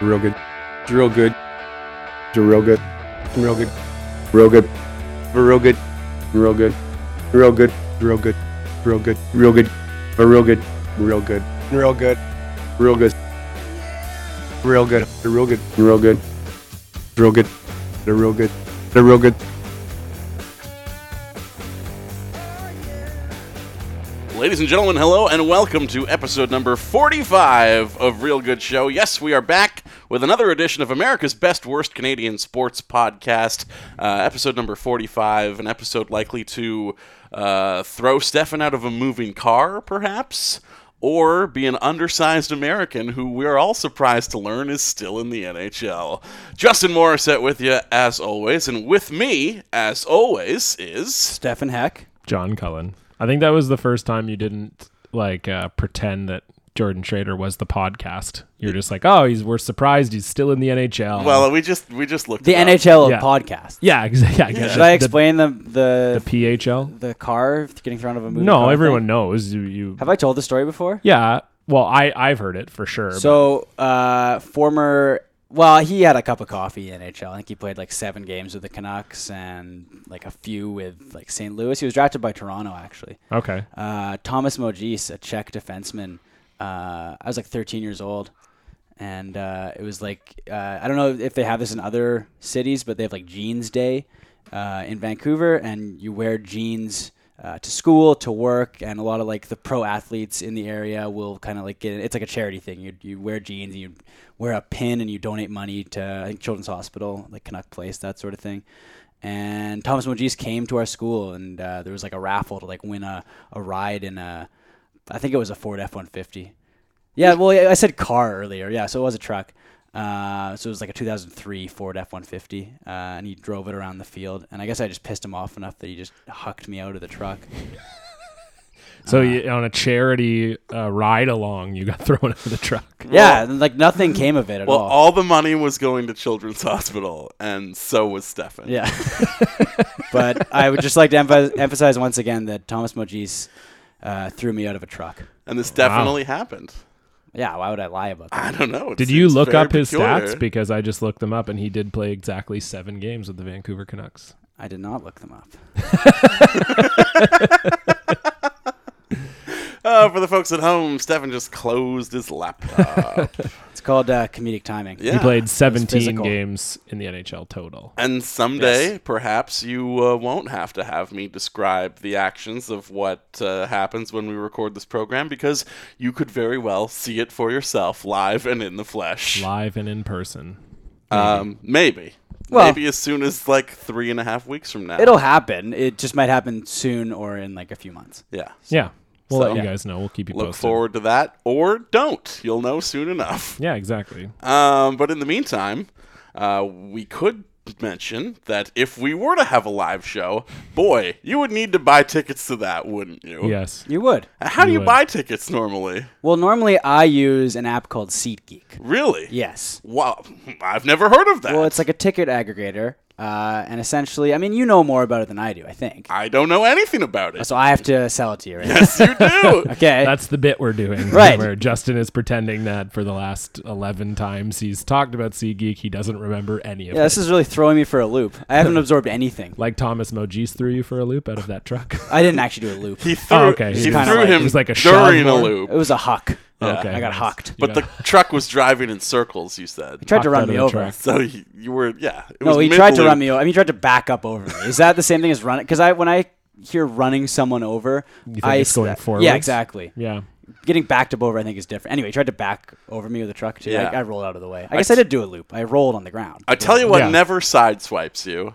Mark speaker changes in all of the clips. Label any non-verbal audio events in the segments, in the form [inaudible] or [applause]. Speaker 1: Real good. It's real good.
Speaker 2: It's real good.
Speaker 1: It's real good.
Speaker 2: Real good.
Speaker 1: Real good.
Speaker 2: Real good. Real good.
Speaker 1: Real good. Real good.
Speaker 2: Real good. Real good.
Speaker 1: Real good. Real good.
Speaker 2: Real good.
Speaker 1: Real good. Real good.
Speaker 2: Real good.
Speaker 1: Real good. Real good. Real good.
Speaker 3: Ladies and gentlemen, hello and welcome to episode number 45 of Real Good Show. Yes, we are back with another edition of America's Best Worst Canadian Sports Podcast, uh, episode number 45, an episode likely to uh, throw Stefan out of a moving car, perhaps, or be an undersized American who we're all surprised to learn is still in the NHL. Justin Morissette with you, as always, and with me, as always, is.
Speaker 4: Stefan Heck.
Speaker 5: John Cullen. I think that was the first time you didn't like uh, pretend that Jordan Schrader was the podcast. You're just like, oh, he's we're surprised he's still in the NHL.
Speaker 3: Well, we just we just looked
Speaker 4: The
Speaker 3: it up.
Speaker 4: NHL
Speaker 5: Yeah.
Speaker 4: podcast.
Speaker 5: yeah, [laughs] exactly. Yeah, I guess.
Speaker 4: Should I explain the
Speaker 5: the,
Speaker 4: the
Speaker 5: PHL?
Speaker 4: the, car getting thrown out of a movie?
Speaker 5: No,
Speaker 4: car
Speaker 5: everyone
Speaker 4: thing?
Speaker 5: knows you. you
Speaker 4: Have I told the story before?
Speaker 5: yeah, well, I I've heard it for sure.
Speaker 4: So, uh, former. Well, he had a cup of coffee in NHL. I think he played like seven games with the Canucks and like a few with like St. Louis. He was drafted by Toronto, actually.
Speaker 5: but- okay,
Speaker 4: Uh, Thomas Mogis, a Czech defenseman. Uh, I was like 13 years old, and uh, it was like uh, I don't know if they have this in other cities, but they have like Jeans Day uh, in Vancouver, and you wear jeans. Uh, to school, to work, and a lot of like the pro athletes in the area will kind of like get. It's like a charity thing. You you wear jeans, and you wear a pin, and you donate money to I think Children's Hospital, like Canuck Place, that sort of thing and Thomas Mojis came to our school, and uh, there was like a raffle to like win a, a ride in a, I think it was a Ford F one fifty. Yeah, well, yeah, I said car earlier. Yeah, so it was a truck. Uh, so it was like a 2003 Ford F 150, uh, and he drove it around the field. And I guess I just pissed him off enough that he just hucked me out of the truck.
Speaker 5: so
Speaker 4: Ah.
Speaker 5: you, on a charity uh, ride along, you got [laughs] thrown out of the truck.
Speaker 4: yeah, and, like nothing came of it at
Speaker 3: Well,
Speaker 4: all.
Speaker 3: all the money was going to Children's Hospital, and so was Stefan.
Speaker 4: Yeah. but I would just like to emphasize, emphasize once again that Thomas Mojis uh, threw me out of a truck.
Speaker 3: And this definitely happened.
Speaker 4: Yeah, why would I lie about that?
Speaker 3: I don't know. it
Speaker 5: Did you
Speaker 3: seems
Speaker 5: look
Speaker 3: very
Speaker 5: up his
Speaker 3: peculiar.
Speaker 5: stats? Because I just looked them up, and he did play exactly seven games with the Vancouver Canucks.
Speaker 4: I did not look them up.
Speaker 3: Uh, for the folks at home, Stefan just closed his
Speaker 5: [laughs]
Speaker 3: laptop.
Speaker 4: It's called uh, comedic timing.
Speaker 3: yeah.
Speaker 5: He played 17
Speaker 4: physical.
Speaker 5: games in the NHL total.
Speaker 3: And someday, perhaps, you uh, won't have to have me describe the actions of what uh, happens when we record this program because you could very well see it for yourself live and in the flesh.
Speaker 5: live and in person.
Speaker 3: Um, maybe.
Speaker 4: Well-
Speaker 3: maybe as soon as like three and a half weeks from now.
Speaker 4: It'll happen. It just might happen soon or in like a few months.
Speaker 3: Yeah.
Speaker 5: Yeah. We'll
Speaker 3: So-
Speaker 5: let you guys know. We'll keep you
Speaker 3: Look
Speaker 5: posted.
Speaker 3: forward to that, or don't. You'll know soon enough.
Speaker 5: Yeah, exactly.
Speaker 3: Um, but in the meantime, uh, we could mention that if we were to have a live show, boy, you would need to buy tickets to that, wouldn't you?
Speaker 5: Yes.
Speaker 4: You would.
Speaker 3: How do
Speaker 5: You
Speaker 3: you
Speaker 5: would.
Speaker 3: buy tickets normally?
Speaker 4: Well, normally I use an app called SeatGeek.
Speaker 3: Really?
Speaker 4: Yes.
Speaker 3: Wow, I've never heard of that.
Speaker 4: Well, it's like a ticket aggregator. Uh, and essentially, I mean, you know more about it than I do, I think.
Speaker 3: I don't know anything about it.
Speaker 4: So I have to sell it to you,
Speaker 3: [laughs]
Speaker 4: right?
Speaker 3: yes, you do.
Speaker 4: [laughs] Okay.
Speaker 5: That's the bit
Speaker 3: [laughs]
Speaker 5: we're doing.
Speaker 4: Right.
Speaker 5: Where Justin is pretending that for the last 11 times he's talked about Sea Geek, he doesn't remember any of
Speaker 4: yeah,
Speaker 5: it.
Speaker 4: this is really throwing me for a loop.
Speaker 3: [laughs]
Speaker 4: I haven't absorbed anything.
Speaker 5: Like Thomas Mojis threw you for a loop out of that truck. [laughs]
Speaker 4: I didn't actually do a loop.
Speaker 3: He threw,
Speaker 5: Oh, okay.
Speaker 3: he
Speaker 5: He's
Speaker 3: threw
Speaker 5: kinda
Speaker 4: like-
Speaker 3: him
Speaker 5: he's like a
Speaker 3: during a
Speaker 5: Sean Moore.
Speaker 3: loop.
Speaker 4: It was a huck.
Speaker 5: okay.
Speaker 4: I got hucked.
Speaker 5: You
Speaker 3: But
Speaker 5: got-
Speaker 3: the truck was driving in circles, you said.
Speaker 4: He tried to
Speaker 5: Hucked out
Speaker 4: run
Speaker 5: of
Speaker 4: me
Speaker 5: the
Speaker 4: over.
Speaker 5: track.
Speaker 3: So you, you were, yeah. It
Speaker 4: No,
Speaker 3: was
Speaker 4: he tried to
Speaker 3: mid-loop.
Speaker 4: run me over. I mean, he tried to back up over me. Is that the same thing as running? Because I, when I hear running someone over,
Speaker 5: think
Speaker 4: I
Speaker 5: it's
Speaker 4: s-
Speaker 5: going
Speaker 4: Yeah,
Speaker 5: forwards?
Speaker 4: exactly.
Speaker 5: yeah.
Speaker 4: Getting backed up over, I think, is different. Anyway, he tried to back over me with a truck too.
Speaker 3: Yeah.
Speaker 4: I, I rolled out of the way. I guess I did do a loop. I rolled on the ground.
Speaker 3: I tell you what
Speaker 5: Yeah.
Speaker 3: never sideswipes you.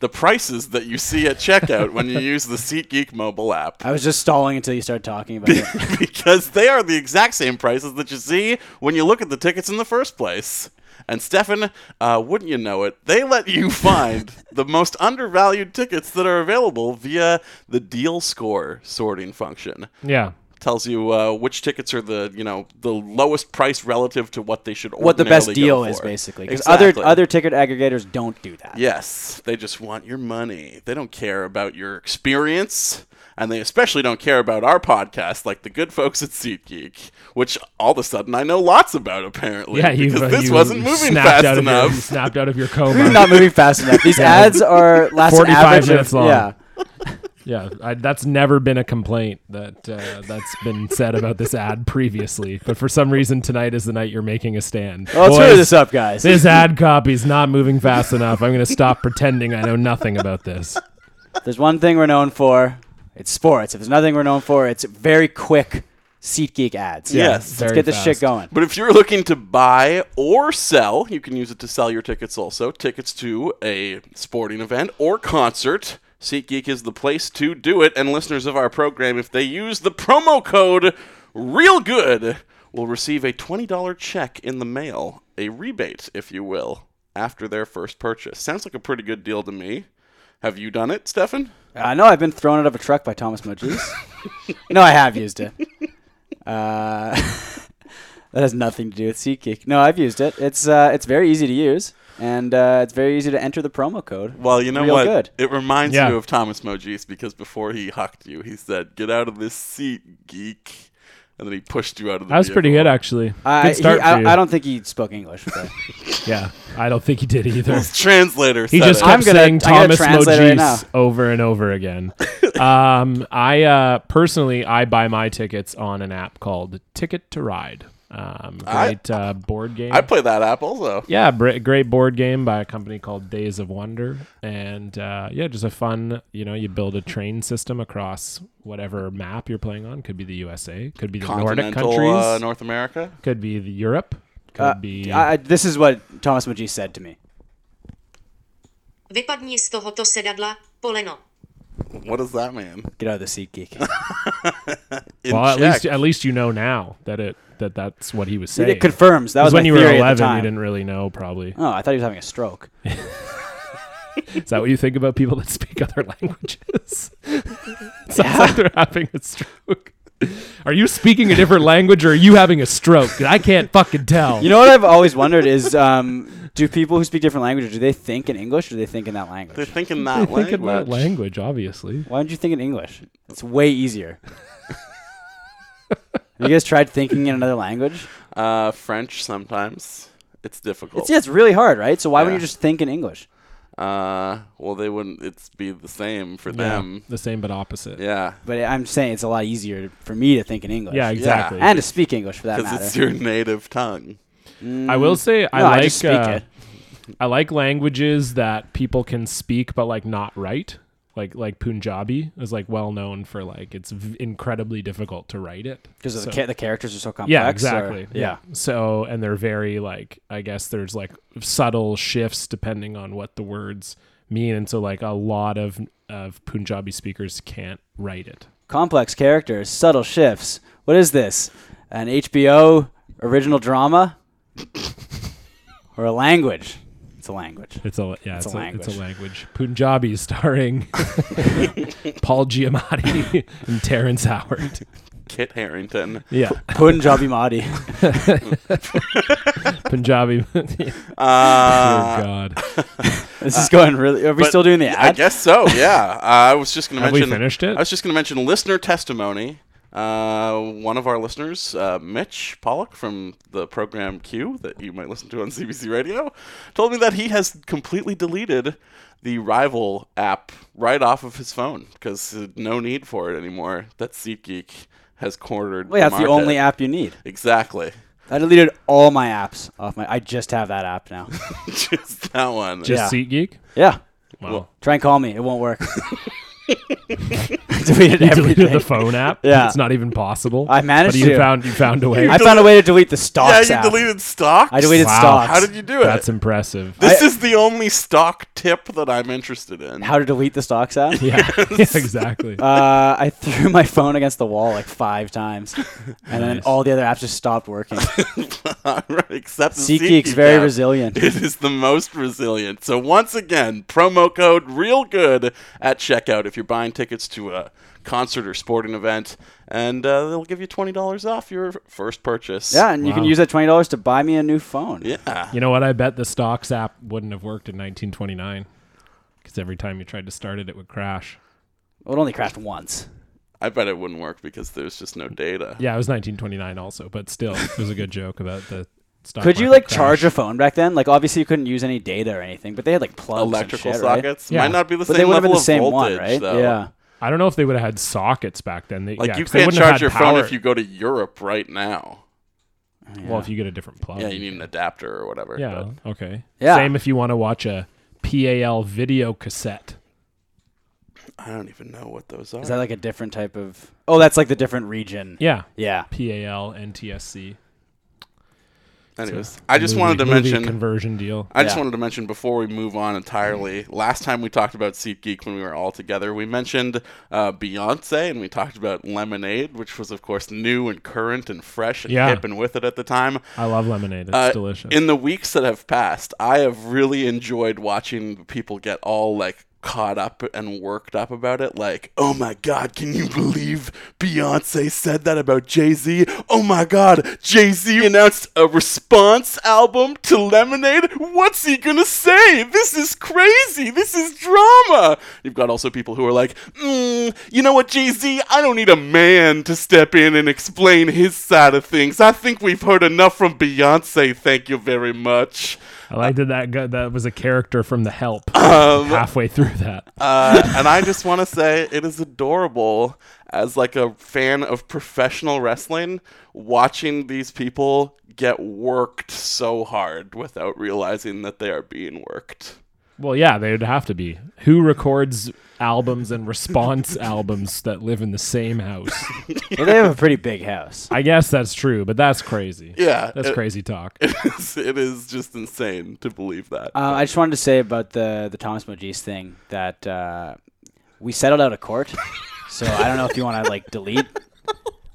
Speaker 3: The prices that you see at checkout when you use the SeatGeek mobile app.
Speaker 4: I was just stalling until you started talking about it.
Speaker 3: [laughs] because they are the exact same prices that you see when you look at the tickets in the first place. And Stefan, uh, wouldn't you know it, they let
Speaker 4: [laughs]
Speaker 3: you find the most undervalued tickets that are available via the deal score sorting function.
Speaker 5: Yeah.
Speaker 3: tells you uh, which tickets are the you know the lowest price relative to what they should.
Speaker 4: what the best
Speaker 3: ordinarily go
Speaker 4: deal is
Speaker 3: for.
Speaker 4: basically because
Speaker 3: Exactly.
Speaker 4: other other ticket aggregators don't do that.
Speaker 3: Yes, they just want your money. They don't care about your experience, and they especially don't care about our podcast, like the good folks at SeatGeek, which all of a sudden I know lots about apparently.
Speaker 5: Yeah, you
Speaker 3: because
Speaker 5: uh,
Speaker 3: this
Speaker 5: you
Speaker 3: wasn't moving
Speaker 5: snapped
Speaker 3: fast
Speaker 5: out of your-
Speaker 3: enough.
Speaker 5: you [laughs] snapped out of your
Speaker 3: [laughs]
Speaker 4: We're
Speaker 5: coma.
Speaker 4: not moving fast enough. These
Speaker 5: [laughs] Yeah.
Speaker 4: ads are last
Speaker 5: 45
Speaker 4: average
Speaker 5: minutes
Speaker 4: of,
Speaker 5: long.
Speaker 4: Yeah,
Speaker 5: yeah, I, that's never been a complaint that uh, that's been said about this ad previously. But for some reason, tonight is the night you're making a stand.
Speaker 4: well, let's
Speaker 5: Boys,
Speaker 4: hurry this up, guys.
Speaker 5: This ad copy's not moving fast enough. I'm going to stop pretending I know nothing about this.
Speaker 4: there's one thing we're known for. It's sports. If there's nothing we're known for, it's very quick SeatGeek ads.
Speaker 3: Yeah.
Speaker 4: Let's
Speaker 3: Yes.
Speaker 5: Very
Speaker 4: get this shit
Speaker 5: fast.
Speaker 4: going.
Speaker 3: But if you're looking to buy or sell, you can use it to sell your tickets also. Tickets to a sporting event or concert. SeatGeek is the place to do it. And listeners of our program, if they use the promo code REALGOOD, will receive a $20 check in the mail, a rebate, if you will, after their first purchase. Sounds like a pretty good deal to me. Have you done it, Stefan?
Speaker 4: I know Uh, I've been thrown out of a truck by Thomas Mojiz. [laughs] no, I have used it. Uh, [laughs] that has nothing to do with SeatGeek. No, I've used it. It's uh, it's very easy to use, and uh, it's very easy to enter the promo code.
Speaker 3: Well, you know
Speaker 4: Real
Speaker 3: what?
Speaker 4: good.
Speaker 3: It reminds
Speaker 5: Yeah.
Speaker 3: you of Thomas Mojis because before he hucked you, he said, "Get out of this seat, geek," and then he pushed you out of the.
Speaker 5: That was pretty good,
Speaker 3: vehicle.
Speaker 5: actually.
Speaker 4: I,
Speaker 5: good start
Speaker 4: he-
Speaker 5: for you.
Speaker 4: I, I don't think he spoke English. But
Speaker 5: yeah, I don't think he did either.
Speaker 3: His translator.
Speaker 5: He
Speaker 3: said
Speaker 5: just
Speaker 3: it.
Speaker 5: kept
Speaker 4: I'm gonna-
Speaker 5: saying
Speaker 4: I'm gonna
Speaker 5: Thomas
Speaker 4: translate it right
Speaker 5: Mojis over and
Speaker 4: [laughs]
Speaker 5: over again. um, I uh, personally, I buy my tickets on an app called Ticket to Ride. Um,
Speaker 3: I-
Speaker 5: great uh, board game.
Speaker 3: I play that app also.
Speaker 5: yeah, br- great board game by a company called Days of Wonder, and uh, yeah, just a fun. You know, you build a train system across whatever map you're playing on. Could be the USA, could be the Nordic
Speaker 3: Continental
Speaker 5: countries,
Speaker 3: uh, North America.
Speaker 5: could be the Europe, could
Speaker 4: uh,
Speaker 5: be.
Speaker 4: I, I- this is what Thomas Mojiz said to me.
Speaker 6: Vypadni z tohoto sedadla, poleno.
Speaker 3: What does that mean?
Speaker 4: Get out of the
Speaker 5: [laughs]
Speaker 4: SeatGeek.
Speaker 3: In
Speaker 5: well, at
Speaker 3: Czech.
Speaker 5: least at least you know now that it that that's what he was saying.
Speaker 4: it confirms that
Speaker 5: Because
Speaker 4: was
Speaker 5: when
Speaker 4: my
Speaker 5: you were
Speaker 4: theory at the
Speaker 5: 11,
Speaker 4: time.
Speaker 5: you didn't really know. Probably
Speaker 4: Oh, I thought he was having a stroke.
Speaker 5: is that what you think about people that speak other [laughs] languages? [laughs] Sounds like they're having a stroke. Are you speaking a different language, or are you having a stroke? I can't fucking tell.
Speaker 4: You
Speaker 5: [laughs]
Speaker 4: know what I've always wondered is, um, do people who speak different languages do they think in English or do they think in that language?
Speaker 3: they're
Speaker 5: [laughs]
Speaker 3: thinking that
Speaker 5: think
Speaker 3: language.
Speaker 5: in that language, obviously.
Speaker 4: Why don't you think in English? It's way easier. Have you guys tried thinking in another language?
Speaker 3: Uh, French sometimes. It's difficult.
Speaker 4: It's yeah, it's really hard, right? So why wouldn't
Speaker 3: Yeah.
Speaker 4: you just think in English?
Speaker 3: uh, well, they wouldn't. It's be the same for them.
Speaker 5: the same but opposite. Yeah,
Speaker 3: Um, Yeah,
Speaker 4: But I'm saying it's a lot easier for me to think in English.
Speaker 5: exactly.
Speaker 4: And to speak English for that
Speaker 3: because
Speaker 4: matter.
Speaker 3: it's your native tongue.
Speaker 5: I will say I
Speaker 4: No,
Speaker 5: like
Speaker 4: I just speak
Speaker 5: uh,
Speaker 4: it.
Speaker 5: I like languages that people can speak but like not write. Like like Punjabi is like well known for like it's v- incredibly difficult to write it
Speaker 4: Because
Speaker 5: so-
Speaker 4: the, ca- the characters are so complex.
Speaker 5: Yeah,
Speaker 4: or-
Speaker 5: exactly.
Speaker 4: yeah.
Speaker 5: So, and they're very like, I guess there's like subtle shifts depending on what the words mean, and so like a lot of of Punjabi speakers can't write it.
Speaker 4: Complex characters, subtle shifts. What is this? An HBO original drama? or a language? It's a language.
Speaker 5: It's a yeah, it's,
Speaker 4: It's a
Speaker 5: a, it's a
Speaker 4: language.
Speaker 5: language.
Speaker 4: [laughs]
Speaker 5: Punjabi [laughs] starring Paul Giamatti [laughs] and Terrence Howard.
Speaker 3: Kit
Speaker 5: [laughs]
Speaker 3: Harrington.
Speaker 5: Yeah,
Speaker 4: Punjabi Mahdi. [laughs]
Speaker 5: Punjabi. [laughs] Dear
Speaker 3: Uh,
Speaker 5: God,
Speaker 4: This is going really. Are we
Speaker 3: But
Speaker 4: still doing the
Speaker 3: yeah,
Speaker 4: ad?
Speaker 3: I guess so.
Speaker 4: [laughs]
Speaker 3: Yeah, uh, I was just going to
Speaker 5: Have we
Speaker 3: mention.
Speaker 5: finished it?
Speaker 3: I was just going to mention listener testimony. Uh, one of our listeners, uh, Mitch Pollock from the program Q that you might listen to on CBC Radio, told me that he has completely deleted the rival app right off of his phone because no need for it anymore. That SeatGeek has cornered.
Speaker 4: Well, yeah, it's the
Speaker 3: market.
Speaker 4: only app you need.
Speaker 3: Exactly. [laughs]
Speaker 4: I deleted all my apps off my. I just have that
Speaker 3: [laughs]
Speaker 4: app now.
Speaker 3: just that one.
Speaker 5: just
Speaker 4: Yeah.
Speaker 5: seat geek.
Speaker 4: yeah. [laughs]
Speaker 5: Wow,
Speaker 3: Well,
Speaker 4: Try and call me. It
Speaker 3: [laughs]
Speaker 4: won't work. [laughs] I deleted everything.
Speaker 5: deleted the phone app.
Speaker 4: Yeah.
Speaker 5: it's not even possible.
Speaker 4: I managed
Speaker 5: but you
Speaker 4: to.
Speaker 5: found you found a way.
Speaker 4: I found a way to delete the
Speaker 3: yeah,
Speaker 4: stocks
Speaker 3: you
Speaker 4: app.
Speaker 3: deleted stocks.
Speaker 4: I deleted
Speaker 5: Wow.
Speaker 4: stocks.
Speaker 3: How did you do it?
Speaker 5: That's impressive.
Speaker 3: This is the only stock tip that I'm interested in. [laughs]
Speaker 4: How to delete the stocks app?
Speaker 5: [laughs] Yeah,
Speaker 4: [laughs]
Speaker 5: yeah, exactly.
Speaker 4: Uh, I [laughs] threw my phone against the wall like five
Speaker 3: [laughs]
Speaker 4: times, and then all the other apps just stopped working. [laughs]
Speaker 3: Except the
Speaker 4: SeatGeek's
Speaker 3: SeatGeek
Speaker 4: very
Speaker 3: app. [laughs]
Speaker 4: resilient.
Speaker 3: It is the most resilient. So once again, promo code real good at checkout if you're buying tickets to a a concert or sporting event, and uh, they'll give you twenty dollars off your first purchase.
Speaker 4: [laughs] Yeah, and you can
Speaker 5: Wow.
Speaker 4: use that twenty dollars to buy me a new phone.
Speaker 3: yeah.
Speaker 5: You know what? I bet the stocks app wouldn't have worked in 1929 because every time you tried to start it, it would crash.
Speaker 4: Well, it only crashed once.
Speaker 3: I bet it wouldn't work because there's just no data.
Speaker 5: Yeah, it was 1929 also, but still, it was a good joke about the [laughs] stock.
Speaker 4: Could you
Speaker 5: market
Speaker 4: like
Speaker 5: crash.
Speaker 4: charge a phone back then? Like obviously you couldn't use any data or anything, but they had like plugs, and
Speaker 3: Electrical
Speaker 4: shit, right?
Speaker 3: sockets
Speaker 5: Yeah.
Speaker 3: might not be the
Speaker 4: But they
Speaker 3: same
Speaker 4: would have
Speaker 3: level
Speaker 4: been the
Speaker 3: of
Speaker 4: same
Speaker 3: voltage,
Speaker 4: one, right?
Speaker 3: though.
Speaker 4: Yeah.
Speaker 5: I don't know if they would have had sockets back then. They,
Speaker 3: Like
Speaker 5: yeah,
Speaker 3: you
Speaker 5: 'cause they
Speaker 3: can't
Speaker 5: wouldn't have
Speaker 3: charge
Speaker 5: had
Speaker 3: your phone
Speaker 5: power.
Speaker 3: if you go to Europe right now.
Speaker 5: Well, if you get a different plug.
Speaker 3: Yeah, you need an adapter or whatever.
Speaker 5: Oh, Yeah.
Speaker 3: but-
Speaker 5: Okay.
Speaker 4: Yeah.
Speaker 5: Same if you want to watch a PAL video cassette.
Speaker 3: I don't even know what those are.
Speaker 4: Is that like a different type of? Oh, that's like the
Speaker 3: [laughs]
Speaker 4: different region.
Speaker 5: Yeah.
Speaker 4: Yeah.
Speaker 5: PAL NTSC.
Speaker 3: Anyways, I just
Speaker 5: Movie-
Speaker 3: wanted to
Speaker 5: movie
Speaker 3: mention.
Speaker 5: conversion deal.
Speaker 3: I just
Speaker 4: Yeah.
Speaker 3: wanted to mention before we move on entirely. Last time we talked about SeatGeek when we were all together, we mentioned uh, Beyonce and we talked about Lemonade, which was of course new and current and fresh and
Speaker 5: Yeah.
Speaker 3: hip and with it at the time.
Speaker 5: I love lemonade. It's
Speaker 3: Uh,
Speaker 5: delicious.
Speaker 3: In the weeks that have passed, I have really enjoyed watching people get all like caught up and worked up about it. Like, oh my God, can you believe Beyonce said that about Jay Z? Oh my God, Jay Z announced a response album to Lemonade. What's he gonna say? This is crazy. This is drama. You've got also people who are like, mm, you know what, Jay Z? I don't need a man to step in and explain his side of things. I think we've heard enough from Beyonce. Thank you very much.
Speaker 5: I liked that that guy, that was a character from
Speaker 4: [laughs]
Speaker 5: The Help.
Speaker 4: Um,
Speaker 5: halfway through that.
Speaker 3: Uh, [laughs] and I just want to say it is adorable as like a fan of professional wrestling watching these people get worked so hard without realizing that they are being worked.
Speaker 5: well, yeah, they would have to be. Who records albums and
Speaker 4: [laughs]
Speaker 5: response albums that live in the same house?
Speaker 4: Well, they have a pretty big house.
Speaker 5: I guess that's true, but that's crazy.
Speaker 3: Yeah,
Speaker 5: That's
Speaker 3: it-
Speaker 5: crazy talk.
Speaker 4: [laughs]
Speaker 3: it is just insane to believe that.
Speaker 4: Uh, I just wanted to say about the the Thomas Mojis thing that uh, we settled out of court. so I don't know if you want to like delete.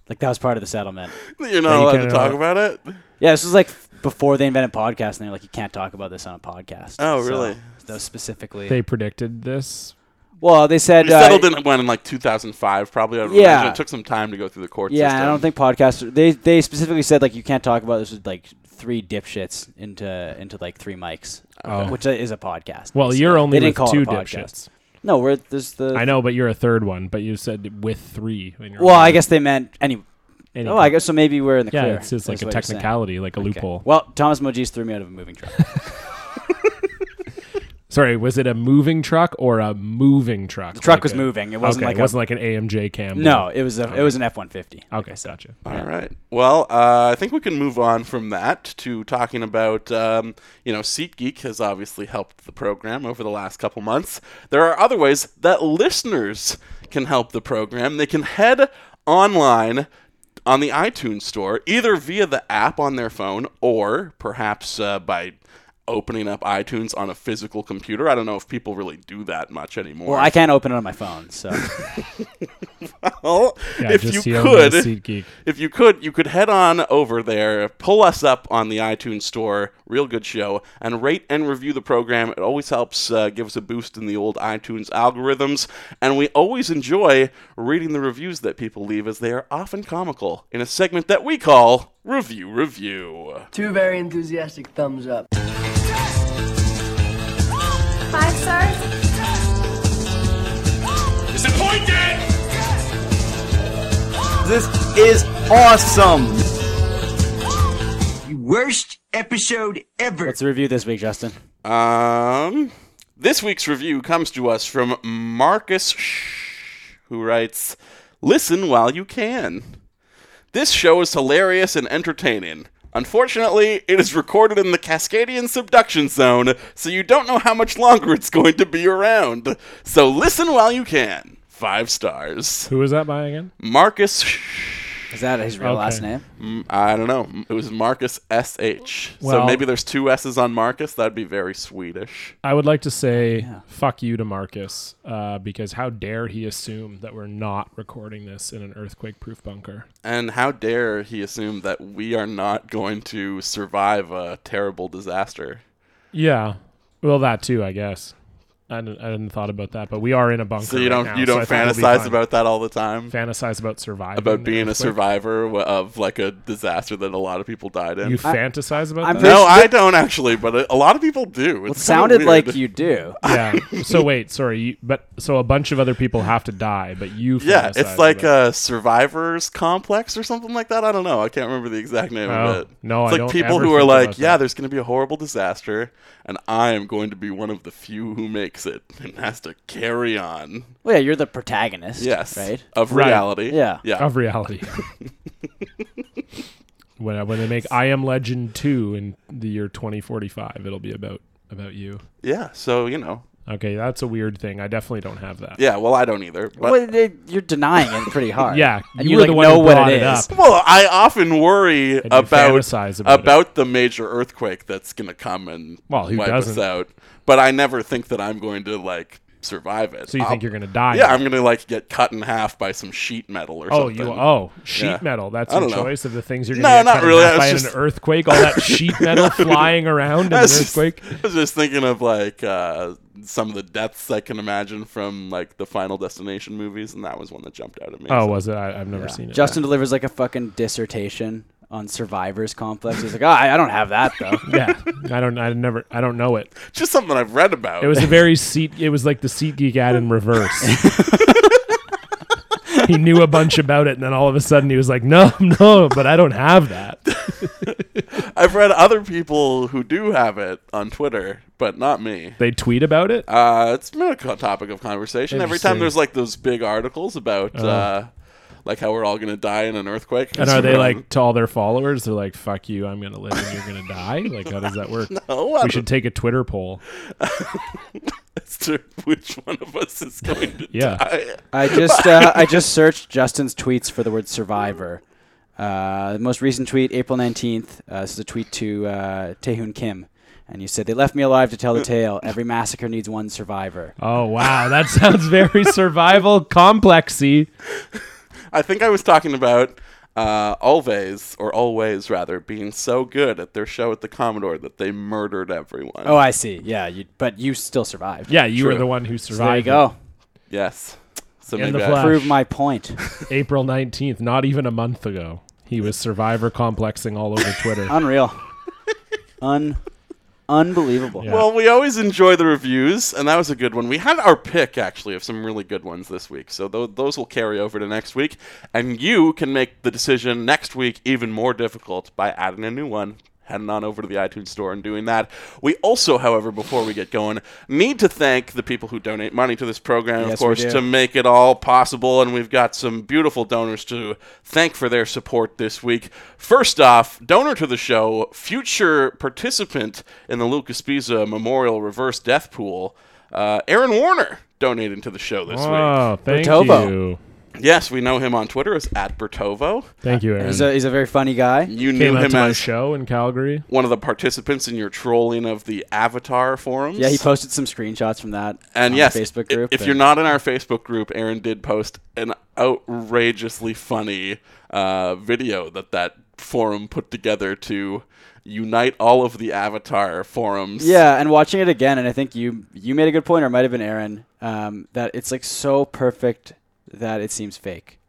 Speaker 4: Like that was part of the settlement.
Speaker 3: You're not
Speaker 5: you
Speaker 3: allowed to
Speaker 5: can't
Speaker 3: talk
Speaker 5: allow-
Speaker 3: about it.
Speaker 4: Yeah, this was like before they invented podcasts, and they're like, you can't talk about this on a podcast.
Speaker 3: Oh,
Speaker 4: So,
Speaker 3: really?
Speaker 4: that was specifically.
Speaker 5: they predicted this.
Speaker 4: well, they said
Speaker 3: We settled
Speaker 4: uh,
Speaker 3: in when in like 2005, probably. I would
Speaker 4: Yeah.
Speaker 3: imagine. it took some time to go through the court
Speaker 4: Yeah,
Speaker 3: system.
Speaker 4: I don't think podcasts. They they specifically said like you can't talk about this with like three dipshits into into like three mics, uh,
Speaker 5: Oh.
Speaker 4: which is a podcast.
Speaker 5: Well,
Speaker 4: So
Speaker 5: you're only
Speaker 4: they didn't
Speaker 5: with
Speaker 4: call
Speaker 5: two
Speaker 4: it a podcast.
Speaker 5: dipshits.
Speaker 4: No, we're there's the.
Speaker 5: I know, but you're a third one. But you said with three. When you're
Speaker 4: Well,
Speaker 5: on
Speaker 4: I
Speaker 5: it.
Speaker 4: guess they meant any.
Speaker 5: Anything.
Speaker 4: Oh, I guess so. Maybe we're in the
Speaker 5: Yeah,
Speaker 4: clear.
Speaker 5: it's just
Speaker 4: is
Speaker 5: like a
Speaker 4: what you're saying.
Speaker 5: technicality, like a
Speaker 4: Okay.
Speaker 5: loophole.
Speaker 4: Well, Thomas Mojis threw me out of a moving
Speaker 5: [laughs]
Speaker 4: truck.
Speaker 5: Sorry, was it a moving truck or a moving truck?
Speaker 4: The truck
Speaker 5: Like
Speaker 4: was
Speaker 5: a-
Speaker 4: moving. It wasn't
Speaker 5: okay,
Speaker 4: like
Speaker 5: it
Speaker 4: a,
Speaker 5: wasn't like an AMJ cam.
Speaker 4: no. It was a it was an F one fifty.
Speaker 5: Okay, gotcha.
Speaker 3: All right. Well, uh, I think we can move on from that to talking about, um, you know, SeatGeek has obviously helped the program over the last couple months. There are other ways that listeners can help the program. They can head online on the iTunes store, either via the app on their phone or perhaps uh, by opening up iTunes on a physical computer. I don't know if people really do that much anymore.
Speaker 4: Well, I can't open it on my phone,
Speaker 5: [laughs]
Speaker 4: so
Speaker 3: Well,
Speaker 5: Yeah,
Speaker 3: if
Speaker 5: just
Speaker 3: you
Speaker 5: the only
Speaker 3: could,
Speaker 5: SeatGeek.
Speaker 3: [laughs] if you could, you could head on over there, pull us up on the iTunes store, Real Good Show, and rate and review the program. It always helps uh, give us a boost in the old iTunes algorithms, and we always enjoy reading the reviews that people leave, as they are often comical. In a segment that we call Review Review.
Speaker 7: Two very enthusiastic thumbs up.
Speaker 8: Five stars. Is it pointed?
Speaker 2: This is awesome.
Speaker 7: Worst episode ever.
Speaker 4: let's review this week, Justin.
Speaker 3: Um, this week's review comes to us from Marcus, Sh- who writes, "Listen while you can. This show is hilarious and entertaining. Unfortunately, it is recorded in the Cascadian subduction zone, so you don't know how much longer it's going to be around. So listen while you can. Five stars.
Speaker 5: Who was that by again?
Speaker 3: Marcus." Sh- mm,
Speaker 4: Is that his real
Speaker 5: Okay.
Speaker 4: last name?
Speaker 3: I don't know. It was Marcus S H. so
Speaker 5: Well-
Speaker 3: maybe there's two S's on Marcus. That'd be very Swedish.
Speaker 5: I would like to say fuck you to Marcus uh, because how dare he assume that we're not recording this in an earthquake-proof bunker?
Speaker 3: And how dare he assume that we are not going to survive a terrible disaster?
Speaker 5: Yeah, well that too, I guess. I didn't, I hadn't thought about that, but we are in a bunker.
Speaker 3: So you
Speaker 5: right
Speaker 3: don't
Speaker 5: now,
Speaker 3: you
Speaker 5: so
Speaker 3: don't
Speaker 5: I think we'll be
Speaker 3: fantasize
Speaker 5: fine.
Speaker 3: about that all the time
Speaker 5: fantasize about surviving
Speaker 3: about
Speaker 5: the
Speaker 3: being a
Speaker 5: earthquake?
Speaker 3: survivor w- of like a disaster that a lot of people died in.
Speaker 5: You fantasize about
Speaker 4: I'm
Speaker 5: that?
Speaker 3: no, I don't actually, but a, a lot of people do. It
Speaker 4: It sounded like you do.
Speaker 5: yeah. So wait, sorry, you, but so a bunch of other people have to die, but you.
Speaker 3: Yeah,
Speaker 5: fantasize
Speaker 3: it's like
Speaker 5: about
Speaker 3: a survivors complex or something like that. I don't know. I can't remember the exact name
Speaker 5: Oh,
Speaker 3: of it.
Speaker 5: no,
Speaker 3: it's
Speaker 5: I
Speaker 3: like
Speaker 5: don't
Speaker 3: people
Speaker 5: ever
Speaker 3: who are
Speaker 5: think
Speaker 3: like,
Speaker 5: about
Speaker 3: yeah,
Speaker 5: that."
Speaker 3: there's going to be a horrible disaster, and I am going to be one of the few who makes it and has to carry on.
Speaker 4: Well, yeah, you're the protagonist.
Speaker 3: Yes, Uh,
Speaker 4: Right.
Speaker 3: of
Speaker 5: Right.
Speaker 3: reality.
Speaker 4: Yeah.
Speaker 3: yeah. [laughs]
Speaker 5: of reality. when I- when they make I Am Legend two in the year twenty forty five, it'll be about about you.
Speaker 3: Yeah, so you know,
Speaker 5: Okay, that's a weird thing. I definitely don't have that.
Speaker 3: yeah. Well, I don't either. But
Speaker 4: well, they, you're denying it pretty hard.
Speaker 5: Yeah,
Speaker 4: and
Speaker 5: you
Speaker 4: you,
Speaker 5: were
Speaker 4: like
Speaker 5: the one
Speaker 4: know
Speaker 5: who
Speaker 4: what
Speaker 5: brought
Speaker 4: it
Speaker 5: it
Speaker 4: is.
Speaker 5: up.
Speaker 3: well, I often worry
Speaker 5: you
Speaker 3: about
Speaker 5: fantasize about it.
Speaker 3: the major earthquake that's going to come and
Speaker 5: Well, who
Speaker 3: wipe us
Speaker 5: doesn't?
Speaker 3: out. But I never think that I'm going to like survive it.
Speaker 5: So you think you're gonna die?
Speaker 3: Yeah, I'm gonna like get cut in half by some sheet metal or
Speaker 5: Oh,
Speaker 3: something. [laughs]
Speaker 5: you oh sheet
Speaker 3: Yeah.
Speaker 5: metal. That's
Speaker 3: I
Speaker 5: your
Speaker 3: don't know.
Speaker 5: choice of the things you're
Speaker 3: No,
Speaker 5: gonna get
Speaker 3: not
Speaker 5: cut in
Speaker 3: really,
Speaker 5: half
Speaker 3: I was
Speaker 5: by in
Speaker 3: just-
Speaker 5: an earthquake. All
Speaker 3: [laughs]
Speaker 5: that sheet metal flying around in
Speaker 3: I
Speaker 5: an
Speaker 3: was, just, [laughs]
Speaker 5: earthquake.
Speaker 3: I was just thinking of like uh, some of the deaths I can imagine from like the Final Destination movies, and that was one that jumped out at me.
Speaker 5: Oh,
Speaker 3: So-
Speaker 5: was it? I, I've never seen it.
Speaker 4: Justin delivers like a fucking dissertation on survivors complex. He's like, oh, I, I don't have that
Speaker 5: [laughs]
Speaker 4: though.
Speaker 5: yeah, I don't. I never. I don't know it.
Speaker 3: just something I've read about.
Speaker 5: It was a very seat. It was like the seat geek ad in
Speaker 4: [laughs]
Speaker 5: reverse. he knew a bunch about it, and then all of a sudden he was like, "No, [laughs] no, but I don't have that."
Speaker 3: I've read other people who do have it on Twitter, but not me.
Speaker 5: They tweet about it.
Speaker 3: Uh, it's been a co- topic of conversation every time.
Speaker 5: Interesting. Uh-huh.
Speaker 3: There's like those big articles about uh, like how we're all gonna die in an earthquake.
Speaker 5: And are they like to all their followers? They're like, "Fuck you, I'm gonna live and you're gonna die." Like, how does that work?
Speaker 3: Oh, I
Speaker 5: We should take a Twitter poll.
Speaker 3: as to [laughs] which one of us is going to
Speaker 5: [laughs] Yeah.
Speaker 3: die.
Speaker 4: I just uh, I just searched Justin's tweets for the word survivor. Uh, the most recent tweet, April nineteenth. Uh, this is a tweet to uh, Taehoon Kim, and you said they left me alive to tell the tale. Every massacre needs one survivor.
Speaker 5: Oh wow, that [laughs] sounds very survival complexy.
Speaker 3: I think I was talking about uh, always or always rather being so good at their show at the Commodore that they murdered everyone.
Speaker 4: Oh, I see. Yeah, you but you still survived.
Speaker 5: Yeah, you were
Speaker 3: True.
Speaker 5: the one who
Speaker 4: So there you
Speaker 5: survived. it.
Speaker 4: go.
Speaker 3: yes. So
Speaker 5: And
Speaker 3: maybe
Speaker 5: the
Speaker 3: I-
Speaker 5: flag.
Speaker 4: Prove my point.
Speaker 5: April nineteenth, not even a month ago, he was survivor complexing all over
Speaker 4: [laughs]
Speaker 5: Twitter.
Speaker 4: Unreal. Un unbelievable.
Speaker 5: Yeah.
Speaker 3: Well, we always enjoy the reviews, and that was a good one. We had our pick, actually, of some really good ones this week, so tho- those will carry over to next week. And you can make the decision next week even more difficult by adding a new one, heading on over to the iTunes store and doing that. We also, however, before we get going, need to thank the people who donate money to this program, of
Speaker 4: Yes, we
Speaker 3: course,
Speaker 4: do.
Speaker 3: to make it all possible, and we've got some beautiful donors to thank for their support this week. First off, donor to the show, future participant in the Lucas Pisa Memorial Reverse Death Pool, uh, Aaron Warner donated to the show this
Speaker 5: Oh, thank
Speaker 4: Bertovo.
Speaker 5: you.
Speaker 3: week. Yes, we know him on Twitter as at Bertovo.
Speaker 5: Thank you, Aaron.
Speaker 4: He's a he's a very funny guy.
Speaker 3: You
Speaker 5: Came
Speaker 3: knew
Speaker 5: out
Speaker 3: him
Speaker 5: to my
Speaker 3: as
Speaker 5: show in Calgary.
Speaker 3: one of the participants in your trolling of the Avatar forums.
Speaker 4: Yeah, he posted some screenshots from that
Speaker 3: and
Speaker 4: on
Speaker 3: yes,
Speaker 4: the Facebook
Speaker 3: i-
Speaker 4: group.
Speaker 3: If
Speaker 4: and-
Speaker 3: you're not in our Facebook group, Aaron did post an outrageously funny uh, video that that forum put together to unite all of the Avatar forums.
Speaker 4: Yeah, and watching it again, and I think you you made a good point, or it might have been Aaron, um, that it's like so perfect that it seems fake.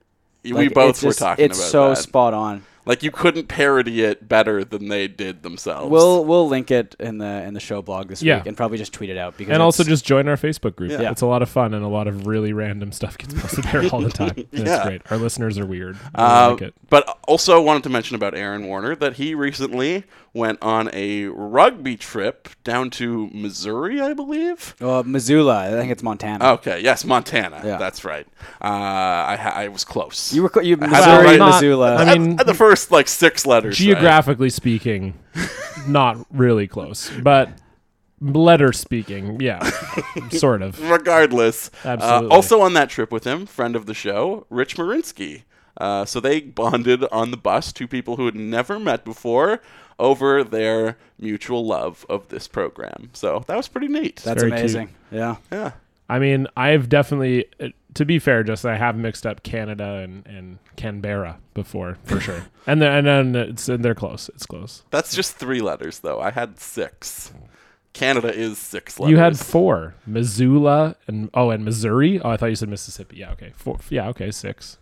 Speaker 3: we
Speaker 4: Like,
Speaker 3: both
Speaker 4: it's
Speaker 3: were
Speaker 4: just-
Speaker 3: talking
Speaker 4: It's
Speaker 3: about
Speaker 4: so
Speaker 3: that.
Speaker 4: spot on.
Speaker 3: like you couldn't parody it better than they did themselves.
Speaker 4: We'll we'll link it in the in the show blog this
Speaker 5: Yeah.
Speaker 4: week, and probably just tweet it out because
Speaker 5: And also
Speaker 4: it's-
Speaker 5: just join our Facebook group.
Speaker 3: Yeah.
Speaker 5: It's a lot of fun and a lot of really random stuff gets posted there
Speaker 3: [laughs]
Speaker 5: all the time. And
Speaker 3: Yeah.
Speaker 5: It's great. Our listeners are weird. I
Speaker 3: Uh,
Speaker 5: like it.
Speaker 3: But also wanted to mention about Aaron Warner that he recently went on a rugby trip down to Missouri, I believe.
Speaker 4: uh, Missoula. I think it's Montana.
Speaker 3: Okay, yes, Montana.
Speaker 4: Yeah.
Speaker 3: That's right. Uh, I, ha- I was close.
Speaker 4: you were co- you Missouri,
Speaker 3: Well, right.
Speaker 5: not-
Speaker 4: Missoula.
Speaker 5: I
Speaker 3: At-
Speaker 5: mean-
Speaker 3: at the first like six letters. [laughs]
Speaker 5: Geographically speaking, not really close, but letter
Speaker 3: [laughs]
Speaker 5: speaking, yeah, sort of.
Speaker 3: right? Regardless. uh,
Speaker 5: Absolutely.
Speaker 3: also on that trip with him, friend of the show, Rich Marinsky. Uh, so they bonded on the bus, two people who had never met before, over their mutual love of this program. So that was pretty neat.
Speaker 4: That's
Speaker 5: very
Speaker 4: amazing. Yeah,
Speaker 3: yeah.
Speaker 5: I mean, I've definitely, uh, to be fair, Justin, I have mixed up Canada and, and Canberra before,
Speaker 3: [laughs]
Speaker 5: for sure. and then, and then it's, and they're close. It's close.
Speaker 3: That's just three letters, though. I had six. Canada is six letters.
Speaker 5: You had four: Missoula and oh, and Missouri. Oh, I thought you said Mississippi. Yeah, okay, four. Yeah,
Speaker 3: [laughs]
Speaker 5: okay, six.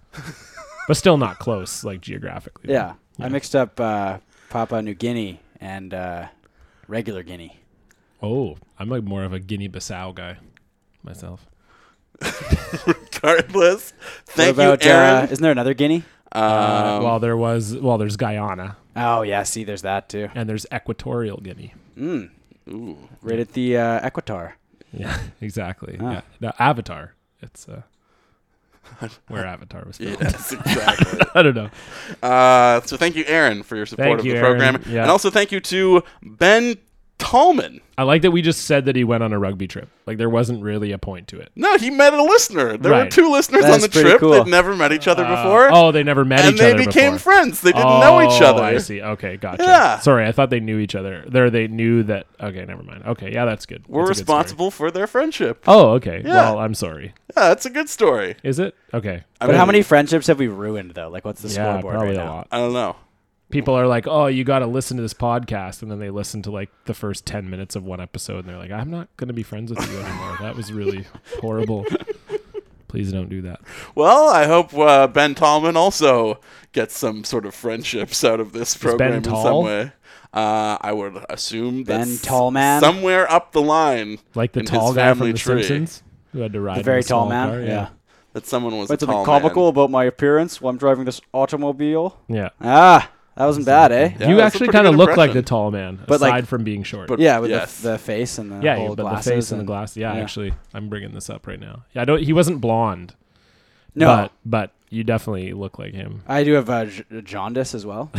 Speaker 5: but still not close, like geographically.
Speaker 4: Yeah, I mixed up uh, Papua New Guinea and uh, regular Guinea.
Speaker 5: Oh, I'm like more of a Guinea-Bissau guy myself.
Speaker 3: [laughs] regardless. Thank
Speaker 4: what about,
Speaker 3: you,
Speaker 4: Uh,
Speaker 3: Aaron.
Speaker 4: isn't there another Guinea?
Speaker 5: Uh,
Speaker 3: Um,
Speaker 5: well, there was well, there's Guyana
Speaker 4: Oh yeah, see, there's that too.
Speaker 5: and there's Equatorial Guinea. [laughs]
Speaker 3: Ooh.
Speaker 4: Right at the uh, Equator.
Speaker 5: Yeah, exactly.
Speaker 3: Ah.
Speaker 5: Yeah, no, Avatar.
Speaker 3: [laughs]
Speaker 5: It's uh, where Avatar was
Speaker 3: [laughs]
Speaker 5: filmed. [laughs]
Speaker 3: Yes, exactly.
Speaker 5: I don't know.
Speaker 3: Uh, so thank you, Aaron, for your support
Speaker 5: Thank
Speaker 3: of
Speaker 5: you,
Speaker 3: the
Speaker 5: Aaron.
Speaker 3: program,
Speaker 5: Yeah.
Speaker 3: and also thank you to Ben Tallman.
Speaker 5: I like that we just said that he went on a rugby trip. Like there wasn't really a point to it.
Speaker 3: No, he met a listener. There were
Speaker 5: Right.
Speaker 3: two listeners
Speaker 4: That's
Speaker 3: on the
Speaker 4: pretty
Speaker 3: trip
Speaker 4: cool.
Speaker 3: that never met each other before,
Speaker 5: Oh, they never met
Speaker 3: and
Speaker 5: each
Speaker 3: they
Speaker 5: other
Speaker 3: became
Speaker 5: before.
Speaker 3: friends. They didn't know each
Speaker 5: Oh,
Speaker 3: other.
Speaker 5: I see. Okay, gotcha.
Speaker 3: Yeah.
Speaker 5: Sorry, I thought they knew each other. There, they knew that. Okay, never mind. Okay, yeah, that's good.
Speaker 3: We're
Speaker 5: That's a good story.
Speaker 3: responsible for their friendship.
Speaker 5: Oh, okay. Well, I'm sorry.
Speaker 3: Yeah, that's a good story.
Speaker 5: Is it okay?
Speaker 3: I
Speaker 4: But
Speaker 3: mean,
Speaker 4: how many friendships have we ruined though? Like, what's the
Speaker 5: yeah,
Speaker 4: scoreboard
Speaker 5: probably
Speaker 4: right
Speaker 5: a
Speaker 4: now?
Speaker 5: lot.
Speaker 3: I don't know.
Speaker 5: People are like, "Oh, you got to listen to this podcast," and then they listen to like the first ten minutes of one episode, and they're like, "I'm not going to be friends with you anymore. That
Speaker 3: [laughs]
Speaker 5: was really horrible. Please don't do that."
Speaker 3: Well, I hope uh, Ben Tallman also gets some sort of friendships out of this program in some
Speaker 5: tall?
Speaker 3: way. Uh, I would assume
Speaker 4: Ben
Speaker 3: that's
Speaker 4: Tallman?
Speaker 3: somewhere up the line,
Speaker 5: Like the
Speaker 3: in his
Speaker 5: tall guy from
Speaker 3: family
Speaker 5: The
Speaker 3: tree,
Speaker 5: Simpsons who had to ride
Speaker 4: A
Speaker 5: in
Speaker 4: very
Speaker 5: a
Speaker 4: tall
Speaker 5: small
Speaker 4: man.
Speaker 5: car.
Speaker 4: yeah.
Speaker 3: that someone was
Speaker 4: What's
Speaker 3: a tall
Speaker 4: something comical about my appearance while I'm driving this automobile?
Speaker 5: yeah.
Speaker 4: Ah, that wasn't bad, eh?
Speaker 3: Yeah,
Speaker 5: you
Speaker 3: that's a
Speaker 5: actually
Speaker 3: pretty
Speaker 5: kind of
Speaker 3: good
Speaker 5: look like
Speaker 3: impression.
Speaker 5: the tall man,
Speaker 4: But,
Speaker 5: aside
Speaker 4: like-
Speaker 5: from being short.
Speaker 3: but-
Speaker 4: Yeah, with
Speaker 3: Yes.
Speaker 4: the, the face and the
Speaker 5: yeah,
Speaker 4: whole
Speaker 5: but
Speaker 4: glasses
Speaker 5: the face and the glass. Yeah, actually, I'm bringing this up right now. Yeah, I don't. He wasn't blonde.
Speaker 4: No,
Speaker 5: but, but you definitely look like him.
Speaker 4: I do have uh, j- jaundice as
Speaker 5: [laughs]
Speaker 4: well.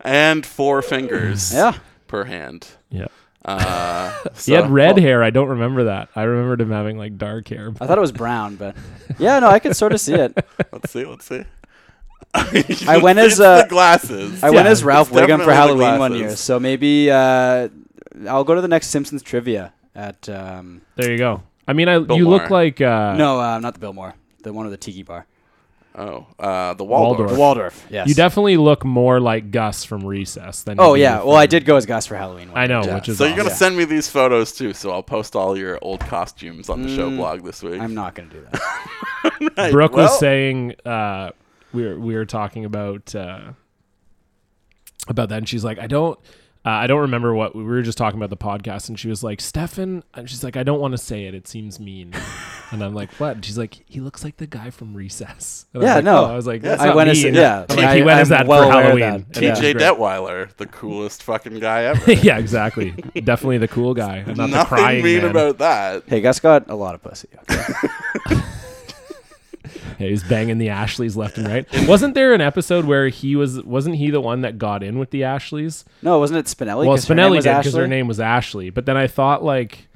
Speaker 3: and four fingers,
Speaker 4: Yeah.
Speaker 3: per hand.
Speaker 5: Yeah,
Speaker 3: Uh,
Speaker 5: [laughs] he had
Speaker 3: so-
Speaker 5: red hair. I don't remember that. I remembered him having like dark hair.
Speaker 4: I thought it was brown,
Speaker 5: [laughs]
Speaker 4: but yeah, no, I could sort of see it.
Speaker 3: Let's see. Let's see. [laughs]
Speaker 4: I went as,
Speaker 3: It's
Speaker 4: uh,
Speaker 3: the glasses.
Speaker 4: I went as Ralph
Speaker 3: it's
Speaker 4: Wiggum for
Speaker 3: definitely the
Speaker 4: Halloween one
Speaker 3: glasses.
Speaker 4: year, so maybe uh, I'll go to the next Simpsons trivia at um,
Speaker 5: There you go. I mean, I you look
Speaker 3: Moore.
Speaker 5: like uh,
Speaker 4: no, uh, not the Billmore, the one with the tiki bar,
Speaker 3: oh, uh, the Waldorf.
Speaker 5: Waldorf.
Speaker 4: the Waldorf. Yes.
Speaker 5: You definitely look more like Gus from Recess than. you
Speaker 4: oh
Speaker 5: do
Speaker 4: yeah.
Speaker 5: from-
Speaker 4: Well, I did go as Gus for Halloween. One
Speaker 5: I know,
Speaker 4: year.
Speaker 5: which is
Speaker 3: So you're gonna
Speaker 5: awesome.
Speaker 3: send me these photos too, so I'll post all your old costumes on the show
Speaker 5: Mm,
Speaker 3: blog this week.
Speaker 4: I'm not gonna do that.
Speaker 5: Brooke
Speaker 3: well-
Speaker 5: was saying uh, we were we were talking about uh, about that, and she's like, I don't. Uh, I don't remember what we were just talking about the podcast, and she was like, "Stefan," and she's like, "I don't want to say it; it seems mean." and I'm like, "What?" And she's like, "He looks like the guy from Recess." And I was
Speaker 4: Yeah,
Speaker 5: like,
Speaker 4: no.
Speaker 5: "Oh," I was like,
Speaker 3: Yeah,
Speaker 5: "That's
Speaker 3: I
Speaker 5: not
Speaker 4: went as-
Speaker 5: mean."
Speaker 4: yeah,
Speaker 5: I'm
Speaker 4: I-
Speaker 5: like, he went as
Speaker 4: I'm
Speaker 5: that
Speaker 4: well
Speaker 5: for
Speaker 4: aware of
Speaker 5: Halloween.
Speaker 4: that.
Speaker 5: and it was
Speaker 3: TJ
Speaker 5: great.
Speaker 3: Detweiler, the coolest fucking guy ever.
Speaker 5: [laughs] yeah, exactly. Definitely the cool guy,
Speaker 4: [laughs]
Speaker 5: and [laughs] not the
Speaker 3: Nothing
Speaker 5: crying
Speaker 3: mean
Speaker 5: man.
Speaker 3: about that.
Speaker 4: Hey, Gus got a lot of pussy. Okay.
Speaker 5: Yeah, he's banging the Ashleys left and right. Wasn't there an episode where he was? Wasn't he the one that got in with the Ashleys?
Speaker 4: No, wasn't it Spinelli?
Speaker 5: Well,
Speaker 4: 'Cause her name
Speaker 5: Spinelli
Speaker 4: was
Speaker 5: did because her
Speaker 4: Ashley?
Speaker 5: name was Ashley. But then I thought, like,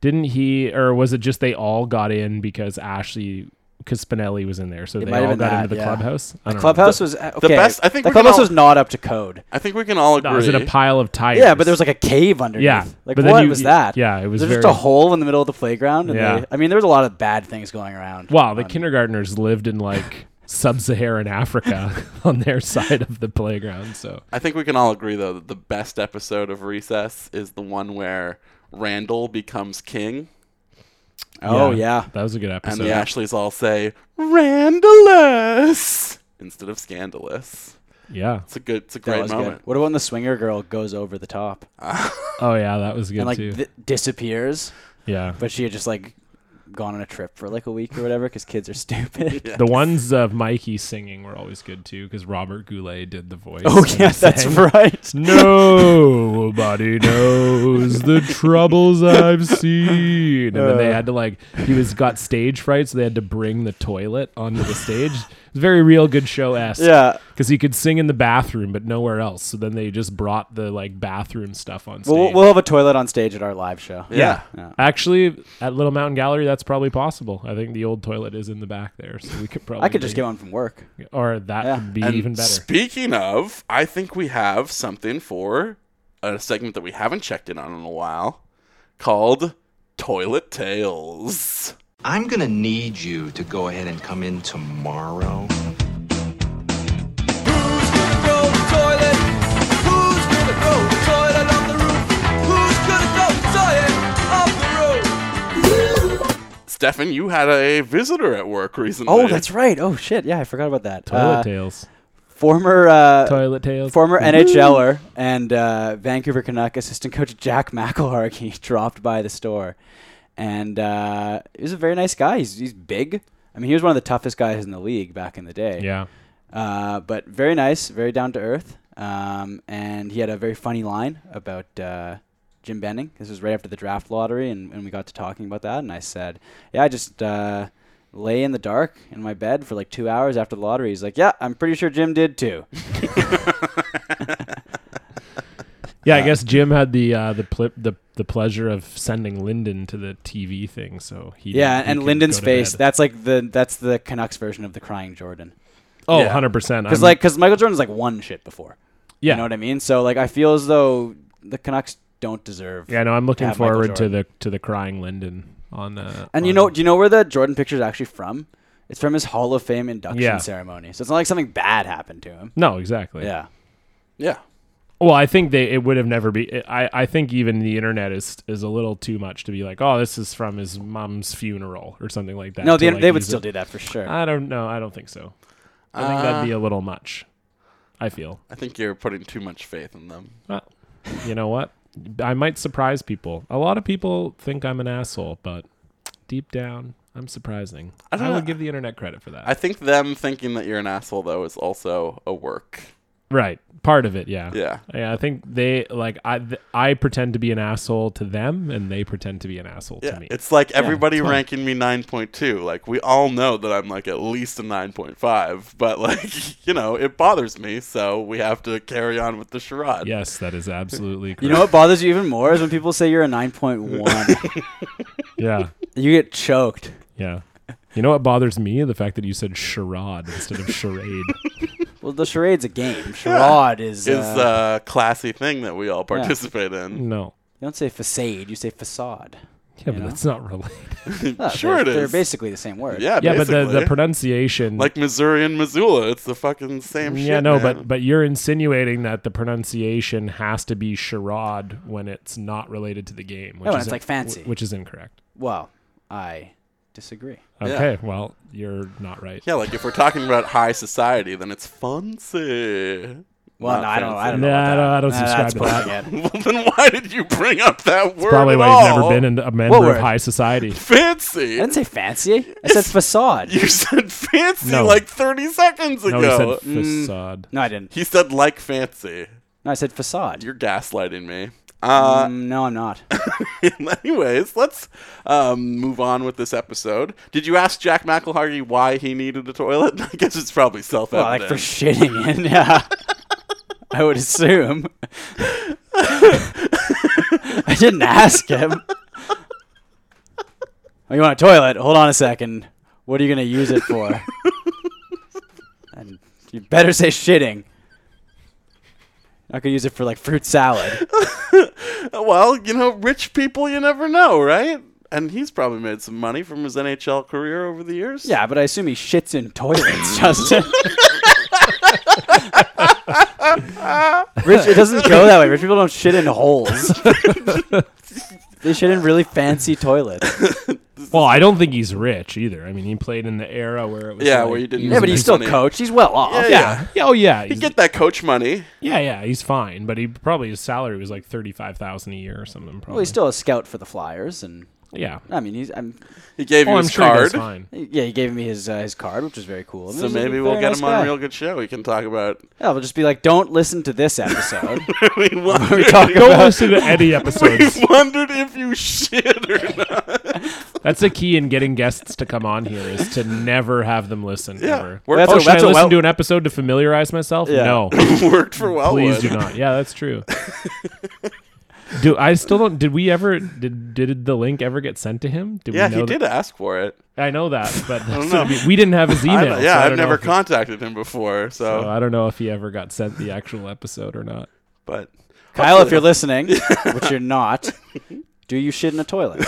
Speaker 5: didn't he, or was it just they all got in because Ashley, because Spinelli was in there, so they
Speaker 4: might have
Speaker 5: all
Speaker 4: been
Speaker 5: got
Speaker 4: that,
Speaker 5: into the
Speaker 4: yeah.
Speaker 5: clubhouse? I don't know.
Speaker 4: Clubhouse was okay.
Speaker 3: best- I think
Speaker 4: the
Speaker 3: we can
Speaker 4: clubhouse
Speaker 3: all-
Speaker 4: was not up to code.
Speaker 3: I think we can all agree.
Speaker 5: No, it was in a pile of tires.
Speaker 4: Yeah, but there was like a cave underneath.
Speaker 5: Yeah,
Speaker 4: like
Speaker 5: but then
Speaker 4: what
Speaker 5: you-
Speaker 4: was that?
Speaker 5: yeah, it was
Speaker 4: There's just
Speaker 5: very-
Speaker 4: a hole in the middle of the playground. And
Speaker 5: Yeah.
Speaker 4: they- I mean, there was a lot of bad things going around.
Speaker 5: wow, the
Speaker 4: Um,
Speaker 5: kindergartners lived in like sub-Saharan Africa [laughs] on their side of the playground. So
Speaker 3: I think we can all agree though that the best episode of Recess is the one where Randall becomes king,
Speaker 4: Oh yeah,
Speaker 5: that was a good
Speaker 3: and
Speaker 5: episode.
Speaker 3: the Ashleys all say "Randallus" instead of "scandalous."
Speaker 5: yeah.
Speaker 3: It's a good. It's a
Speaker 4: that
Speaker 3: great
Speaker 4: was
Speaker 3: moment.
Speaker 4: good. What about when the swinger girl goes over the top
Speaker 5: Oh yeah, that was good
Speaker 4: and like
Speaker 5: too.
Speaker 4: th- disappears,
Speaker 5: yeah.
Speaker 4: but she had just like gone on a trip for like a week or whatever because kids are stupid.
Speaker 5: The ones of Mikey singing were always good too, because Robert Goulet did the voice.
Speaker 4: [laughs] Oh
Speaker 5: when he
Speaker 4: yeah, that's
Speaker 5: sang.
Speaker 4: right. [laughs]
Speaker 5: [laughs] Nobody knows the troubles
Speaker 4: [laughs]
Speaker 5: I've seen. And then
Speaker 4: Uh.
Speaker 5: they had to like he was got stage fright, so they had to bring the toilet onto the stage. It's very real good show esque.
Speaker 4: Yeah.
Speaker 5: Because he could sing in the bathroom but nowhere else. So then they just brought the like bathroom stuff on stage.
Speaker 4: We'll, we'll have a toilet on stage at our live show.
Speaker 3: yeah.
Speaker 5: Actually, at Little Mountain Gallery, that's probably possible. I think the old toilet is in the back there, so we could probably
Speaker 4: I could just get one from work.
Speaker 5: or that
Speaker 4: Yeah.
Speaker 5: would be
Speaker 3: And
Speaker 5: even better.
Speaker 3: Speaking of, I think we have something for a segment that we haven't checked in on in a while called Toilet Tales.
Speaker 9: I'm gonna need you to go ahead and come in tomorrow.
Speaker 7: Who's gonna go to the toilet? Who's gonna go to the toilet?
Speaker 3: Stefan, you had a visitor at work recently.
Speaker 4: Oh, that's right. Oh shit, yeah, I forgot about that.
Speaker 5: Toilet
Speaker 4: Uh,
Speaker 5: Tales.
Speaker 4: former uh,
Speaker 5: Toilet Tales.
Speaker 4: former NHLer and uh, Vancouver Canuck assistant coach Jack [laughs] McElhargy dropped by the store, and uh, he was a very nice guy. He's he's big. I mean, he was one of the toughest guys in the league back in the day.
Speaker 5: Yeah.
Speaker 4: Uh, but very nice, very down to earth. Um, and he had a very funny line about uh, Jim Benning. This was right after the draft lottery, and, and we got to talking about that. And I said, Yeah, I just uh, lay in the dark in my bed for like two hours after the lottery. He's like, Yeah, I'm pretty sure Jim did too.
Speaker 5: Yeah, I guess Jim had the uh, the pl- the the pleasure of sending Lyndon to the TV thing, so he
Speaker 4: yeah,
Speaker 5: he
Speaker 4: and
Speaker 5: could
Speaker 4: Lyndon's
Speaker 5: go to
Speaker 4: face.
Speaker 5: bed.
Speaker 4: That's like the that's the Canucks version of the crying Jordan.
Speaker 5: oh,
Speaker 3: yeah.
Speaker 5: 100 percent.
Speaker 4: Because like, because Michael Jordan's like won shit before.
Speaker 5: yeah,
Speaker 4: You know what I mean? So like, I feel as though the Canucks don't deserve.
Speaker 5: yeah. No, I'm looking
Speaker 4: have Michael
Speaker 5: forward to
Speaker 4: Jordan.
Speaker 5: the to the crying Lyndon on. Uh,
Speaker 4: And you
Speaker 5: on-
Speaker 4: know, do you know where the Jordan picture is actually from? It's from his Hall of Fame induction
Speaker 5: Yeah.
Speaker 4: ceremony. So it's not like something bad happened to him.
Speaker 5: no, exactly.
Speaker 4: Yeah.
Speaker 3: yeah.
Speaker 5: Well, I think they it would have never be. I I think even the internet is is a little too much to be like, oh, this is from his mom's funeral or something like that.
Speaker 4: No,
Speaker 5: to,
Speaker 4: they,
Speaker 5: like, Uh,
Speaker 4: they would
Speaker 5: use
Speaker 4: still
Speaker 5: it.
Speaker 4: do that for sure.
Speaker 5: I don't know. I don't think so. I think that'd be a little much. I feel.
Speaker 3: I think you're putting too much faith in them.
Speaker 5: Well, you know what? I might surprise people. A lot of people think I'm an asshole, but deep down, I'm surprising. I,
Speaker 3: don't
Speaker 5: will
Speaker 3: know.
Speaker 5: give the internet credit for that.
Speaker 3: I think them thinking that you're an asshole though is also a work.
Speaker 5: right, part of it, yeah.
Speaker 3: Yeah.
Speaker 5: Yeah, I think they like I th- I pretend to be an asshole to them, and they pretend to be an asshole
Speaker 3: Yeah,
Speaker 5: to me.
Speaker 3: it's like everybody ranking me 9.2. Like we all know that I'm like at least a 9.5, but like [laughs] you know it bothers me, so we have to carry on with the charade.
Speaker 5: Yes, that is absolutely correct.
Speaker 4: you know what bothers you even more is when people say you're a 9.1.
Speaker 5: yeah,
Speaker 4: you get choked.
Speaker 5: yeah. You know what bothers me? The fact that you said charade instead of charade.
Speaker 4: Well, the charade's a game. Charade is. Uh,
Speaker 3: Is a classy thing that we all participate in.
Speaker 5: no.
Speaker 4: you don't say facade, you say facade.
Speaker 5: Yeah, but
Speaker 4: know?
Speaker 5: that's not related.
Speaker 3: [laughs]
Speaker 4: Ah,
Speaker 3: Sure
Speaker 4: they're,
Speaker 3: it
Speaker 4: They're
Speaker 3: is.
Speaker 4: basically the same word.
Speaker 3: Yeah,
Speaker 5: Yeah, but the, the
Speaker 3: basically.
Speaker 5: pronunciation
Speaker 3: like Missouri and Missoula, it's the fucking same shit.
Speaker 5: Yeah, no,
Speaker 3: man.
Speaker 5: but but you're insinuating that the pronunciation has to be charade when it's not related to the game. Which
Speaker 4: and
Speaker 5: is
Speaker 4: Oh, it's, like, fancy.
Speaker 5: which is incorrect.
Speaker 4: Well, I disagree.
Speaker 5: Okay, well, you're not right.
Speaker 3: yeah, like if we're talking about high society, then it's fancy.
Speaker 4: Well,
Speaker 3: Not
Speaker 4: no, I don't, I don't
Speaker 5: fancy.
Speaker 4: know. about
Speaker 5: Nah, I
Speaker 4: that. Nah,
Speaker 5: don't- I don't subscribe
Speaker 4: that's
Speaker 5: to that.
Speaker 4: bullshit.
Speaker 3: [laughs] Well, then why did you bring up that word?
Speaker 5: Probably
Speaker 3: at
Speaker 5: why you've never
Speaker 3: all?
Speaker 5: been in a member
Speaker 4: What
Speaker 5: of
Speaker 4: word?
Speaker 3: [laughs]
Speaker 5: high society.
Speaker 3: fancy.
Speaker 4: I didn't say fancy. I said facade.
Speaker 3: You said fancy
Speaker 5: No.
Speaker 3: like 30 seconds ago.
Speaker 5: No, you said
Speaker 3: Mm.
Speaker 5: facade.
Speaker 4: No, I didn't.
Speaker 3: He said like fancy.
Speaker 4: No, I said facade.
Speaker 3: You're gaslighting me. Uh, [laughs]
Speaker 4: Mm, no, I'm not.
Speaker 3: anyways, let's um, move on with this episode. Did you ask Jack McElhargy why he needed a toilet? [laughs] I guess it's probably self
Speaker 4: Well,
Speaker 3: evident.
Speaker 4: like for shitting in, [laughs] yeah. I would assume. [laughs] I didn't ask him. Oh, you want a toilet? Hold on a second. What are you going to use it for? and you better say shitting. I could use it for like fruit salad.
Speaker 3: well, you know, rich people, you never know, right? And he's probably made some money from his NHL career over the years.
Speaker 4: Yeah, but I assume he shits in toilets, [laughs] Justin. Rich, it doesn't go that way. Rich people don't shit in holes. [laughs] they shit in really fancy toilets.
Speaker 5: Well, I don't think he's rich either. I mean, he played in the era where it was
Speaker 3: Yeah,
Speaker 5: like-
Speaker 3: where you didn't.
Speaker 4: Yeah, but he's still
Speaker 3: money.
Speaker 4: coach. He's well off.
Speaker 3: Yeah,
Speaker 5: yeah. yeah, oh yeah,
Speaker 3: You
Speaker 5: he's-
Speaker 3: get that coach money.
Speaker 5: yeah, yeah, he's fine. But he probably his salary was like thirty five thousand a year or something. Probably.
Speaker 4: Well, he's still a scout for the Flyers, and
Speaker 5: yeah.
Speaker 4: I mean, he's. I'm,
Speaker 3: He gave
Speaker 5: Oh,
Speaker 3: you
Speaker 5: I'm
Speaker 3: his
Speaker 5: sure he does
Speaker 3: card.
Speaker 5: fine.
Speaker 4: yeah, he gave me his uh, his card, which was very cool. I mean,
Speaker 3: So
Speaker 4: he's a
Speaker 3: maybe we'll
Speaker 4: very
Speaker 3: get
Speaker 4: nice
Speaker 3: him on
Speaker 4: guy.
Speaker 3: a real good show. We can talk about. [laughs]
Speaker 4: Yeah, we'll just be like, don't listen to this episode.
Speaker 3: we
Speaker 4: we
Speaker 3: wondered,
Speaker 4: talk
Speaker 5: Don't
Speaker 4: about.
Speaker 5: listen to
Speaker 3: [laughs]
Speaker 5: any
Speaker 3: we
Speaker 5: episodes.
Speaker 3: wondered if you shit
Speaker 5: [laughs]
Speaker 3: or not.
Speaker 5: That's the key in getting guests to come on here is to never have them listen.
Speaker 3: Yeah.
Speaker 5: Ever.
Speaker 3: We're-
Speaker 5: oh,
Speaker 4: that's a-
Speaker 5: should I
Speaker 4: that's a
Speaker 5: listen
Speaker 4: well-
Speaker 5: to an episode to familiarize myself?
Speaker 3: [laughs]
Speaker 4: Yeah.
Speaker 5: No,
Speaker 3: Worked for Wellwood.
Speaker 5: please do not. Yeah, that's true.
Speaker 3: [laughs]
Speaker 5: do I still don't? Did we ever? Did did the link ever get sent to him? Did
Speaker 3: Yeah,
Speaker 5: we
Speaker 3: he
Speaker 5: know that-
Speaker 3: did ask for it.
Speaker 5: I know that, but that's
Speaker 3: know.
Speaker 5: gonna be- we didn't have his
Speaker 3: I
Speaker 5: email.
Speaker 3: don't- yeah,
Speaker 5: so
Speaker 3: I've
Speaker 5: I don't know
Speaker 3: never
Speaker 5: if he-
Speaker 3: contacted him before. So,
Speaker 5: so I don't know if he ever got sent the actual episode or not.
Speaker 3: but
Speaker 4: Kyle, if you're listening,
Speaker 3: [laughs]
Speaker 4: which you're not, do you shit in a toilet?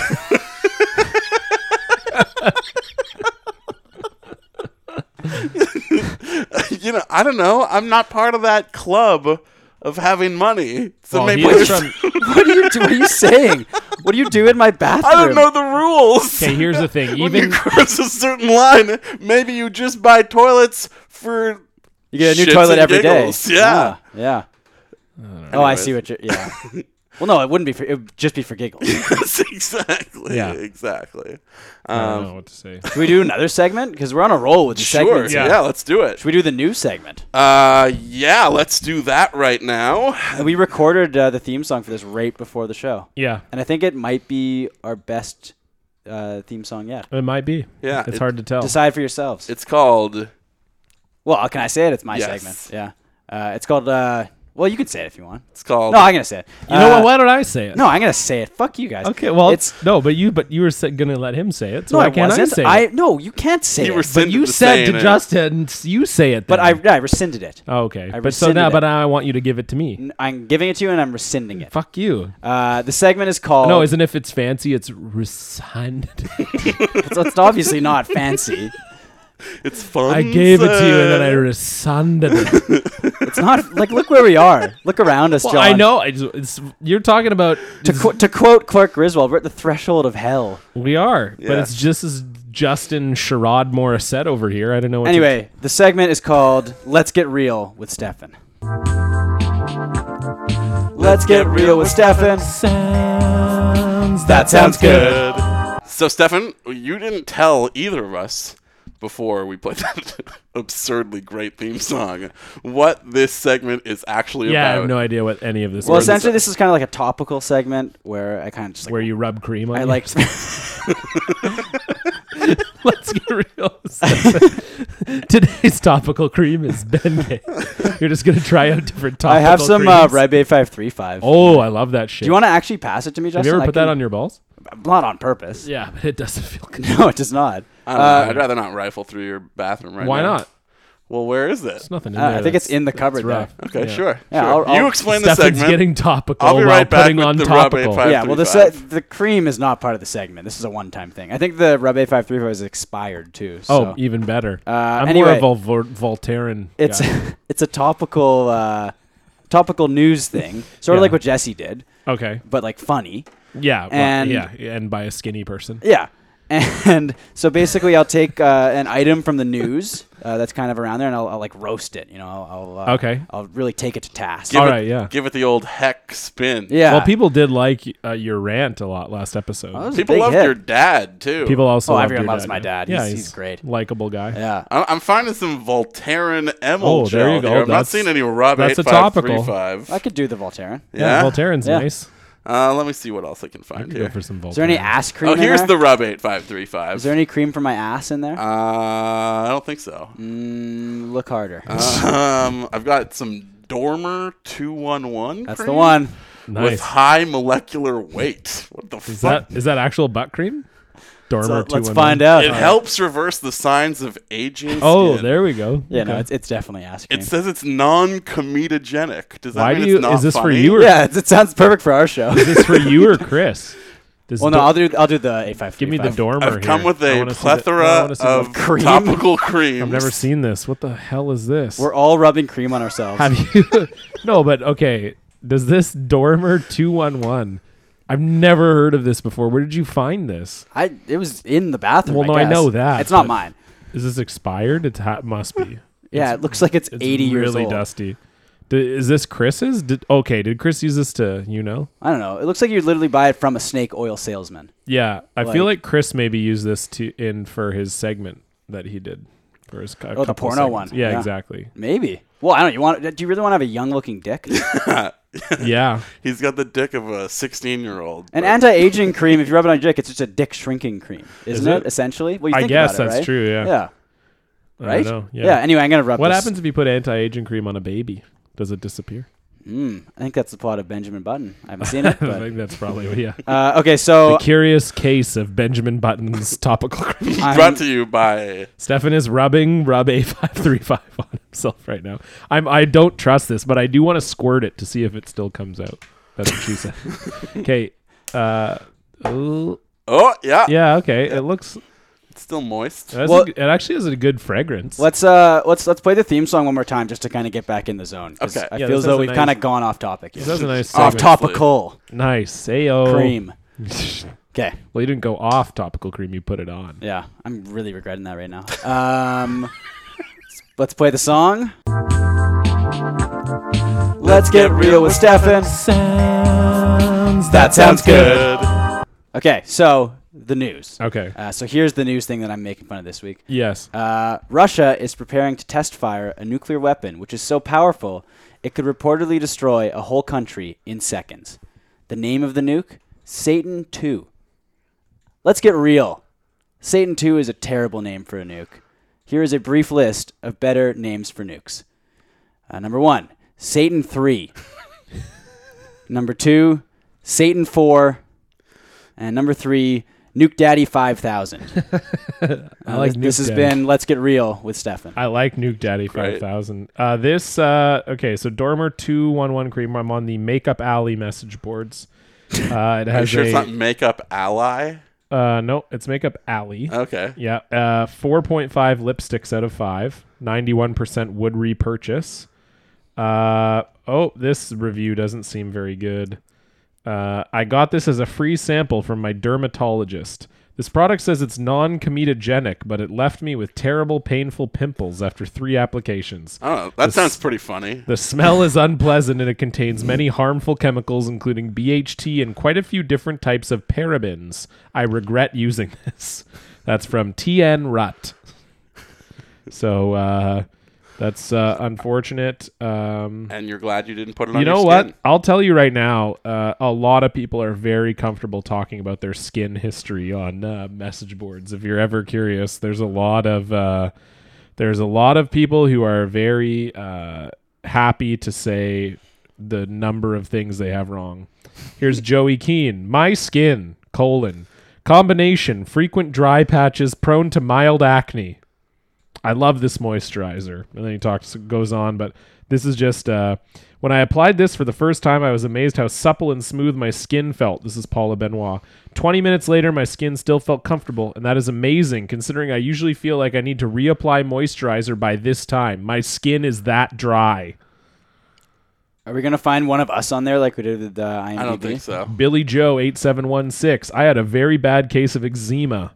Speaker 3: you know, I don't know. I'm not part of that club of having money. So
Speaker 5: Well,
Speaker 3: maybe
Speaker 5: he is
Speaker 3: there's-
Speaker 5: from-
Speaker 4: What are you? What are you saying? What do you do in my
Speaker 3: [laughs]
Speaker 4: bathroom?
Speaker 3: I don't know the rules.
Speaker 5: Okay, here's the
Speaker 3: [laughs]
Speaker 5: thing.
Speaker 3: when you
Speaker 5: Even
Speaker 3: cross a certain line, maybe you just buy toilets for. [laughs]
Speaker 4: You get a new
Speaker 3: Shits
Speaker 4: toilet
Speaker 3: and
Speaker 4: every day.
Speaker 3: giggles, yeah.
Speaker 4: Yeah. yeah. Oh, I see what you're. Yeah.
Speaker 3: [laughs]
Speaker 4: well, no, it wouldn't be for. It would just be for giggles.
Speaker 3: Yes, exactly.
Speaker 5: Yeah.
Speaker 3: Exactly.
Speaker 5: I don't know what to say.
Speaker 4: Should we do another segment? Because we're on a roll with the
Speaker 3: Sure.
Speaker 4: segments.
Speaker 3: Yeah.
Speaker 5: Yeah.
Speaker 3: let's do it.
Speaker 4: Should we do the new
Speaker 3: [laughs]
Speaker 4: segment?
Speaker 3: Uh, yeah, let's do that right now.
Speaker 4: we recorded uh, the theme song for this right before the show,
Speaker 5: Yeah,
Speaker 4: and I think it might be our best uh, theme song yet.
Speaker 5: it might be.
Speaker 3: Yeah,
Speaker 5: it's
Speaker 3: it-
Speaker 5: hard to tell.
Speaker 4: Decide for yourselves.
Speaker 3: It's called.
Speaker 4: well, can I say it? It's my
Speaker 3: Yes.
Speaker 4: segment. Yeah. Uh, it's called. Uh, well, you can say it if you want.
Speaker 3: It's Uh, called.
Speaker 4: No, I'm gonna say it.
Speaker 5: you know what? Why don't I say it?
Speaker 4: No, I'm gonna say it. Fuck you guys.
Speaker 5: Okay. Well,
Speaker 4: it's
Speaker 5: Uh, it's no, but you but you were sa- gonna let him say it. So
Speaker 4: no,
Speaker 5: why
Speaker 4: I
Speaker 5: can't
Speaker 4: wasn't.
Speaker 5: I say
Speaker 4: I
Speaker 5: it?
Speaker 4: no, you can't say
Speaker 3: You
Speaker 4: it.
Speaker 3: were
Speaker 5: But
Speaker 3: sending
Speaker 5: you
Speaker 3: the
Speaker 5: said
Speaker 3: same
Speaker 5: to
Speaker 3: in.
Speaker 5: Justin, s- you say it.
Speaker 4: but I,
Speaker 5: then.
Speaker 4: yeah, I rescinded it.
Speaker 5: Oh, okay.
Speaker 4: I
Speaker 5: but so
Speaker 4: rescinded
Speaker 5: now,
Speaker 4: it.
Speaker 5: but now I want you to give it to me.
Speaker 4: I'm giving it to you, and I'm rescinding it.
Speaker 5: Fuck you.
Speaker 4: Uh, the segment is called.
Speaker 5: No, isn't if it's fancy,
Speaker 4: [laughs]
Speaker 5: it's rescinded.
Speaker 4: it's, it's obviously not fancy.
Speaker 3: It's fun.
Speaker 5: I gave it to you and then I
Speaker 4: [laughs]
Speaker 5: rescinded it.
Speaker 4: It's not like look where we are. Look around us,
Speaker 5: well,
Speaker 4: John.
Speaker 5: I know. I just, it's, you're talking about
Speaker 4: To, qu- to quote Clark Griswold, we're at the threshold of hell.
Speaker 5: we are, but
Speaker 3: Yeah.
Speaker 5: it's just as Justin Sherrod Morissette over here. I don't know. What to-
Speaker 4: Anyway, the segment is called "Let's Get Real with Stefan." Let's get real with Stefan.
Speaker 5: sounds
Speaker 4: That sounds good.
Speaker 3: So, Stefan, you didn't tell either of us before we played that [laughs] absurdly great theme song what this segment is actually
Speaker 5: Yeah, I
Speaker 3: about.
Speaker 5: have no idea what any of this.
Speaker 4: Well,
Speaker 5: is.
Speaker 4: essentially, this is kind of like a topical segment where I kind of just like
Speaker 5: where you rub cream on.
Speaker 4: I
Speaker 5: your-
Speaker 4: like
Speaker 5: [laughs] Let's get real. Stefan. [laughs] Today's topical cream
Speaker 4: [laughs]
Speaker 5: is Bengay. You're just gonna try out different topical.
Speaker 4: I have some uh,
Speaker 5: creams.
Speaker 4: Red Bay five three five. Do
Speaker 5: Oh, I love that shit.
Speaker 4: you want to actually pass it to me, Justin?
Speaker 5: Have you ever
Speaker 4: I
Speaker 5: put that
Speaker 4: can-
Speaker 5: on your balls?
Speaker 4: Not on purpose.
Speaker 5: Yeah, but it doesn't feel good.
Speaker 4: [laughs] No, it does not.
Speaker 3: I don't know. I'd rather not rifle through your bathroom right
Speaker 5: Why
Speaker 3: now.
Speaker 5: not?
Speaker 3: Well, where is it?
Speaker 5: It's nothing. In
Speaker 4: Uh,
Speaker 5: there
Speaker 4: I think it's
Speaker 5: that's-
Speaker 4: in the
Speaker 5: that's
Speaker 4: cupboard there.
Speaker 5: rough.
Speaker 3: Okay,
Speaker 5: Yeah.
Speaker 3: sure.
Speaker 4: Yeah,
Speaker 3: sure.
Speaker 4: I'll- I'll-
Speaker 3: you explain the
Speaker 5: Stefan's
Speaker 3: segment.
Speaker 5: getting topical
Speaker 3: I'll be
Speaker 5: while
Speaker 3: right back
Speaker 5: putting
Speaker 3: with
Speaker 5: on
Speaker 3: the Rob
Speaker 5: topical.
Speaker 3: A5.
Speaker 4: Yeah, well, the se-
Speaker 3: 535.
Speaker 4: the cream is not part of the segment. This is a one-time thing. I think the Rub A five three five is expired too. So
Speaker 5: Oh, even better. Uh, I'm
Speaker 4: anyway.
Speaker 5: more of a Vol- Voltairean.
Speaker 4: it's [laughs]
Speaker 5: guy.
Speaker 4: it's a topical uh, topical news thing, sort of
Speaker 5: Yeah.
Speaker 4: like what Jesse did,
Speaker 5: okay.
Speaker 4: but like funny.
Speaker 5: Yeah. well,
Speaker 4: And-
Speaker 5: yeah, and by a skinny person.
Speaker 4: Yeah. And so basically, I'll take uh, an item from the news uh, that's kind of around there, and I'll, I'll like roast it. You know, I'll, I'll uh,
Speaker 5: Okay.
Speaker 4: I'll really take it to task.
Speaker 3: Give
Speaker 5: All
Speaker 3: it-
Speaker 5: right, yeah.
Speaker 3: Give it the old heck spin.
Speaker 4: Yeah. Oh,
Speaker 5: Well, people did like uh, your rant a lot last episode.
Speaker 4: That was a
Speaker 3: People
Speaker 4: big
Speaker 3: loved
Speaker 4: hit.
Speaker 3: your dad too.
Speaker 5: People also.
Speaker 4: Oh,
Speaker 5: loved
Speaker 4: everyone
Speaker 5: your
Speaker 4: loves my dad.
Speaker 5: Yeah,
Speaker 4: He's- he's great.
Speaker 5: Likable guy.
Speaker 4: Yeah.
Speaker 3: I- I'm finding some Voltaren Emil
Speaker 5: Oh, there
Speaker 3: gel
Speaker 5: you go.
Speaker 3: here. I'm not
Speaker 5: That's-
Speaker 3: seeing any Rob
Speaker 5: that's a
Speaker 3: 8535.
Speaker 4: I could do the Voltaren.
Speaker 5: Yeah,
Speaker 3: Yeah.
Speaker 5: Voltairean's
Speaker 4: Yeah.
Speaker 5: nice.
Speaker 3: Uh, let me see what else I can
Speaker 5: I
Speaker 3: find
Speaker 5: could
Speaker 3: here.
Speaker 5: go for some Voltairean.
Speaker 4: Is there any ass cream?
Speaker 3: Oh,
Speaker 4: in
Speaker 3: here's
Speaker 4: there?
Speaker 3: the Rub 8535.
Speaker 4: Is there any cream for my ass in
Speaker 3: uh,
Speaker 4: there?
Speaker 3: I don't think so.
Speaker 4: Mm, look harder.
Speaker 3: [laughs] Um, I've got some Dormer 211.
Speaker 4: That's the
Speaker 3: cream
Speaker 4: one.
Speaker 3: With
Speaker 5: Nice.
Speaker 3: high molecular weight. What the
Speaker 5: Is
Speaker 3: fuck?
Speaker 5: that is that actual butt cream? Dormer.
Speaker 4: So let's
Speaker 5: 211.
Speaker 4: find out.
Speaker 3: it helps reverse the signs of aging.
Speaker 5: Oh,
Speaker 3: skin.
Speaker 5: there we go.
Speaker 4: Yeah, no,
Speaker 5: Okay.
Speaker 4: it's, it's definitely ass [laughs] cream.
Speaker 3: It says it's non-comedogenic. Does that
Speaker 5: Why
Speaker 3: mean
Speaker 5: do you?
Speaker 3: it's not
Speaker 5: Is this for
Speaker 3: funny?
Speaker 5: you
Speaker 4: [laughs]
Speaker 5: or
Speaker 4: yeah, it's, it sounds perfect for
Speaker 3: [laughs]
Speaker 4: our show.
Speaker 5: is this for you
Speaker 4: [laughs]
Speaker 5: or Chris? This
Speaker 4: well, no,
Speaker 5: do-
Speaker 4: I'll do I'll do the eight five.
Speaker 5: give me the dormer.
Speaker 3: I've come
Speaker 5: here.
Speaker 3: with
Speaker 5: I
Speaker 3: a
Speaker 5: wanna see the- no, I
Speaker 3: plethora
Speaker 5: wanna see
Speaker 3: of
Speaker 5: the-
Speaker 4: Cream?
Speaker 3: [laughs] topical creams.
Speaker 5: I've never seen this. What the hell is this?
Speaker 4: We're all rubbing cream on ourselves.
Speaker 5: [laughs] Have you? [laughs] no, but okay. Does this Dormer two one one? I've never heard of this before. Where did you find this?
Speaker 4: I it was in the bathroom.
Speaker 5: Well, no, I
Speaker 4: guess.
Speaker 5: know that,
Speaker 4: It's not
Speaker 5: but-
Speaker 4: mine.
Speaker 5: Is this expired? It ha- must be.
Speaker 4: [laughs] Yeah, it looks like it's,
Speaker 5: It's
Speaker 4: 80 years
Speaker 5: really
Speaker 4: old.
Speaker 5: dusty. D- is this Chris's? Did, okay, did Chris use this to you know?
Speaker 4: I don't know. It looks like you literally buy it from a snake oil salesman.
Speaker 5: Yeah, I
Speaker 4: Like-
Speaker 5: feel like Chris maybe used this to in for his segment that he did for his oh
Speaker 4: the porno one.
Speaker 5: Yeah,
Speaker 4: Yeah. [laughs]
Speaker 5: exactly.
Speaker 4: Maybe. Well, I don't. You want? Do you really want to have a
Speaker 3: [laughs]
Speaker 4: young-looking dick?
Speaker 5: yeah,
Speaker 3: He's got the dick of a 16-year-old.
Speaker 4: An anti-aging cream. If you rub it on your dick, it's just a dick shrinking cream, isn't
Speaker 5: it?
Speaker 4: it? Essentially. Well, you
Speaker 5: I
Speaker 4: think
Speaker 5: guess
Speaker 4: about it,
Speaker 5: that's
Speaker 4: right?
Speaker 5: true, yeah.
Speaker 4: Yeah.
Speaker 5: I
Speaker 4: Right.
Speaker 5: don't know. Yeah.
Speaker 4: Anyway, I'm gonna rub.
Speaker 5: What
Speaker 4: this.
Speaker 5: happens if you put anti-aging cream on a baby? Does it disappear? [laughs]
Speaker 4: I think that's the plot of Benjamin Button. I haven't seen it,
Speaker 5: I
Speaker 4: but
Speaker 5: think that's
Speaker 4: [laughs]
Speaker 5: probably yeah.
Speaker 4: uh, okay. So
Speaker 5: The curious case of Benjamin Button's [laughs] topical cream.
Speaker 4: I'm-
Speaker 3: Brought to you by
Speaker 5: Stefan is rubbing rub a five three five on himself right now. I'm I don't trust this, but I do want to squirt it to see if it still comes out. That's what she said. Okay. Uh, ooh,
Speaker 3: oh yeah,
Speaker 5: yeah. Okay. It looks.
Speaker 3: it's still moist.
Speaker 5: It, has a
Speaker 4: Well-
Speaker 5: g- it actually has a good fragrance.
Speaker 4: let's uh let's let's play the theme song one more time just to kind of get back in the zone. 'cause
Speaker 3: Okay.
Speaker 4: I
Speaker 5: Yeah,
Speaker 4: feel
Speaker 5: this
Speaker 4: as though
Speaker 5: has a
Speaker 4: we've
Speaker 5: nice-
Speaker 4: kind of gone off topic.
Speaker 5: This has a nice
Speaker 4: off
Speaker 5: segment.
Speaker 4: topical
Speaker 5: Nice. Ayo. [laughs]
Speaker 4: cream. Okay.
Speaker 5: Well, you didn't go off topical cream. You put it on.
Speaker 4: Yeah, I'm really regretting that right now. [laughs] Um, let's play the song. Let's get real with Stefan.
Speaker 5: Sounds.
Speaker 4: That sounds good. Okay, so the news.
Speaker 5: Okay.
Speaker 4: Uh, so here's the news thing that I'm making fun of this week.
Speaker 5: yes.
Speaker 4: Uh, Russia is preparing to test fire a nuclear weapon which is so powerful it could reportedly destroy a whole country in seconds. The name of the nuke? Satan 2. Let's get real. Satan 2 is a terrible name for a nuke. Here is a brief list of better names for nukes. Uh, number one, Satan 3. [laughs] number two, Satan 4. And number three, Nuke Daddy 5000.
Speaker 5: [laughs] I
Speaker 4: this, this
Speaker 5: like Nuke
Speaker 4: has
Speaker 5: Daddy.
Speaker 4: been Let's Get Real with Stefan.
Speaker 5: I like Nuke Daddy
Speaker 3: Great.
Speaker 5: 5000. Uh, this, uh, okay, so Dormer 211 Cream, I'm on the Makeup Alley message boards. Uh, it
Speaker 3: Are you
Speaker 5: has
Speaker 3: sure it's not
Speaker 5: a,
Speaker 3: makeup ally?
Speaker 5: uh, no, it's Makeup Alley.
Speaker 3: Okay.
Speaker 5: Yeah, uh, 4.5 lipsticks out of 5, 91% would repurchase. Uh, oh, this review doesn't seem very good. Uh, I got this as a free sample from my dermatologist. This product says it's non comedogenic, but it left me with terrible, painful pimples after three applications.
Speaker 3: I don't know. That
Speaker 5: This-
Speaker 3: sounds pretty funny.
Speaker 5: The smell is unpleasant and it contains many harmful chemicals, including BHT and quite a few different types of parabens. I regret using [laughs] this. That's from TN Rut. So uh, that's uh, unfortunate. Um,
Speaker 3: And you're glad you didn't put it on
Speaker 5: you know
Speaker 3: your
Speaker 5: what?
Speaker 3: skin.
Speaker 5: I'll tell you right now. Uh, a lot of people are very comfortable talking about their skin history on uh, message boards. If you're ever curious, there's a lot of uh, there's a lot of people who are very uh, happy to say the number of things they have wrong. Here's Joey Keen. My skin colon combination frequent dry patches prone to mild acne. I love this moisturizer. And then he talks goes on, but this is just uh, when I applied this for the first time, I was amazed how supple and smooth my skin felt. This is Paula Benoit. 20 minutes later, my skin still felt comfortable, and that is amazing considering I usually feel like I need to reapply moisturizer by this time. My skin is that dry.
Speaker 4: Are we going to find one of us on there like we did with the IMDb?
Speaker 3: I don't think so.
Speaker 5: Billy Joe 8716. I had a very bad case of eczema.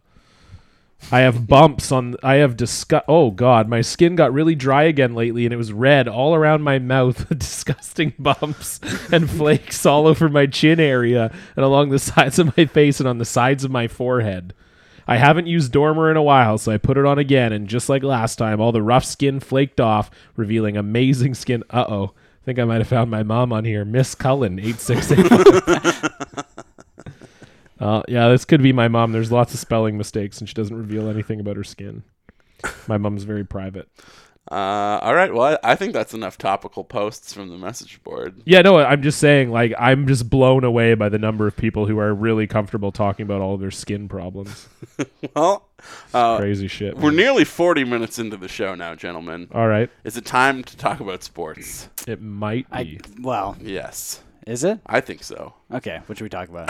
Speaker 5: I have bumps on I have disgust oh god, my skin got really dry again lately and it was red all around my mouth [laughs] with disgusting bumps and flakes all over my chin area and along the sides of my face and on the sides of my forehead. I haven't used Dormer in a while, so I put it on again, and just like last time, all the rough skin flaked off, revealing amazing skin. Uh oh. I think I might have found my mom on here. Miss Cullen, 868. uh, yeah, this could be my mom. There's lots of spelling mistakes, and she doesn't reveal anything about her skin. My mom's very private.
Speaker 3: Uh, all right. Well, I, I think that's enough topical posts from the message board. [laughs]
Speaker 5: Yeah, no, I'm just saying, like, I'm just blown away by the number of people who are really comfortable talking about all their skin problems.
Speaker 3: Well, uh,
Speaker 5: Crazy shit.
Speaker 3: we're nearly 40 minutes into the show now, gentlemen.
Speaker 5: all right.
Speaker 3: Is it time to talk about sports?
Speaker 5: It might be.
Speaker 4: I, well,
Speaker 3: Yes,
Speaker 4: is it?
Speaker 3: I think so.
Speaker 4: Okay, what should we
Speaker 3: [laughs]
Speaker 4: talk about?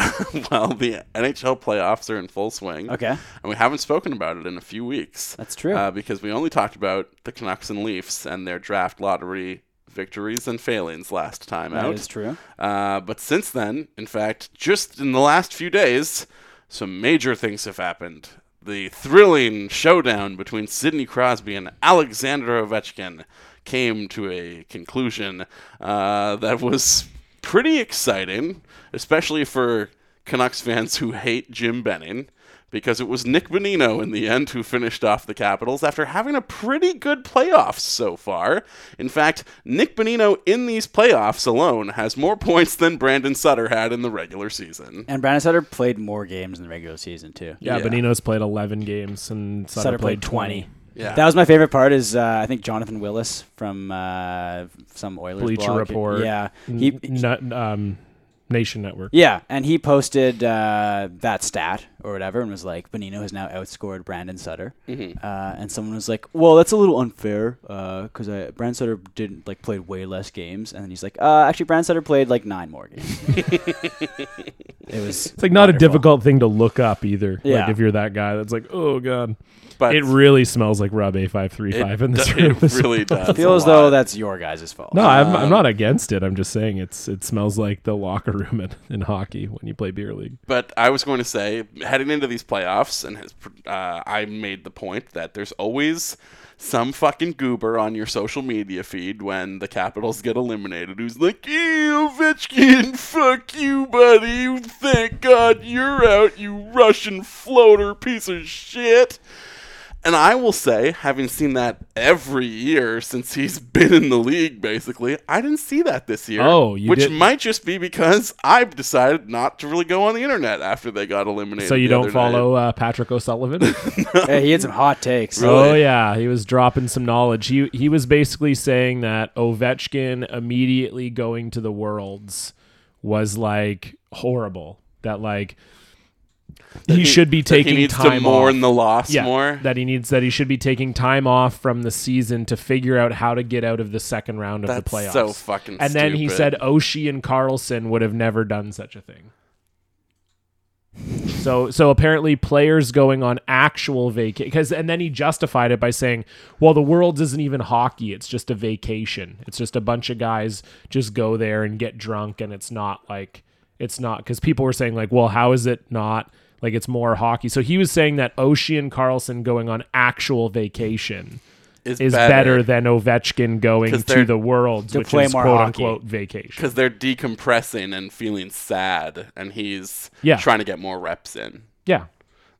Speaker 3: well, the NHL playoffs are in full swing.
Speaker 4: Okay.
Speaker 3: And we haven't spoken about it in a few weeks.
Speaker 4: That's true.
Speaker 3: Uh, because we only talked about the Canucks and Leafs and their draft lottery victories and failings last time out.
Speaker 4: That is true.
Speaker 3: Uh, but since then, in fact, just in the last few days, some major things have happened. The thrilling showdown between Sidney Crosby and Alexander Ovechkin came to a conclusion uh, that was pretty exciting, especially for Canucks fans who hate Jim Benning, because it was Nick Bonino in the end who finished off the Capitals after having a pretty good playoffs so far. In fact, Nick Bonino in these playoffs alone has more [laughs] points than Brandon Sutter had in the regular season.
Speaker 4: And Brandon Sutter played more games in the regular season too.
Speaker 5: yeah,
Speaker 3: yeah.
Speaker 5: Benino's played 11 games, and Sutter,
Speaker 4: Sutter played 20.
Speaker 3: Yeah.
Speaker 4: That was my favorite part. Is uh, I think Jonathan Willis from uh, some Oilers
Speaker 5: Bleacher
Speaker 4: blog.
Speaker 5: Report.
Speaker 4: Yeah,
Speaker 5: He,
Speaker 4: he,
Speaker 5: um, Nation Network.
Speaker 4: yeah, and he posted uh, that stat or whatever, and was like, Benino has now outscored Brandon Sutter. Uh, and someone was like, well, that's a little unfair because I Brandon Sutter didn't like played way less games, and then he's like, uh, actually, Brandon Sutter played like nine more games. it was
Speaker 5: It's like not a difficult thing to look up either.
Speaker 4: Yeah.
Speaker 5: Like if you're that guy that's like, oh god,
Speaker 3: But-
Speaker 5: it really smells like Rob A five three five in this
Speaker 3: [laughs] It
Speaker 5: room.
Speaker 3: really Um, does.
Speaker 4: feel as though that's your guys' fault.
Speaker 5: [laughs] No, I'm, I'm not against it. I'm just saying it's it smells like the locker room in, in hockey when you play beer league.
Speaker 3: But I was going to say, heading into these playoffs, and his, uh, I made the point that there's always some fucking goober on your social media feed when the Capitals get eliminated who's like, "Hey, Ovechkin, fuck you, buddy. Thank God you're out, you Russian floater piece of shit. And I will say, having seen that every year since he's [laughs] been in the league, basically, I didn't see that this year.
Speaker 5: Oh, you
Speaker 3: which
Speaker 5: didn't-
Speaker 3: might just be because I've decided not to really go on the internet after they got eliminated.
Speaker 5: So you
Speaker 3: the
Speaker 5: don't
Speaker 3: other
Speaker 5: follow uh,
Speaker 3: [laughs]
Speaker 5: Patrick O'Sullivan?
Speaker 4: Hey, he had some hot takes.
Speaker 5: Oh yeah, he was dropping some knowledge. He he was basically saying that Ovechkin immediately going to the worlds was like horrible. That like he,
Speaker 3: night.
Speaker 5: should be
Speaker 3: That
Speaker 5: taking
Speaker 3: he needs
Speaker 5: time
Speaker 3: to mourn
Speaker 5: off.
Speaker 3: the loss
Speaker 5: yeah,
Speaker 3: more.
Speaker 5: that he needs that he should be taking time off from the season to figure out how to get out of the second round of the playoffs.
Speaker 3: That's so fucking.
Speaker 5: and then he
Speaker 3: stupid.
Speaker 5: said Oshie and Carlson would have never done such a thing. So so apparently players going on actual vacation because and then he justified it by saying, "Well, the world isn't even hockey; it's just a vacation. It's just a bunch of guys just go there and get drunk, and it's not like it's not because people were saying like, well, how is it not like it's more hockey? So he was saying that Oshie and Carlson going on actual vacation is better, than Ovechkin going
Speaker 3: 'Cause
Speaker 5: to
Speaker 3: they're-
Speaker 5: the world,
Speaker 4: To
Speaker 5: which
Speaker 4: play
Speaker 5: is
Speaker 4: more
Speaker 5: quote
Speaker 4: hockey.
Speaker 5: unquote vacation.
Speaker 3: because they're decompressing and feeling sad, and he's
Speaker 5: Yeah.
Speaker 3: trying to get more reps in.
Speaker 5: Yeah.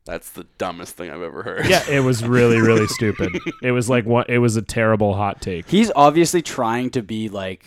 Speaker 3: That's the dumbest thing I've ever heard.
Speaker 5: Yeah, it was really, really stupid. It was like what it was a terrible hot take.
Speaker 4: He's obviously trying to be like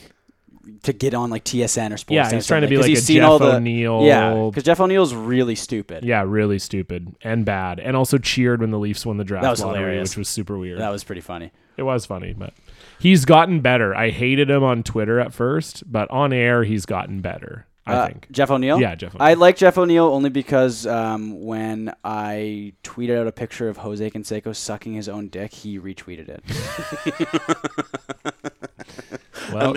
Speaker 4: to get on like TSN or sports.
Speaker 5: Yeah, he's trying to be like a Jeff O'Neill.
Speaker 4: Yeah, because Jeff O'Neill's really stupid.
Speaker 5: Yeah, really stupid and bad. And also cheered when the Leafs won the draft
Speaker 4: That was
Speaker 5: lottery,
Speaker 4: hilarious.
Speaker 5: which was super weird.
Speaker 4: that was pretty funny.
Speaker 5: it was funny, but he's gotten better. I hated him on Twitter at first, but on air he's gotten better, I
Speaker 4: Uh,
Speaker 5: think.
Speaker 4: Jeff O'Neill.
Speaker 5: Yeah, Jeff
Speaker 4: I
Speaker 5: O'Neill.
Speaker 4: like Jeff O'Neill only because um, when I tweeted out a picture of Jose Canseco sucking his own dick, he retweeted it.
Speaker 5: well,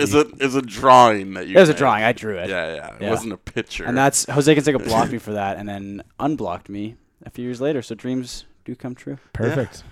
Speaker 3: [laughs] Is it is a drawing that you?
Speaker 4: It was a
Speaker 3: made.
Speaker 4: drawing. I drew it.
Speaker 3: Yeah, yeah. It
Speaker 4: Yeah.
Speaker 3: wasn't a picture.
Speaker 4: And that's Jose Canseco blocked me for that, and then unblocked me a few years later. So dreams do come true.
Speaker 5: perfect.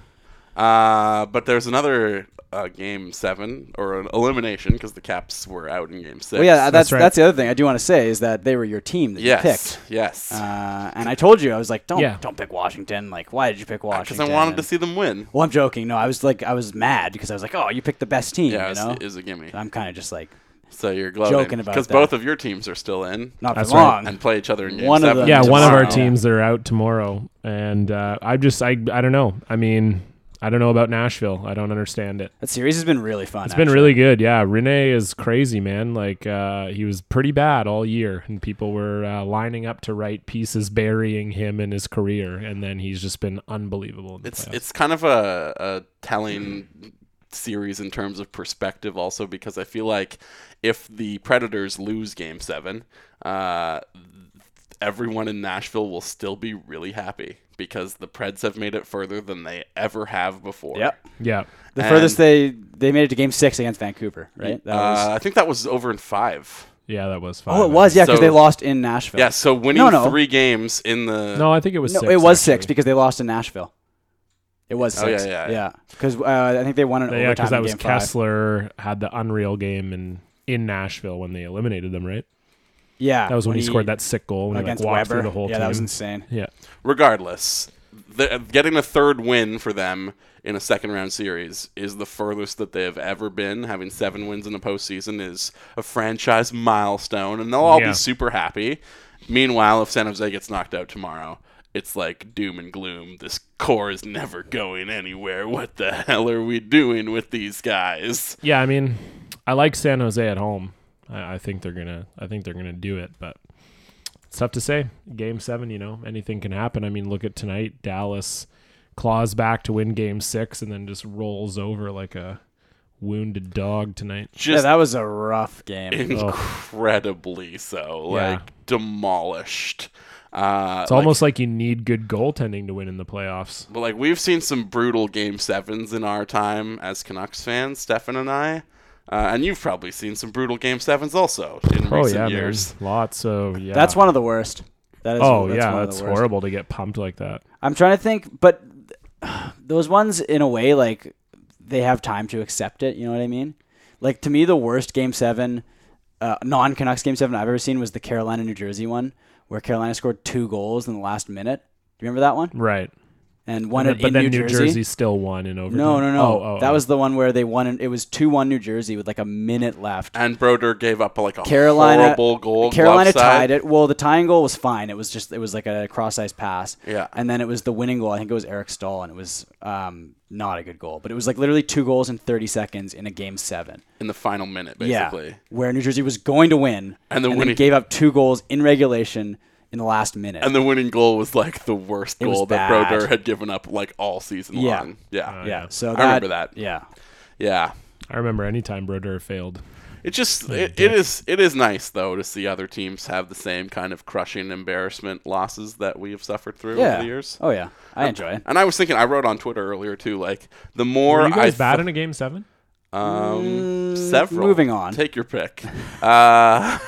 Speaker 3: Uh, but there's another uh, game seven or an elimination because the Caps were out in game six.
Speaker 4: Well, yeah, that's that's,
Speaker 5: right.
Speaker 4: the other thing I do want to say is that they were your team that you picked.
Speaker 3: yes, yes.
Speaker 4: Uh, and I told you, I was like, don't
Speaker 5: Yeah.
Speaker 4: don't pick Washington. Like, why did you pick
Speaker 3: Because
Speaker 4: Washington?
Speaker 3: Uh, I wanted to
Speaker 4: And-
Speaker 3: see them win.
Speaker 4: Well, I'm joking. No, I was like, I was mad because I was like, oh, you picked the best team.
Speaker 3: Yeah,
Speaker 4: you
Speaker 3: it's,
Speaker 4: know.
Speaker 3: it's a gimme.
Speaker 4: I'm kind of just like
Speaker 3: So you're gloating
Speaker 4: joking about
Speaker 3: because
Speaker 4: that.
Speaker 3: both of your teams are still in
Speaker 4: not for
Speaker 5: That's right.
Speaker 4: long.
Speaker 3: and play each other in game
Speaker 4: One of
Speaker 3: seven.
Speaker 4: them
Speaker 5: yeah, one of our
Speaker 4: tomorrow.
Speaker 5: teams that are out tomorrow, and uh, I just I I don't know. I mean, I don't know about Nashville. I don't understand it.
Speaker 4: That series has been really fun.
Speaker 5: It's been really good. Yeah, Rene is crazy, man. Like uh, he was pretty bad all year, and people were uh, lining up to write pieces burying him and his career, and then he's just been unbelievable. In the
Speaker 3: It's
Speaker 5: playoffs.
Speaker 3: it's kind of a, a telling series in terms of perspective, also because I feel like if the Predators lose Game Seven, uh, everyone in Nashville will still be really happy because the Preds have made it further than they ever have before.
Speaker 4: Yep.
Speaker 5: yeah,
Speaker 4: The
Speaker 3: And-
Speaker 4: furthest they they made it to Game Six against Vancouver, right? That
Speaker 3: Uh, I think that was over in five.
Speaker 5: yeah, that was fine.
Speaker 4: oh, it was yeah, because
Speaker 3: so-
Speaker 4: they lost in Nashville.
Speaker 3: Yeah, so winning
Speaker 4: No, no.
Speaker 3: three games in the
Speaker 5: No, I think it was.
Speaker 4: No,
Speaker 5: six,
Speaker 4: it was six
Speaker 5: actually.
Speaker 4: because they lost in Nashville. It was
Speaker 3: Oh, yeah,
Speaker 4: six.
Speaker 3: yeah, yeah.
Speaker 4: Because uh, I think they won an
Speaker 5: yeah,
Speaker 4: overtime
Speaker 5: because that
Speaker 4: in
Speaker 5: was
Speaker 4: Game Five.
Speaker 5: Kessler had the unreal game in in Nashville when they eliminated them, right?
Speaker 4: Yeah,
Speaker 5: That was when, he, scored that sick goal when he like
Speaker 4: against
Speaker 5: walked
Speaker 4: Weber.
Speaker 5: through the whole
Speaker 4: yeah,
Speaker 5: team.
Speaker 4: that was insane.
Speaker 5: yeah,
Speaker 3: regardless, the, getting a third win for them in a second round series is the furthest that they have ever been. Having seven wins in the postseason is a franchise milestone, and they'll all
Speaker 5: Yeah.
Speaker 3: be super happy. Meanwhile, if San Jose gets knocked out tomorrow, it's like doom and gloom. This core is never going anywhere. What the hell are we doing with these guys?
Speaker 5: yeah. I mean, I like San Jose at home. I, I think they're gonna. I think they're gonna do it, but it's tough to say. Game seven, you know, anything can happen. I mean, look at tonight. Dallas claws back to win Game six, and then just rolls over like a wounded dog tonight.
Speaker 4: Yeah,
Speaker 3: Just
Speaker 4: that was a rough game.
Speaker 3: incredibly so,
Speaker 5: Yeah.
Speaker 3: like demolished. Uh,
Speaker 5: It's almost like you need good goaltending to win in the playoffs.
Speaker 3: But like we've seen some brutal game sevens in our time as Canucks fans, Stefan and I, uh, and you've probably seen some brutal game sevens also in
Speaker 5: Oh
Speaker 3: recent
Speaker 5: yeah,
Speaker 3: years.
Speaker 5: there's lots. So yeah,
Speaker 4: That's one of the worst. That is.
Speaker 5: Oh
Speaker 4: that's
Speaker 5: yeah,
Speaker 4: one of
Speaker 5: that's
Speaker 4: the worst.
Speaker 5: horrible to get pumped like that.
Speaker 4: I'm trying to think, but [sighs] those ones in a way like they have time to accept it. You know what I mean? Like to me, the worst Game Seven, uh, non Canucks Game Seven I've ever seen was the Carolina New Jersey one, where Carolina scored two goals in the last minute. Do you remember that one?
Speaker 5: Right.
Speaker 4: And one
Speaker 5: but
Speaker 4: in
Speaker 5: then
Speaker 4: New, Jersey.
Speaker 5: still won in overtime.
Speaker 4: No, no, no.
Speaker 5: Oh, oh,
Speaker 4: that
Speaker 5: oh.
Speaker 4: was the one where they won. In, it was two one New Jersey with like a minute left.
Speaker 3: And Broder gave up like a
Speaker 4: Carolina
Speaker 3: horrible goal.
Speaker 4: Carolina
Speaker 3: glove side.
Speaker 4: tied it. Well, the tying goal was fine. It was just it was like a cross ice pass.
Speaker 3: Yeah.
Speaker 4: And then it was the winning goal. I think it was Eric Stahl, and it was um, not a good goal, but it was like literally two goals in 30 seconds in a game seven.
Speaker 3: in the final minute, basically.
Speaker 4: Yeah. Where New Jersey was going to win,
Speaker 3: And the winning-
Speaker 4: gave up two goals in regulation in the last minute.
Speaker 3: And the winning goal was like the worst
Speaker 4: was
Speaker 3: goal that
Speaker 4: bad.
Speaker 3: Broder had given up like all season
Speaker 4: Yeah.
Speaker 3: long. Yeah.
Speaker 4: yeah. So that,
Speaker 3: I remember that.
Speaker 4: Yeah.
Speaker 3: Yeah.
Speaker 5: I remember any time Broder failed.
Speaker 3: It just it, it is it is nice though to see other teams have the same kind of crushing embarrassment losses that we have suffered through over
Speaker 4: Yeah.
Speaker 3: the years.
Speaker 4: Oh yeah. I enjoy it.
Speaker 3: And I was thinking, I wrote on Twitter earlier too. Like the more
Speaker 5: Were you
Speaker 3: I
Speaker 5: guys
Speaker 3: th-
Speaker 5: bad in a game seven?
Speaker 3: um, several.
Speaker 4: Mm, moving on.
Speaker 3: Take your pick. Uh,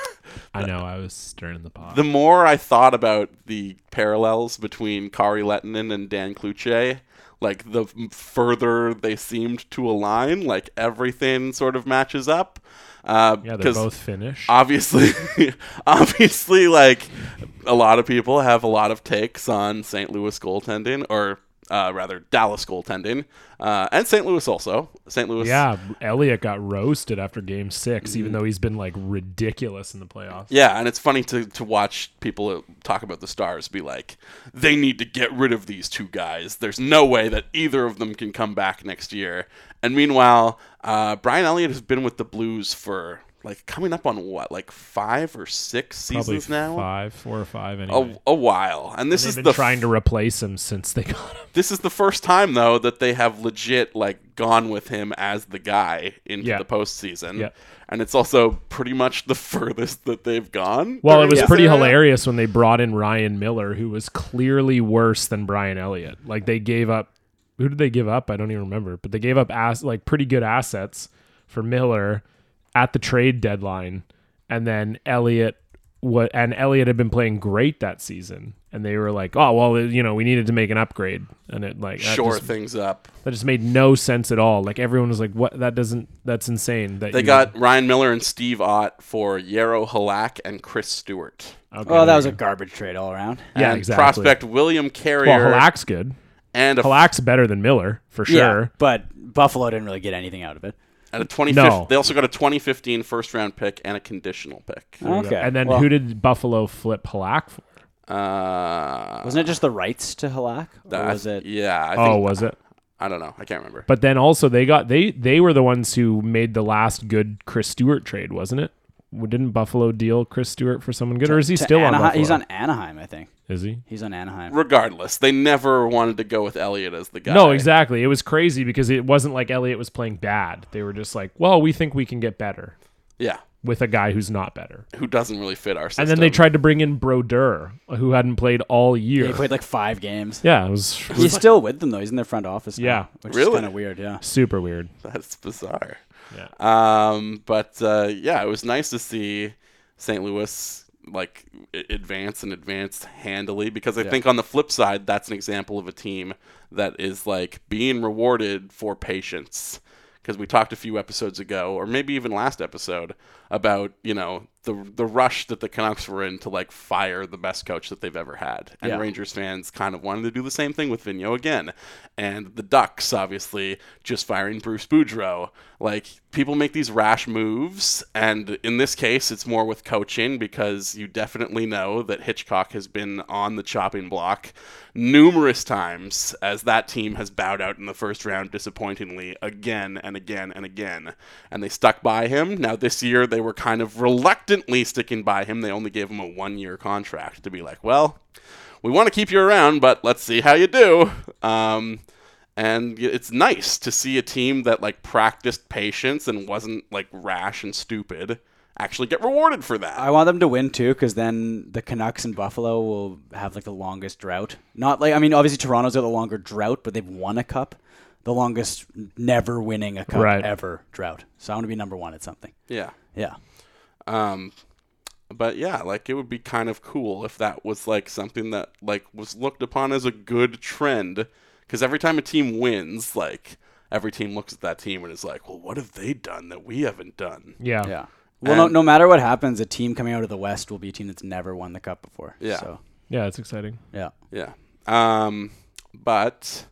Speaker 5: I know I was stirring the pot.
Speaker 3: the more I thought about the parallels between Kari Lettinen and Dan Kluche, like the f- further they seemed to align, like everything sort of matches up. Uh,
Speaker 5: yeah, they're
Speaker 3: 'cause
Speaker 5: both Finnish.
Speaker 3: obviously [laughs] obviously like a lot of people have a lot of takes on St. Louis goaltending or uh, rather Dallas goaltending uh, and St. Louis also St. Louis
Speaker 5: yeah, Elliot got roasted after game 6 even though he's been like ridiculous in the playoffs.
Speaker 3: Yeah, and it's funny to, to watch people talk about the Stars be like, they need to get rid of these two guys. There's no way that either of them can come back next year. And meanwhile, uh, Brian Elliott has been with the Blues for like coming up on what, like five or six
Speaker 5: Probably
Speaker 3: seasons now?
Speaker 5: five, four or five. Anyway.
Speaker 3: a, a while, and this
Speaker 5: They've
Speaker 3: is
Speaker 5: been
Speaker 3: the
Speaker 5: trying to replace him since they [laughs] got him.
Speaker 3: this is the first time though that they have legit like gone with him as the guy into
Speaker 5: Yeah.
Speaker 3: the postseason,
Speaker 5: Yeah.
Speaker 3: and it's also pretty much the [laughs] furthest that they've gone.
Speaker 5: Well, it
Speaker 3: during
Speaker 5: was
Speaker 3: this
Speaker 5: pretty
Speaker 3: era.
Speaker 5: hilarious when they brought in Ryan Miller, who was clearly worse than Brian Elliott. Like they gave up, who did they give up? I don't even remember, but they gave up ass like pretty good assets for Miller at the trade deadline, and then Elliott. What and Elliott had been playing great that season, and they were like, "Oh well, you know, we needed to make an upgrade," and it like that
Speaker 3: Shore
Speaker 5: just,
Speaker 3: things up.
Speaker 5: that just made no sense at all. Like everyone was like, "What? That doesn't. That's insane." That
Speaker 3: They
Speaker 5: you-
Speaker 3: got Ryan Miller and Steve Ott for Yarrow Halak and Chris Stewart.
Speaker 5: Okay,
Speaker 4: Well, that
Speaker 5: there
Speaker 4: was
Speaker 5: you
Speaker 4: a garbage trade all around.
Speaker 5: go. yeah
Speaker 3: and
Speaker 5: exactly.
Speaker 3: prospect William
Speaker 5: Well,
Speaker 3: Carrier
Speaker 5: Halak's good.
Speaker 3: and a
Speaker 5: Halak's better than Miller for sure.
Speaker 4: Yeah, but Buffalo didn't really get anything out of it.
Speaker 3: and a 25th.
Speaker 5: No.
Speaker 3: They also got a 2015 first round pick and a conditional pick.
Speaker 4: Okay.
Speaker 5: And then
Speaker 4: well,
Speaker 5: who did Buffalo flip Halak for?
Speaker 3: Uh,
Speaker 4: wasn't it just the rights to Halak? Or
Speaker 3: I-
Speaker 4: was it
Speaker 3: Yeah, I think
Speaker 5: Oh, was it?
Speaker 3: I don't know. I can't remember.
Speaker 5: But then also they got they they were the ones who made the last good Chris Stewart trade, wasn't it? Well, Didn't Buffalo deal Chris Stewart for someone good, or is he
Speaker 4: to
Speaker 5: still on?
Speaker 4: Anahe-
Speaker 5: Buffalo?
Speaker 4: He's on Anaheim, I think.
Speaker 5: Is he?
Speaker 4: He's on Anaheim.
Speaker 3: regardless, they never wanted to go with Elliott as the guy.
Speaker 5: No, exactly. It was crazy because it wasn't like Elliot was playing bad. They were just like, well, we think we can get better
Speaker 3: Yeah,
Speaker 5: with a guy who's not better.
Speaker 3: who doesn't really fit our system.
Speaker 5: And then they tried to bring in Brodeur, who hadn't played all year.
Speaker 4: He played like five
Speaker 5: [laughs]
Speaker 4: games.
Speaker 5: yeah, it was
Speaker 4: He's still with them though. He's in their front office. now,
Speaker 5: Yeah.
Speaker 4: which
Speaker 3: Really?
Speaker 4: is kind of weird. Yeah.
Speaker 5: super weird.
Speaker 3: [laughs] That's bizarre.
Speaker 5: Yeah.
Speaker 3: Um, but uh, yeah, it was nice to see St. Louis like i- advance and advance handily because I think on the flip side, that's an example of a team that is like being rewarded for patience. Because we talked a few episodes ago, or maybe even last episode, about you know the the rush that the Canucks were in to like fire the best coach that they've ever had, and
Speaker 4: Yeah.
Speaker 3: Rangers fans kind of wanted to do the same thing with Vigneault again, and the Ducks obviously just firing Bruce Boudreau. Like people make these rash moves, and in this case, it's more with coaching because you definitely know that Hitchcock has been on the chopping block numerous times as that team has bowed out in the first round disappointingly again and again and again. And they stuck by him. Now, this year, they were kind of reluctantly sticking by him. They only gave him a one year contract to be like, well, we want to keep you around, but let's see how you do. Um, and y- it's nice to see a team that like practiced patience and wasn't like rash and stupid actually get rewarded for that.
Speaker 4: I want them to win too, because then the Canucks and Buffalo will have like the longest drought. Not like I mean, obviously Toronto's got the longer drought, but they've won a cup, the longest never winning a cup
Speaker 5: Right.
Speaker 4: ever drought. So I want to be number one at something.
Speaker 3: yeah.
Speaker 4: Yeah,
Speaker 3: Um, but yeah, like it would be kind of cool if that was like something that like was looked upon as a good trend, because every time a team wins, like every team looks at that team and is like, well, what have they done that we haven't done?
Speaker 5: Yeah.
Speaker 4: yeah. Well, no,
Speaker 3: And-
Speaker 4: no matter what happens, a team coming out of the West will be a team that's never won the cup before.
Speaker 3: Yeah.
Speaker 4: So
Speaker 5: Yeah, it's exciting.
Speaker 4: yeah,
Speaker 3: Yeah. Um, but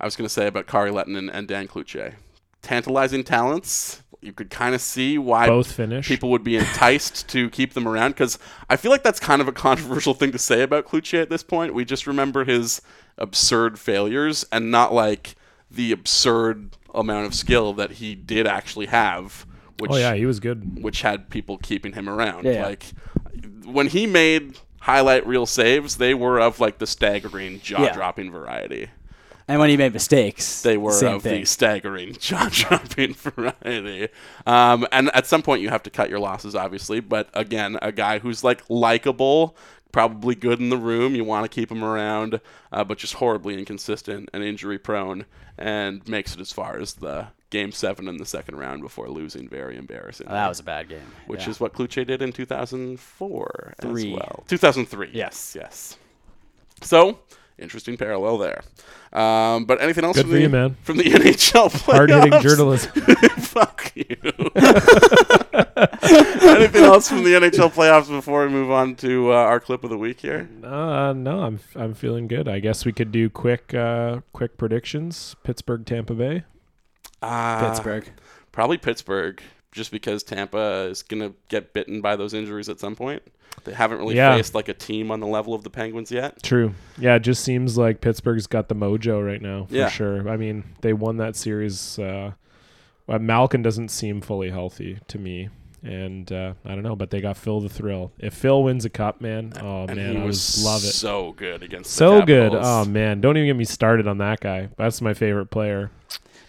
Speaker 3: I was going to say about Kari Letton and, and Dan Kluche. Tantalizing talents. You could kind of see why
Speaker 5: Both Finnish.
Speaker 3: people would be enticed to keep them around because I feel like that's kind of a controversial thing to say about Kluche at this point. We just remember his absurd failures and not like the absurd amount of skill that he did actually have. Which
Speaker 5: Oh yeah, he
Speaker 3: [laughs]
Speaker 5: was good.
Speaker 3: which had people keeping him around.
Speaker 4: Yeah, yeah.
Speaker 3: Like when he made highlight reel saves, they were of like the staggering jaw dropping variety.
Speaker 4: and when he made mistakes,
Speaker 3: They were
Speaker 4: same
Speaker 3: of
Speaker 4: thing.
Speaker 3: the staggering [laughs] jaw dropping variety. Um, and at some point, you have to cut your losses, obviously. But again, a guy who's like likable, probably good in the room. You want to keep him around, uh, but just horribly inconsistent and injury prone, and makes it as far as the game seven in the second round before losing. Very embarrassing
Speaker 4: That was a bad game.
Speaker 3: which
Speaker 4: Yeah.
Speaker 3: is what Kluche did in 2004
Speaker 4: Three.
Speaker 3: as well. 2003. Yes, yes. So interesting parallel there. Um, but anything else
Speaker 5: Good
Speaker 3: from
Speaker 5: for
Speaker 3: the
Speaker 5: you, man.
Speaker 3: from the [laughs] NHL playoffs?
Speaker 5: Hard hitting journalism.
Speaker 3: [laughs] Fuck you. [laughs] anything else from the NHL playoffs before we move on to uh, our clip of the week here?
Speaker 5: [laughs] Uh, no, I'm I'm feeling good. I guess we could do quick uh, quick predictions. Pittsburgh, Tampa Bay.
Speaker 3: Uh,
Speaker 4: Pittsburgh.
Speaker 3: Probably Pittsburgh, just because Tampa is gonna get bitten by those injuries at some point. They haven't really
Speaker 5: Yeah.
Speaker 3: faced like a team on the level of the Penguins yet.
Speaker 5: True. Yeah, it just seems like Pittsburgh's got the mojo right now for
Speaker 3: Yeah.
Speaker 5: sure. I mean, they won that series. Uh, well, Malkin doesn't seem fully healthy to me, and uh, I don't know, but they got Phil the thrill. If Phil wins a cup, man, oh
Speaker 3: And
Speaker 5: man,
Speaker 3: he
Speaker 5: I
Speaker 3: was
Speaker 5: was love it.
Speaker 3: so good against the
Speaker 5: So good.
Speaker 3: Capitals.
Speaker 5: Oh man, don't even get me started on that guy. That's my favorite player.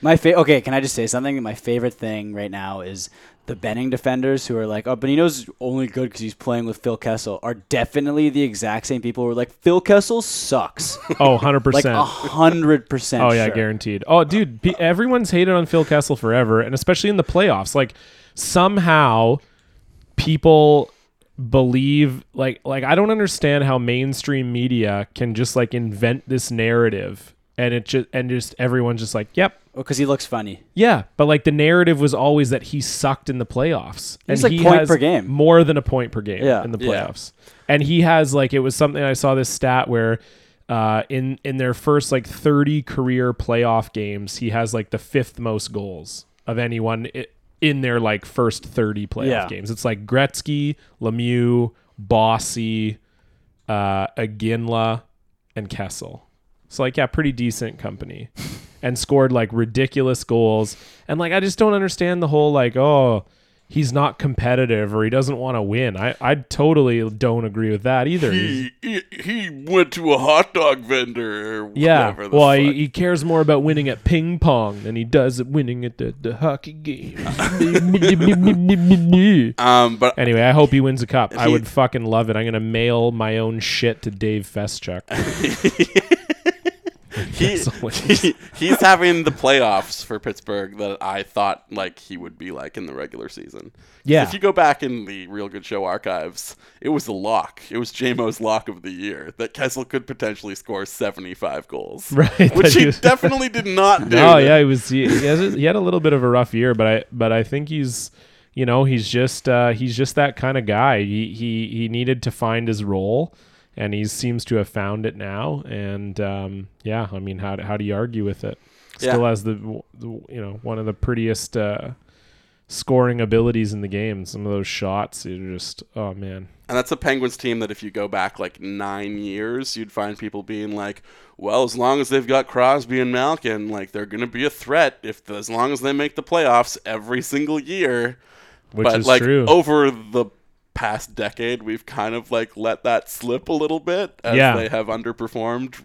Speaker 4: My fa- okay, can I just say something? My favorite thing right now is the Benning defenders who are like, oh, Benino's only good because he's playing with Phil Kessel, are definitely the exact same people who are like, Phil
Speaker 3: [laughs]
Speaker 4: Kessel sucks.
Speaker 5: Oh, 100%.
Speaker 4: like, a 100%.
Speaker 5: Oh yeah,
Speaker 4: sure.
Speaker 5: guaranteed. Oh dude, pe- everyone's hated on Phil Kessel forever, and especially in the playoffs. Like somehow people believe like like I don't understand how mainstream media can just like invent this narrative and it just and just everyone's just like, "Yep,
Speaker 4: Because Oh, he looks funny.
Speaker 5: yeah, but like the narrative was always that he sucked in the playoffs.
Speaker 4: He's,
Speaker 5: and
Speaker 4: like,
Speaker 5: he
Speaker 4: point
Speaker 5: has
Speaker 4: per game.
Speaker 5: more than a point per game
Speaker 4: Yeah.
Speaker 5: in the
Speaker 3: Yeah.
Speaker 5: playoffs. And he has like it was something I saw this stat where uh, in in their first like 30 career playoff games, he has like the fifth most goals of anyone i- in their like first 30 playoff
Speaker 4: Yeah.
Speaker 5: games. It's like Gretzky, Lemieux, Bossy, uh, Aginla, and Kessel. So like yeah, pretty decent company, and scored like ridiculous goals. And like I just don't understand the whole like oh he's not competitive or he doesn't want to win. I I totally don't agree with that either. He's-
Speaker 3: he, he, he went to a hot dog vendor. Or
Speaker 5: yeah,
Speaker 3: Whatever the
Speaker 5: well
Speaker 3: fuck.
Speaker 5: he, he cares more about winning at ping pong than he does at winning at the, the
Speaker 3: [laughs]
Speaker 5: hockey game. [laughs]
Speaker 3: um,
Speaker 5: [laughs]
Speaker 3: but
Speaker 5: anyway, I hope he wins a cup. I
Speaker 3: He-
Speaker 5: would fucking love it. I'm gonna mail my own shit to Dave Festchuk.
Speaker 3: [laughs]
Speaker 5: [laughs]
Speaker 3: he, he he's having the playoffs for Pittsburgh that I thought like he would be like in the regular season.
Speaker 5: Yeah.
Speaker 3: If you go back in the Real Good Show archives, it was the lock. It was JMO's lock of the year that Kessel could potentially score 75 goals.
Speaker 5: [laughs] Right,
Speaker 3: Which
Speaker 5: that he
Speaker 3: he
Speaker 5: was-
Speaker 3: definitely did not do.
Speaker 5: [laughs] Oh yeah, he was. He, he, has, he had a little bit of a rough year, but I but I think he's, you know, he's just uh, he's just that kind of guy. He he he needed to find his role, and he seems to have found it now. And um, yeah, I mean, how do- how do you argue with it? Still
Speaker 3: Yeah.
Speaker 5: has the, the you know one of the prettiest uh, scoring abilities in the game. Some of those shots, you're just oh man.
Speaker 3: And that's a Penguins team that if you go back like nine years, you'd find people being like, well, as long as they've got Crosby and Malkin, like they're going to be a threat if as long as they make the playoffs every single year.
Speaker 5: Which
Speaker 3: but
Speaker 5: is
Speaker 3: like
Speaker 5: true.
Speaker 3: over the past decade, we've kind of like let that slip a little bit as
Speaker 5: Yeah.
Speaker 3: they have underperformed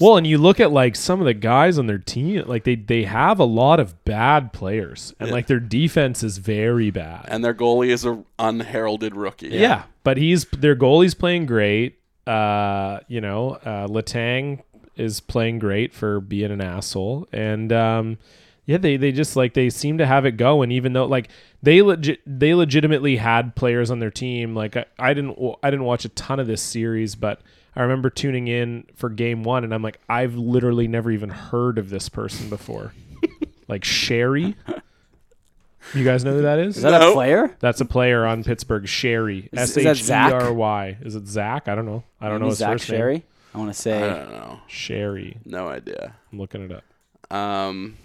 Speaker 5: Well, and you look at like some of the guys on their team, like they they have a lot of bad players, and like their defense is very bad.
Speaker 3: and their goalie is a unheralded rookie.
Speaker 5: yeah. but he's their goalie's playing great. Uh, you know, uh, Latang is playing great for being an asshole, and um, yeah, they they just like they seem to have it going, even though like they legit they legitimately had players on their team. Like I, I didn't w- I didn't watch a ton of this series, but. I remember tuning in for game one, and I'm like, I've literally never even heard of this person before. like Sherry, you guys know who that is?
Speaker 4: Is that
Speaker 3: No.
Speaker 4: a player?
Speaker 5: That's a player on Pittsburgh. Sherry.
Speaker 4: Is-
Speaker 5: S
Speaker 4: is that
Speaker 5: H E
Speaker 4: Zach?
Speaker 5: R Y. Is it Zach? I don't know. I don't know
Speaker 4: Maybe
Speaker 5: his
Speaker 4: Zach
Speaker 5: first name.
Speaker 4: Sherry. I want to say
Speaker 3: I don't know.
Speaker 5: Sherry.
Speaker 3: No idea.
Speaker 5: I'm looking it up.
Speaker 3: Um,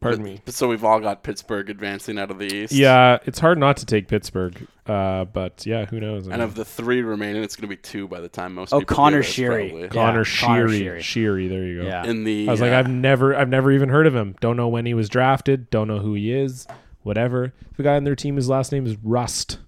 Speaker 5: Pardon me.
Speaker 3: but so we've all got Pittsburgh advancing out of the East.
Speaker 5: Yeah, it's hard not to take Pittsburgh. Uh, but yeah, who knows?
Speaker 3: And of the three remaining, it's going to be two by the time most.
Speaker 4: Oh,
Speaker 3: people hear
Speaker 4: Connor
Speaker 3: this,
Speaker 4: Sheary.
Speaker 3: probably.
Speaker 4: Yeah,
Speaker 5: Connor
Speaker 4: Connor
Speaker 5: Sherry.
Speaker 4: Sheary.
Speaker 5: Sherry. There you go.
Speaker 4: Yeah.
Speaker 3: In the,
Speaker 5: I was like,
Speaker 3: uh,
Speaker 5: I've never, I've never even heard of him. Don't know when he was drafted. Don't know who he is. Whatever. The guy on their team, his last name is Rust.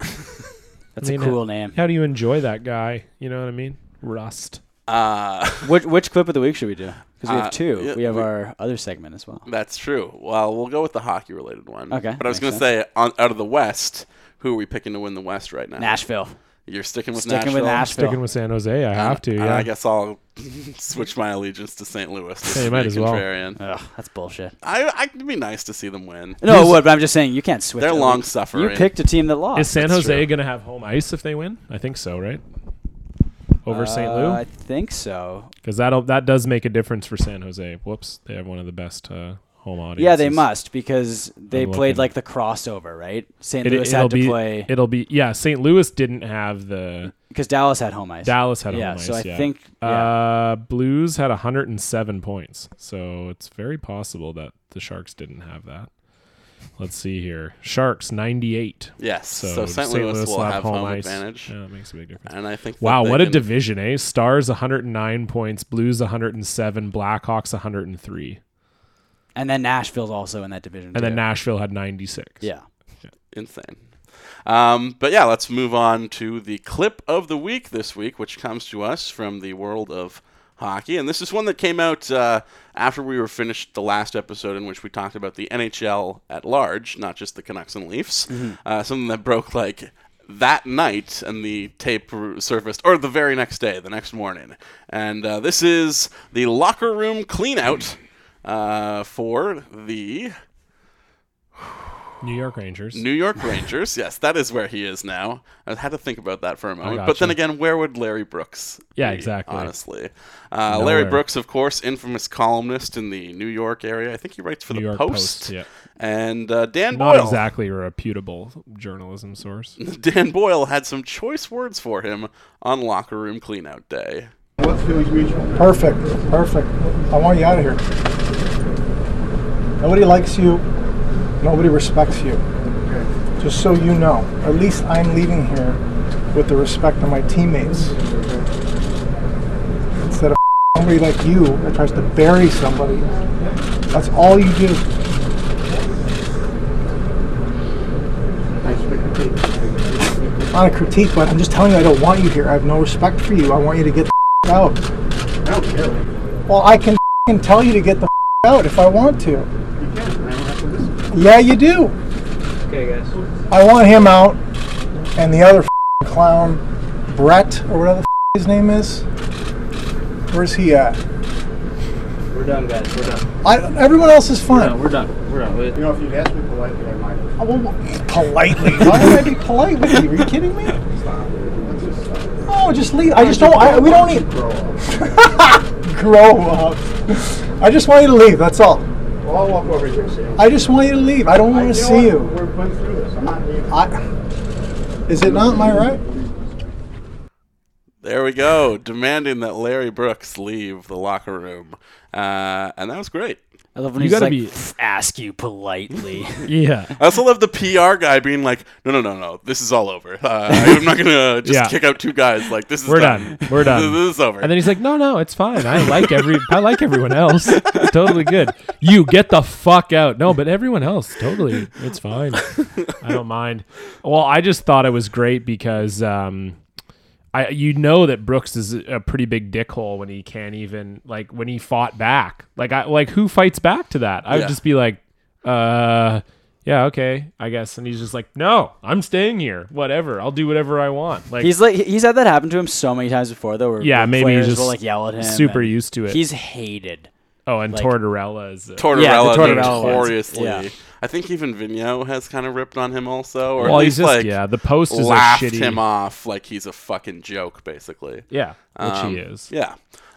Speaker 4: that's
Speaker 5: I
Speaker 4: a
Speaker 5: mean,
Speaker 4: cool name.
Speaker 5: How do you enjoy that guy? You know what I mean? Rust.
Speaker 3: uh,
Speaker 4: Which which clip of the week should we do? Because we
Speaker 3: Uh,
Speaker 4: have two.
Speaker 3: yeah,
Speaker 4: we have
Speaker 3: we-
Speaker 4: our other segment as well.
Speaker 3: That's true. Well, we'll go with the hockey related one.
Speaker 4: Okay,
Speaker 3: But I was
Speaker 4: makes
Speaker 3: going to say, on, out of the West, who are we picking to win the West right now?
Speaker 4: Nashville.
Speaker 3: You're sticking with
Speaker 4: Sticking
Speaker 3: Nashville.
Speaker 4: with Nashville.
Speaker 5: Sticking with San Jose. I have to.
Speaker 3: And
Speaker 5: Yeah.
Speaker 3: I guess I'll [laughs] switch my allegiance to St. Louis. just
Speaker 5: Yeah, you
Speaker 3: to
Speaker 5: might
Speaker 3: be
Speaker 5: as well.
Speaker 3: contrarian.
Speaker 4: Ugh, that's bullshit.
Speaker 3: I, I, it'd be nice to see them win.
Speaker 4: No, it would, but I'm just saying you can't switch.
Speaker 3: They're
Speaker 4: it.
Speaker 3: long suffering.
Speaker 4: You picked a team that lost.
Speaker 5: Is San
Speaker 4: That's
Speaker 5: Jose
Speaker 4: true.
Speaker 5: going to have home ice if they win? I think so, right? Over St.
Speaker 4: Uh, I
Speaker 5: Louis,
Speaker 4: think so.
Speaker 5: because that'll that does make a difference for San Jose. Whoops, they have one of the best uh, home audiences.
Speaker 4: Yeah, they must because they
Speaker 5: I'm
Speaker 4: played
Speaker 5: looking.
Speaker 4: like the crossover, right? St.
Speaker 5: It,
Speaker 4: Louis
Speaker 5: will
Speaker 4: had to
Speaker 5: be.
Speaker 4: play
Speaker 5: It'll be. Yeah, St. Louis didn't have the.
Speaker 4: because Dallas had home ice.
Speaker 5: Dallas had
Speaker 4: Yeah,
Speaker 5: home ice.
Speaker 4: so I
Speaker 5: yeah.
Speaker 4: think- yeah.
Speaker 5: Uh, Blues had 107 points, so it's very possible that the Sharks didn't have that. Let's see here. Sharks 98.
Speaker 3: Yes.
Speaker 5: So,
Speaker 3: So, St. Louis, will have home, advantage.
Speaker 5: Yeah, that makes a big difference.
Speaker 3: And I think. that
Speaker 5: Wow,
Speaker 3: they
Speaker 5: what a
Speaker 3: can-
Speaker 5: division, eh? Stars 109 points, Blues 107, Blackhawks 103.
Speaker 4: and then Nashville's also in that division.
Speaker 5: And then
Speaker 4: too.
Speaker 5: Nashville had 96.
Speaker 4: yeah,
Speaker 3: insane. Um, but yeah, let's move on to the clip of the week this week, which comes to us from the world of hockey. And this is one that came out uh, after we were finished the last episode in which we talked about the NHL at large, not just the Canucks and Leafs. Uh, something that broke like that night, and the tape r- surfaced, or the very next day, the next morning. And uh, this is the locker room cleanout uh, for the
Speaker 5: New York Rangers.
Speaker 3: New York
Speaker 5: [laughs]
Speaker 3: Rangers. yes, that is where he is now. I had to think about that for a moment.
Speaker 5: got
Speaker 3: But then
Speaker 5: you.
Speaker 3: again, where would Larry Brooks?
Speaker 5: Yeah,
Speaker 3: be,
Speaker 5: exactly.
Speaker 3: Honestly, uh, Larry
Speaker 5: Nowhere.
Speaker 3: Brooks, of course, infamous columnist in the New York area. I think he writes for
Speaker 5: New
Speaker 3: the
Speaker 5: York
Speaker 3: Post.
Speaker 5: Post, yeah.
Speaker 3: And uh, Dan
Speaker 5: Not
Speaker 3: Boyle.
Speaker 5: exactly a reputable journalism
Speaker 3: [laughs]
Speaker 5: source.
Speaker 3: Dan Boyle had some choice words for him on locker room cleanout day.
Speaker 10: Perfect, perfect. I want you out of here. Nobody likes you. Nobody respects you. Just so you know, at least I'm leaving here with the respect of my teammates. Instead of somebody like you that tries to bury somebody, that's all you do. Not a critique, but I'm just telling you, I don't want you here. I have no respect for you. I want you to get the out. Well, I can f***ing tell you to get the f- out if I want to. You can. I don't have to listen. Yeah, you do. Okay, guys. I want him out, and the other f***ing clown, Brett or whatever the f- his name is. Where's he at?
Speaker 11: We're done, guys. We're done.
Speaker 10: I, everyone else is fine.
Speaker 11: No, we're done. We're done. You know, if you'd asked me politely, I might.
Speaker 10: Oh, well, well, politely. Why would I be polite with you? Are you kidding me? Oh, just leave. I just don't. I, we don't need.
Speaker 11: Grow up.
Speaker 10: Grow up. I just want you to leave. That's all.
Speaker 11: Well, I'll walk over here and see him.
Speaker 10: I just want you to leave. I don't want to see you.
Speaker 11: We're going through this. I'm not leaving.
Speaker 10: I, is it not my right?
Speaker 3: There we
Speaker 5: [laughs]
Speaker 3: go, demanding that Larry Brooks leave the locker room, uh, and that was great.
Speaker 4: I love when
Speaker 5: You
Speaker 4: he's
Speaker 5: gotta
Speaker 4: like,
Speaker 5: be-
Speaker 4: "Pff, ask you
Speaker 5: [laughs]
Speaker 4: politely.
Speaker 5: Yeah.
Speaker 3: I also love the PR guy being like, "No, no, no, no, this is all over. Uh, I'm not
Speaker 5: [laughs]
Speaker 3: gonna just
Speaker 5: Yeah.
Speaker 3: kick out two guys. Like this is
Speaker 5: We're done.
Speaker 3: [laughs]
Speaker 5: We're done.
Speaker 3: this is over."
Speaker 5: And then he's like, "No, no, it's fine. I like every, I like everyone else. It's totally good. You get the fuck out. No, but everyone else, totally, it's fine. I don't mind. Well, I just thought it was great because um, I you know that Brooks is a pretty big dickhole when he can't even like when he fought back. Like I like who fights back to that? I
Speaker 3: Yeah.
Speaker 5: would just be like, uh, yeah, okay, I guess. And he's just like, no, I'm staying here. Whatever, I'll do whatever I want. Like
Speaker 4: he's like he's had that happen to him so many times before though. Where
Speaker 5: Yeah,
Speaker 4: where
Speaker 5: maybe
Speaker 4: players
Speaker 5: he's just
Speaker 4: will like yell at him.
Speaker 5: super
Speaker 4: and
Speaker 5: used to it.
Speaker 4: He's hated.
Speaker 5: oh, and uh,
Speaker 4: like-
Speaker 5: Tortorella is a-
Speaker 3: Tortorella,
Speaker 4: Yeah, the Tortorella ones.
Speaker 3: notoriously.
Speaker 4: Yeah.
Speaker 3: I think even Vigneault has kind of ripped on him also, or
Speaker 5: Well,
Speaker 3: at
Speaker 5: he's
Speaker 3: least
Speaker 5: just-
Speaker 3: like
Speaker 5: yeah, the post is a
Speaker 3: laughed
Speaker 5: shitty-
Speaker 3: him off like he's a fucking joke, basically.
Speaker 5: Yeah, which
Speaker 3: Um,
Speaker 5: he is.
Speaker 3: Yeah.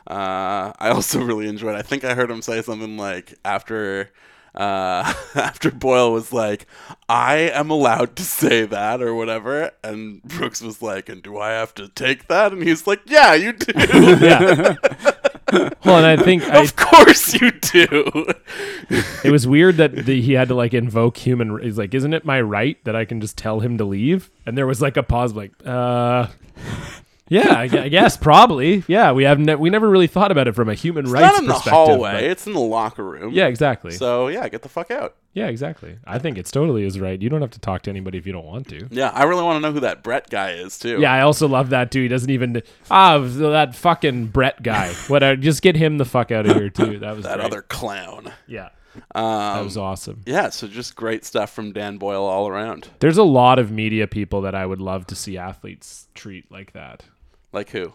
Speaker 3: Uh, I also [laughs] really enjoyed. I think I heard him say something like after. Uh, [laughs] after Boyle was like, "I am allowed to say that" or whatever, and Brooks was like, "And do I have to take that?" And he's like, "Yeah, you
Speaker 5: [laughs]
Speaker 3: do." [laughs]
Speaker 5: Yeah. Well, and I think I,
Speaker 3: of course you do.
Speaker 5: it was weird that the, he had to like invoke human. He's like, isn't it my right that I can just tell him to leave? And there was like a pause, like, uh, yeah, I, gu- I guess probably. Yeah, we have ne- we never really thought about it from a human
Speaker 3: It's
Speaker 5: rights
Speaker 3: not in the
Speaker 5: perspective.
Speaker 3: hallway.
Speaker 5: but-
Speaker 3: It's in the locker room.
Speaker 5: yeah, exactly.
Speaker 3: So yeah, get the fuck out.
Speaker 5: yeah, exactly. I think it's totally his right. You don't have to talk to anybody if you don't want to.
Speaker 3: Yeah, I really want to know who that Brett guy is too.
Speaker 5: Yeah, I also love that too. He doesn't even ah that fucking Brett guy. What? I- Just get him the fuck out of here too. That was
Speaker 3: that
Speaker 5: great.
Speaker 3: other clown.
Speaker 5: Yeah, that
Speaker 3: Um,
Speaker 5: was awesome.
Speaker 3: yeah, so just great stuff from Dan Boyle all around.
Speaker 5: There's a lot of media people that I would love to see athletes treat like that.
Speaker 3: Like who?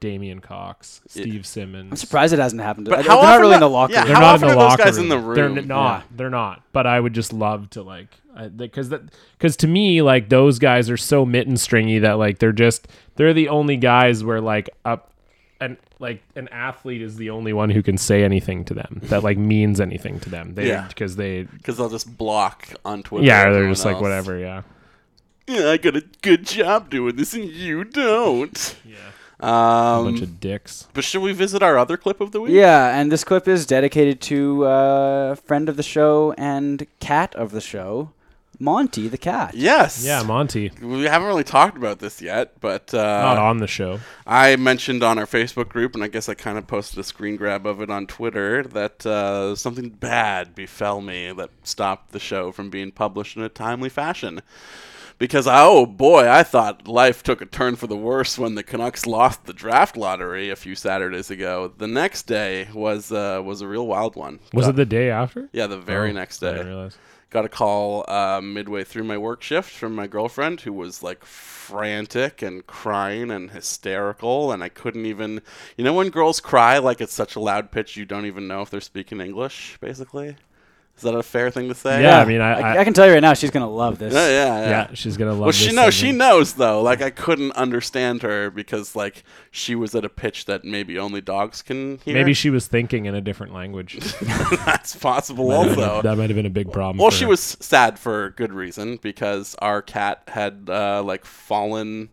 Speaker 5: Damian Cox, Steve Simmons.
Speaker 4: I'm surprised it hasn't happened. To,
Speaker 3: But
Speaker 4: but
Speaker 3: how
Speaker 4: they're not
Speaker 3: often
Speaker 4: really in
Speaker 3: the-
Speaker 4: the locker
Speaker 3: yeah,
Speaker 4: room.
Speaker 5: They're
Speaker 3: how
Speaker 5: not
Speaker 3: often
Speaker 5: in the
Speaker 3: are those
Speaker 5: locker
Speaker 3: guys
Speaker 5: room.
Speaker 3: in the
Speaker 5: They're
Speaker 3: room?
Speaker 5: n- not. They're not. But I would just love to like because that because to me like those guys are so mitten stringy that like they're just they're the only guys where like up and like an athlete is the only one who can say anything to them that like means anything to them. They
Speaker 3: Yeah.
Speaker 5: because they
Speaker 3: Because they'll just block on Twitter.
Speaker 5: yeah
Speaker 3: and
Speaker 5: they're
Speaker 3: everyone
Speaker 5: just like
Speaker 3: else.
Speaker 5: whatever yeah.
Speaker 3: Yeah, I got a good job doing this, and you
Speaker 5: [laughs]
Speaker 3: don't.
Speaker 5: A
Speaker 3: Yeah. Um,
Speaker 5: bunch of dicks.
Speaker 3: but should we visit our other clip of the week?
Speaker 4: Yeah, and this clip is dedicated to uh, friend of the show and cat of the show, Monty the cat.
Speaker 3: Yes.
Speaker 5: Yeah, Monty.
Speaker 3: we haven't really talked about this yet, but uh,
Speaker 5: Not on the show.
Speaker 3: I mentioned on our Facebook group, and I guess I kind of posted a screen grab of it on Twitter, that uh, something bad befell me that stopped the show from being published in a timely fashion. Because, oh boy, I thought life took a turn for the worse when the Canucks lost the draft lottery a few Saturdays ago. The next day was uh, was a real wild one.
Speaker 5: Was
Speaker 3: Got-
Speaker 5: it the day after?
Speaker 3: uh, Yeah, the very
Speaker 5: Oh,
Speaker 3: next
Speaker 5: I
Speaker 3: day
Speaker 5: didn't realize.
Speaker 3: got a call uh, midway through my work shift from my girlfriend who was like frantic and crying and hysterical and i couldn't even you know when girls cry like it's such a loud pitch you don't even know if they're speaking english basically is that a fair thing to say
Speaker 5: Yeah, I mean, I, I,
Speaker 4: I, I can tell you right now, she's gonna love this.
Speaker 3: yeah yeah, yeah.
Speaker 5: yeah, she's gonna love.
Speaker 3: well she
Speaker 5: this
Speaker 3: knows she
Speaker 5: segment.
Speaker 3: knows though like i couldn't understand her because like she was at a pitch that maybe only dogs can hear [laughs]
Speaker 5: Maybe she was thinking in a different language.
Speaker 3: that's
Speaker 5: [laughs]
Speaker 3: possible
Speaker 5: Might have been a-
Speaker 3: also
Speaker 5: that might have been a big problem.
Speaker 3: Well,
Speaker 5: for
Speaker 3: she
Speaker 5: her.
Speaker 3: was sad for good reason because our cat had uh, like fallen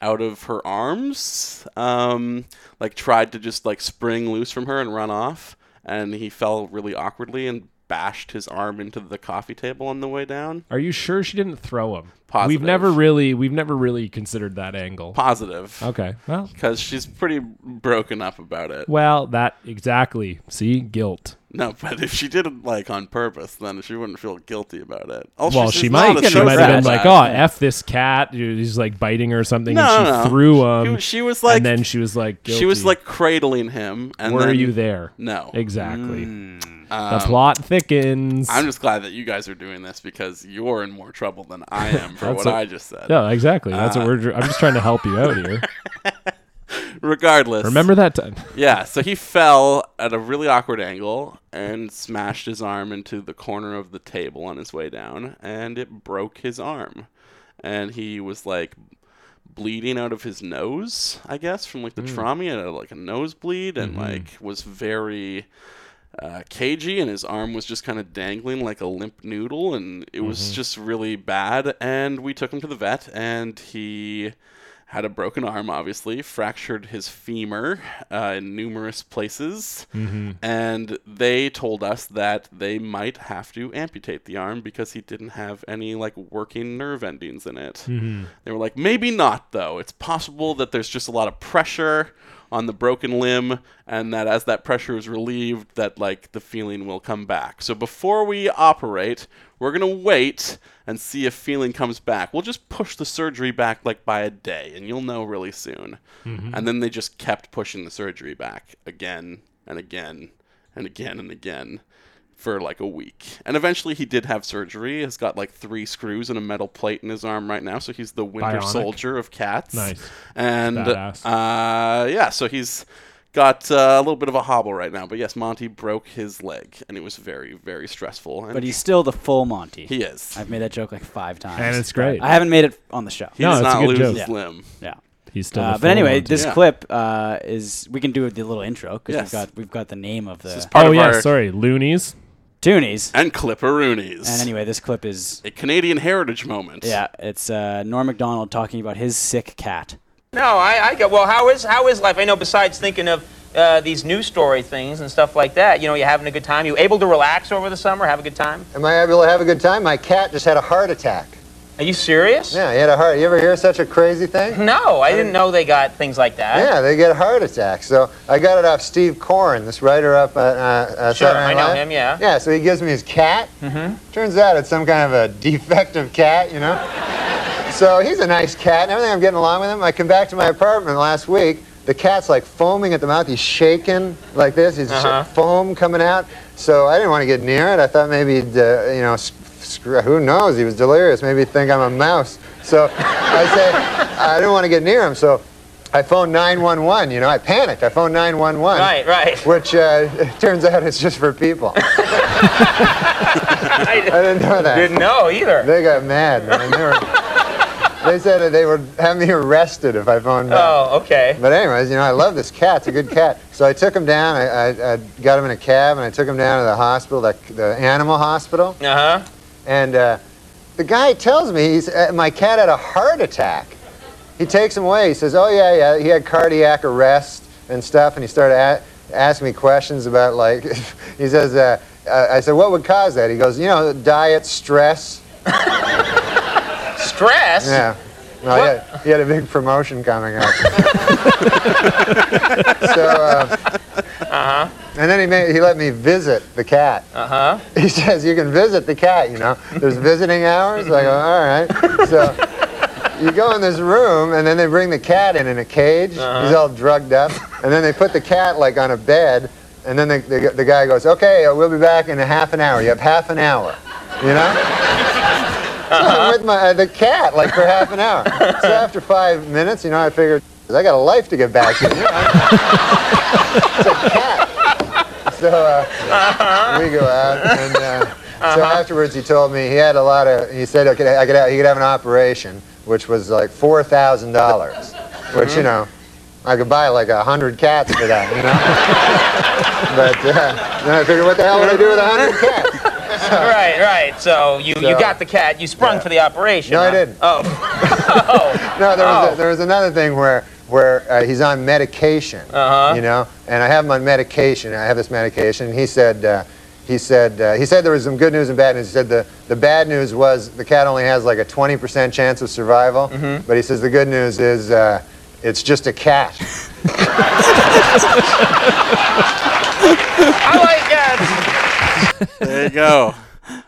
Speaker 3: out of her arms, um, like tried to just like spring loose from her and run off, and he fell really awkwardly and bashed his arm into the coffee table on the way down.
Speaker 5: Are you sure she didn't throw him?
Speaker 3: Positive.
Speaker 5: We've never really, we've never really considered that angle.
Speaker 3: Positive,
Speaker 5: okay. Well,
Speaker 3: because she's pretty broken up about it.
Speaker 5: well, that exactly. See, guilt.
Speaker 3: No, but if she did it like on purpose, then she wouldn't feel guilty about it. Oh,
Speaker 5: well,
Speaker 3: she's
Speaker 5: she
Speaker 3: just not
Speaker 5: might.
Speaker 3: a
Speaker 5: She might have been
Speaker 3: sociopath.
Speaker 5: like, "Oh, f this cat." He's like biting her or something.
Speaker 3: No,
Speaker 5: and she
Speaker 3: no, no.
Speaker 5: threw him.
Speaker 3: She- she was like-
Speaker 5: um," and then she was like,
Speaker 3: She was
Speaker 5: guilty.
Speaker 3: like cradling him, and
Speaker 5: "Were
Speaker 3: then-
Speaker 5: you there?"
Speaker 3: No,
Speaker 5: Exactly. the plot thickens.
Speaker 3: I'm just glad that you guys are doing this because you're in more trouble than I am for
Speaker 5: That's
Speaker 3: what
Speaker 5: a-
Speaker 3: I just said.
Speaker 5: yeah, exactly. That's what we're. I'm just trying to help you out here.
Speaker 3: Regardless,
Speaker 5: Remember that time?
Speaker 3: Yeah, so he fell at a really awkward angle and smashed his arm into the corner of the table on his way down, and it broke his arm, and he was like bleeding out of his nose, I guess, from like the trauma. He had like a nosebleed and like was very uh, cagey, and his arm was just kind of dangling like a limp noodle, and it was just really bad. And we took him to the vet, and he had a broken arm, obviously, fractured his femur uh, in numerous places, and they told us that they might have to amputate the arm because he didn't have any like working nerve endings in it. They were like, maybe not though. It's possible that there's just a lot of pressure on the broken limb and that as that pressure is relieved that like the feeling will come back so before we operate We're gonna wait and see if feeling comes back. We'll just push the surgery back like by a day, and you'll know really soon.
Speaker 5: Mhm.
Speaker 3: And then they just kept pushing the surgery back again and again and again and again for like a week. And eventually he did have surgery. He's got like three screws and a metal plate in his arm right now, so he's the Winter
Speaker 5: Bionic.
Speaker 3: Soldier of cats.
Speaker 5: Nice.
Speaker 3: And
Speaker 5: Badass.
Speaker 3: uh, yeah, so he's got uh, a little bit of a hobble right now. But yes, Monty broke his leg, and it was very, very stressful. And
Speaker 4: But he's still the full Monty.
Speaker 3: He is.
Speaker 4: I've made that joke like five times.
Speaker 5: And it's great.
Speaker 4: I haven't made it on the show.
Speaker 3: He No, does it's a not good lose joke. his
Speaker 4: Yeah.
Speaker 3: limb.
Speaker 5: Oh,
Speaker 4: Yeah.
Speaker 5: He's still
Speaker 4: Uh,
Speaker 5: the
Speaker 4: but anyway,
Speaker 5: full Monty.
Speaker 4: this
Speaker 5: Yeah.
Speaker 4: clip uh, is we can do the little intro because
Speaker 3: Yes.
Speaker 4: we've got we've got the name of the.
Speaker 3: is
Speaker 5: Oh yeah, sorry, loonies.
Speaker 4: Toonies.
Speaker 3: And Clipperoonies.
Speaker 4: And anyway, this clip is
Speaker 3: a Canadian heritage moment.
Speaker 4: Yeah, it's uh, Norm Macdonald talking about his sick cat.
Speaker 12: No, I, I get. Well, how is how is life? I know. Besides thinking of uh, these news story things and stuff like that, you know, you having a good time. You able to relax over the summer? Have a good time?
Speaker 13: Am I able to have a good time? My cat just had a heart attack.
Speaker 12: Are you serious?
Speaker 13: Yeah, he had a heart. You ever hear such a crazy thing?
Speaker 12: No, Oh, I didn't know they got things like that.
Speaker 13: Yeah, they get heart attacks. So I got it off Steve Corn, this writer up at uh, uh,
Speaker 12: Sure,
Speaker 13: Saturday
Speaker 12: I
Speaker 13: Night
Speaker 12: know
Speaker 13: Live.
Speaker 12: him, yeah. Mm-hmm.
Speaker 13: Yeah, so he gives me his cat. Turns out it's some kind of a [laughs] defective cat, you know? so he's a nice cat and everything. I'm getting along with him. I come back to my apartment last week. The cat's like foaming at the mouth. He's shaking like this. He's
Speaker 12: Uh-huh.
Speaker 13: foam coming out. So I didn't want to get near it. I thought maybe, he'd, uh, you know, s- scr- who knows? He was delirious. Maybe he'd think I'm a mouse. So I say, I didn't want to get near him. So I phoned 911. You know, I panicked. I phoned 911.
Speaker 12: Right, right.
Speaker 13: Which uh, it turns out it's just
Speaker 12: [laughs]
Speaker 13: for people. I didn't know that.
Speaker 12: Didn't know either.
Speaker 13: They got mad, man.
Speaker 12: [laughs]
Speaker 13: They, were, they said that they would have me arrested if I phoned back.
Speaker 12: Oh, okay.
Speaker 13: But anyways, you know, I love this cat. It's a good cat. So I took him down. I, I, I got him in a cab, and I took him down to the hospital, the, the animal hospital.
Speaker 12: Uh huh.
Speaker 13: And uh, the guy tells me he's uh, my cat had a heart attack. He takes him away. He says, "Oh yeah, yeah, he had cardiac arrest and stuff." And he started a- asking me questions about like, [laughs] he says, uh, uh, "I said, what would cause that?" He goes, "You know, diet, stress."
Speaker 12: Stress.
Speaker 13: Yeah. No, he had, he had a big promotion coming up. [laughs] so, uh,
Speaker 12: Uh huh.
Speaker 13: and then he made, he let me visit the cat.
Speaker 12: Uh huh.
Speaker 13: [laughs] He says you can visit the cat. You know, there's visiting hours. I go, all right. So you go in this room, and then they bring the cat in in a cage.
Speaker 12: Uh-huh.
Speaker 13: He's all drugged up, and then they put the cat like on a bed, and then the, the, the guy goes, okay, uh, we'll be back in a half an hour. You have half an hour. You know. So I'm [laughs] with my uh, the cat like for half an hour. so after five minutes, you know, I figured I got a life to get back to. You know? it's a cat. So uh, we go out, and uh, so afterwards he told me he had a lot of. He said okay, I could have, he could have an operation, which was like four thousand dollars, which you
Speaker 12: Mhm.
Speaker 13: know. I could buy like a hundred cats for that, you know. [laughs] but uh, then I figured, what the hell would I do with a hundred cats?
Speaker 12: right, right. So you you
Speaker 13: So-
Speaker 12: got the cat. You sprung for the operation.
Speaker 13: No, I
Speaker 12: huh?
Speaker 13: didn't.
Speaker 12: Oh. [laughs]
Speaker 13: [laughs] No, there was, a, there was another thing where where uh, he's on medication,
Speaker 12: Uh-huh.
Speaker 13: you know, and I have him on medication. I have this medication. He said, uh, he said, uh, he said there was some good news and bad news. He said the, the bad news was the cat only has like a 20% chance of survival,
Speaker 12: Mhm.
Speaker 13: but he says the good news is uh, it's just a cat.
Speaker 12: I like cats.
Speaker 3: There you go.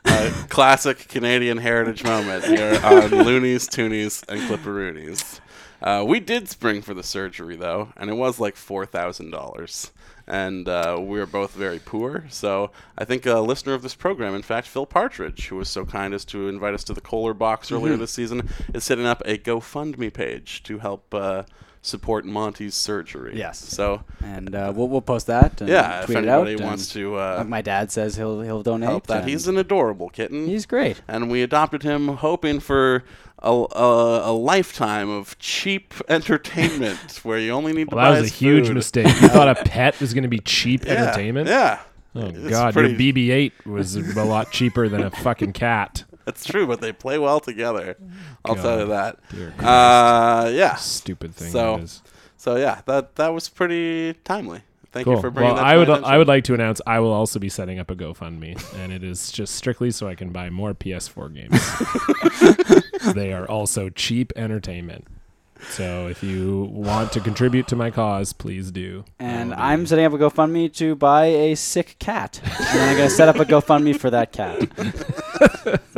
Speaker 3: A classic Canadian heritage moment here
Speaker 4: [laughs]
Speaker 3: on Loonies, Toonies, and Clipperoonies. Uh, we did spring for the surgery though, and it was like four thousand dollars, and uh, we were both very poor. So I think a listener of this program, in fact, Phil Partridge, who was so kind as to invite us to the Kohler
Speaker 4: Mm-hmm.
Speaker 3: Box earlier
Speaker 5: Mhm.
Speaker 3: this season, is setting up a GoFundMe page to help uh, support Monty's surgery.
Speaker 4: Yes.
Speaker 3: So
Speaker 4: And uh, we'll we'll post that. And
Speaker 3: Yeah, if
Speaker 4: tweet
Speaker 3: anybody
Speaker 4: it out,
Speaker 3: wants
Speaker 4: and
Speaker 3: to, uh,
Speaker 4: like my dad says he'll he'll donate.
Speaker 3: help that.
Speaker 4: and-
Speaker 3: He's an adorable kitten. He's
Speaker 4: great.
Speaker 3: And we adopted him hoping for a, a, a lifetime of cheap [laughs]
Speaker 5: [laughs]
Speaker 3: entertainment where you only need to
Speaker 5: Well, that
Speaker 3: buy
Speaker 5: was a
Speaker 3: his
Speaker 5: huge
Speaker 3: food.
Speaker 5: mistake. You
Speaker 3: [laughs]
Speaker 5: thought a pet was going to be cheap
Speaker 3: Yeah,
Speaker 5: entertainment?
Speaker 3: yeah.
Speaker 5: Oh
Speaker 3: It's
Speaker 5: god,
Speaker 3: pretty-
Speaker 5: your BB-8 was a lot cheaper than a fucking cat.
Speaker 3: That's true, but they play well together. I'll
Speaker 5: God,
Speaker 3: tell you that.
Speaker 5: dear
Speaker 3: Uh, yeah.
Speaker 5: Stupid thing
Speaker 3: So,
Speaker 5: that is.
Speaker 3: so yeah, that that was pretty timely. Thank you
Speaker 5: cool.
Speaker 3: for bringing
Speaker 5: well,
Speaker 3: that.
Speaker 5: I
Speaker 3: to
Speaker 5: would
Speaker 3: my
Speaker 5: I
Speaker 3: attention.
Speaker 5: would like to announce I will also be setting up a GoFundMe, and it is just strictly so I can buy more PS4
Speaker 3: [laughs]
Speaker 5: games. they are also cheap entertainment. So if you want to contribute to my cause, please do.
Speaker 4: And I'm setting up a GoFundMe
Speaker 5: [laughs]
Speaker 4: to buy a sick cat. and I'm gonna set up a GoFundMe for that cat.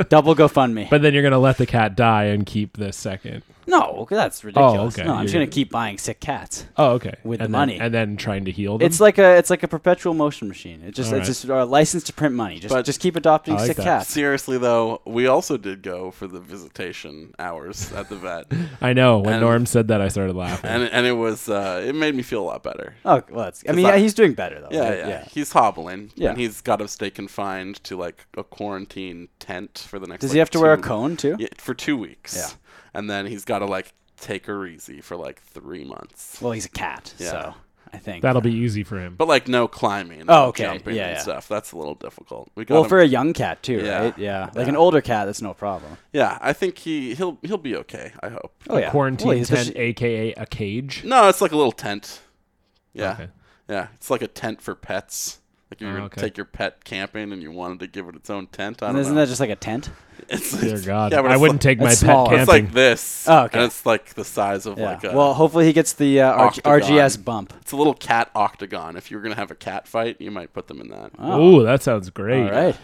Speaker 4: Double GoFundMe.
Speaker 5: But then you're gonna let the cat die and keep the second.
Speaker 4: No, that's ridiculous.
Speaker 5: Oh, okay.
Speaker 4: No, I'm just
Speaker 5: You're-
Speaker 4: gonna keep buying sick cats.
Speaker 5: Oh, okay.
Speaker 4: With
Speaker 5: and
Speaker 4: the money.
Speaker 5: then, and then trying to heal them.
Speaker 4: It's like a it's like a perpetual motion machine. It just
Speaker 5: All
Speaker 4: it's
Speaker 5: right.
Speaker 4: just a license to print money. Just just keep adopting sick cats.
Speaker 3: Seriously though, we also did go for the visitation hours at the vet.
Speaker 5: [laughs] I know when
Speaker 3: And-
Speaker 5: Norm said that, I started laughing.
Speaker 3: and and it was uh, it made me feel a lot better.
Speaker 4: Oh, well, that's- I
Speaker 3: 'Cause
Speaker 4: mean, yeah, he's doing better, though.
Speaker 3: Yeah,
Speaker 4: Like,
Speaker 3: yeah,
Speaker 4: Oh, yeah.
Speaker 3: he's hobbling.
Speaker 4: Yeah.
Speaker 3: and he's got to stay confined to like a quarantine tent for the next.
Speaker 4: Does
Speaker 3: like,
Speaker 4: he have to wear a
Speaker 3: two-
Speaker 4: cone, too?
Speaker 3: Yeah, for two weeks.
Speaker 4: Yeah.
Speaker 3: and then he's got to like take her easy for like three months.
Speaker 4: Well, he's a cat,
Speaker 3: Yeah.
Speaker 4: so I think
Speaker 5: That'll be easy for him.
Speaker 3: But like no climbing,
Speaker 4: Oh,
Speaker 3: no
Speaker 4: okay.
Speaker 3: jumping
Speaker 4: Yeah,
Speaker 3: and
Speaker 4: yeah.
Speaker 3: stuff. That's a little difficult. We got
Speaker 4: well
Speaker 3: him-
Speaker 4: for a young cat too,
Speaker 3: Yeah.
Speaker 4: right? Yeah, like an older cat, that's no problem.
Speaker 3: Yeah, I think he he'll he'll be okay. I hope.
Speaker 4: Oh, yeah.
Speaker 5: Quarantine
Speaker 4: Well, he's-
Speaker 5: tent, aka a
Speaker 3: [laughs]
Speaker 5: cage.
Speaker 3: No, it's like a little tent. Yeah.
Speaker 5: Okay.
Speaker 3: Yeah. It's like a tent for pets. Like you
Speaker 5: Oh,
Speaker 3: were to
Speaker 5: okay.
Speaker 3: take your pet camping and you wanted to give it its own tent. I
Speaker 4: And
Speaker 3: don't
Speaker 4: isn't
Speaker 3: know.
Speaker 4: that just like a tent?
Speaker 3: [laughs] It's,
Speaker 5: Dear
Speaker 3: it's-
Speaker 5: God.
Speaker 3: but
Speaker 5: I
Speaker 3: it's
Speaker 5: wouldn't take my
Speaker 3: it's
Speaker 5: pet
Speaker 3: smaller. It's like
Speaker 5: camping.
Speaker 3: this.
Speaker 4: Oh, okay.
Speaker 3: And it's like the size of like a.
Speaker 4: well, hopefully he gets the uh, RG-
Speaker 3: octagon.
Speaker 4: RGS bump.
Speaker 3: It's a little cat octagon. If you were gonna have a cat fight, you might put them in that.
Speaker 5: Oh, Ooh, that sounds great.
Speaker 4: All right.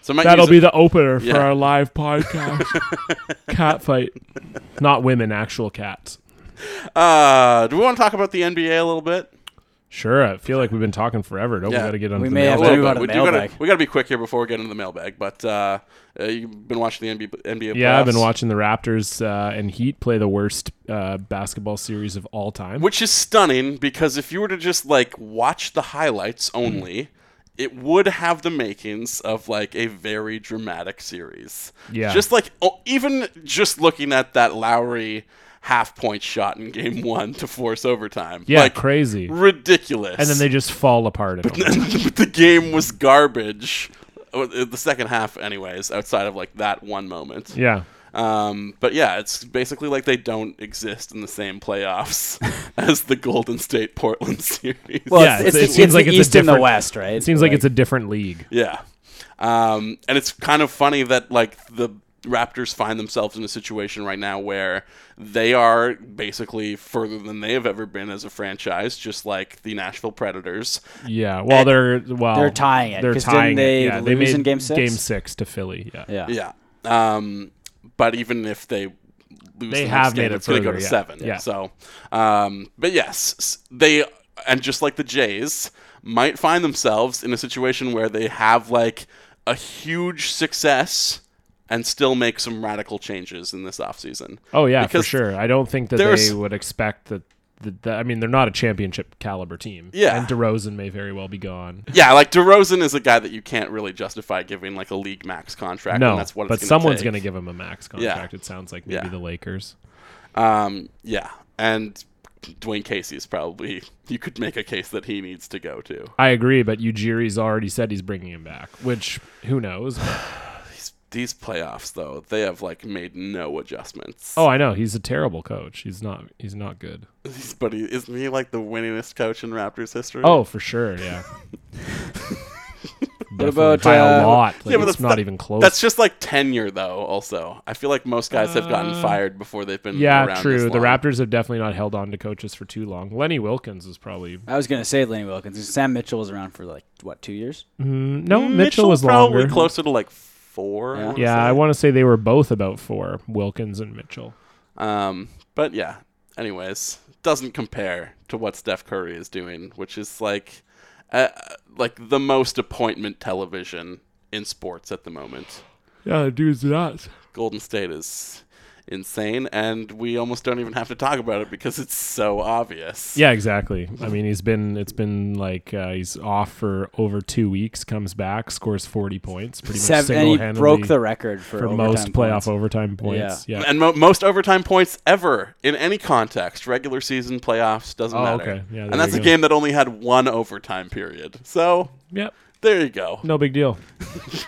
Speaker 3: So I might
Speaker 5: That'll
Speaker 3: use
Speaker 5: be
Speaker 3: it-
Speaker 5: the opener for
Speaker 3: Yeah.
Speaker 5: our live
Speaker 3: [laughs]
Speaker 5: podcast. cat fight, not women, actual cats.
Speaker 3: Uh, do we want to talk about the NBA a little bit?
Speaker 5: Sure, I feel like we've been talking forever. Don't we
Speaker 3: Yeah.
Speaker 5: got to get on?
Speaker 4: We
Speaker 5: the
Speaker 4: may have
Speaker 5: mailbag?
Speaker 4: to move on to
Speaker 3: we
Speaker 4: the
Speaker 3: do gotta-
Speaker 4: mailbag.
Speaker 3: we got to be quick here before we get into the mailbag. But uh, uh, you've been watching the NBA. NBA
Speaker 5: Yeah, I've been
Speaker 3: playoffs,
Speaker 5: watching the Raptors uh, and Heat play the worst uh, basketball series of all time.
Speaker 3: which is stunning because if you were to just like watch the highlights only. It would have the makings of like a very dramatic series.
Speaker 5: Yeah.
Speaker 3: Just like oh, even just looking at that Lowry half point shot in game one to force overtime.
Speaker 5: Yeah,
Speaker 3: Like,
Speaker 5: crazy.
Speaker 3: Ridiculous.
Speaker 5: And then they just fall apart. in overtime.
Speaker 3: [laughs] but the game was garbage. Uh, The second half, anyways, outside of like that one moment.
Speaker 5: Yeah.
Speaker 3: Um, but yeah, it's basically like they don't exist in the same playoffs [laughs] as the Golden State Portland [laughs] series.
Speaker 5: yeah, it seems like it's a different- It seems like, it's a different league.
Speaker 3: Yeah. Um, and it's kind of funny that like the Raptors find themselves in a situation right now where they are basically further than they have ever been as a franchise, just like the Nashville Predators.
Speaker 5: Yeah. Well, they're well,
Speaker 4: They're tying it,
Speaker 5: They're
Speaker 4: 'cause didn't
Speaker 5: tying
Speaker 4: they
Speaker 5: it. Yeah, they
Speaker 4: lose
Speaker 5: made
Speaker 4: in game six?
Speaker 5: Game six to Philly. Yeah.
Speaker 3: Yeah. Um, but even if they lose,
Speaker 5: They
Speaker 3: the
Speaker 5: have
Speaker 3: next game,
Speaker 5: made it
Speaker 3: it's going to go
Speaker 5: further,
Speaker 3: to
Speaker 5: yeah.
Speaker 3: seven.
Speaker 5: Yeah.
Speaker 3: So, um, but yes, s- they and just like the Jays might find themselves in a situation where they have like a huge success and still make some radical changes in this offseason.
Speaker 5: Oh yeah,
Speaker 3: Because
Speaker 5: for sure. I don't think that
Speaker 3: there's-
Speaker 5: they would expect that. The, the, I mean, they're not a championship caliber team.
Speaker 3: Yeah.
Speaker 5: And DeRozan may very well be gone.
Speaker 3: Yeah, like DeRozan is a guy that you can't really justify giving like a league max contract.
Speaker 5: no,
Speaker 3: and that's what
Speaker 5: but
Speaker 3: it's gonna
Speaker 5: someone's
Speaker 3: take.
Speaker 5: going to give him a max contract. It sounds like maybe
Speaker 3: Yeah.
Speaker 5: the Lakers.
Speaker 3: Um, yeah, and Dwayne Casey's probably you could make a case that he needs to go to.
Speaker 5: I agree, but Ujiri's already said he's bringing him back, which who knows?
Speaker 3: These playoffs, though, they have like made no adjustments.
Speaker 5: oh, I know he's a terrible coach. He's not. He's not good.
Speaker 3: He's- but he, isn't he like the winningest coach in Raptors history?
Speaker 5: Oh, for sure. [laughs] Yeah.
Speaker 4: What about
Speaker 5: by a
Speaker 4: uh,
Speaker 5: lot?
Speaker 3: but
Speaker 5: Like, it's
Speaker 3: that's-
Speaker 5: not
Speaker 3: that-
Speaker 5: even close.
Speaker 3: That's just like tenure, though. Also, I feel like most guys have gotten fired before they've been.
Speaker 5: Uh, yeah,
Speaker 3: around
Speaker 5: true.
Speaker 3: this
Speaker 5: The
Speaker 3: long.
Speaker 5: Raptors have definitely not held on to coaches for too long. Lenny Wilkins is probably
Speaker 4: I was gonna say Lenny Wilkins. Sam Mitchell was around for like what two years?
Speaker 5: Mm, no, Mitchell was
Speaker 3: probably
Speaker 5: longer.
Speaker 3: closer to like four. I wanna
Speaker 5: Yeah,
Speaker 3: say.
Speaker 5: I want to say they were both about four, Wilkins and Mitchell.
Speaker 3: Um, but yeah. Anyways, doesn't compare to what Steph Curry is doing, which is like, uh, like the most appointment television in sports at the moment.
Speaker 5: Yeah, the dude's nuts.
Speaker 3: Golden State is insane, and we almost don't even have to talk about it because it's so obvious.
Speaker 5: Yeah, exactly. I mean, he's been it's been like uh, he's off for over two weeks, comes back, scores forty points, pretty much
Speaker 4: Seven- and
Speaker 5: single
Speaker 4: he
Speaker 5: handedly
Speaker 4: broke the record for
Speaker 5: most
Speaker 4: overtime
Speaker 5: playoff
Speaker 4: points.
Speaker 5: overtime points. Yeah,
Speaker 3: And mo- most overtime points ever in any context, regular season, playoffs, doesn't
Speaker 5: Oh,
Speaker 3: matter.
Speaker 5: okay. Yeah, there
Speaker 3: and that's
Speaker 5: you
Speaker 3: a
Speaker 5: go.
Speaker 3: game that only had one overtime period. So,
Speaker 5: Yep.
Speaker 3: there you go. [laughs]
Speaker 5: no big deal.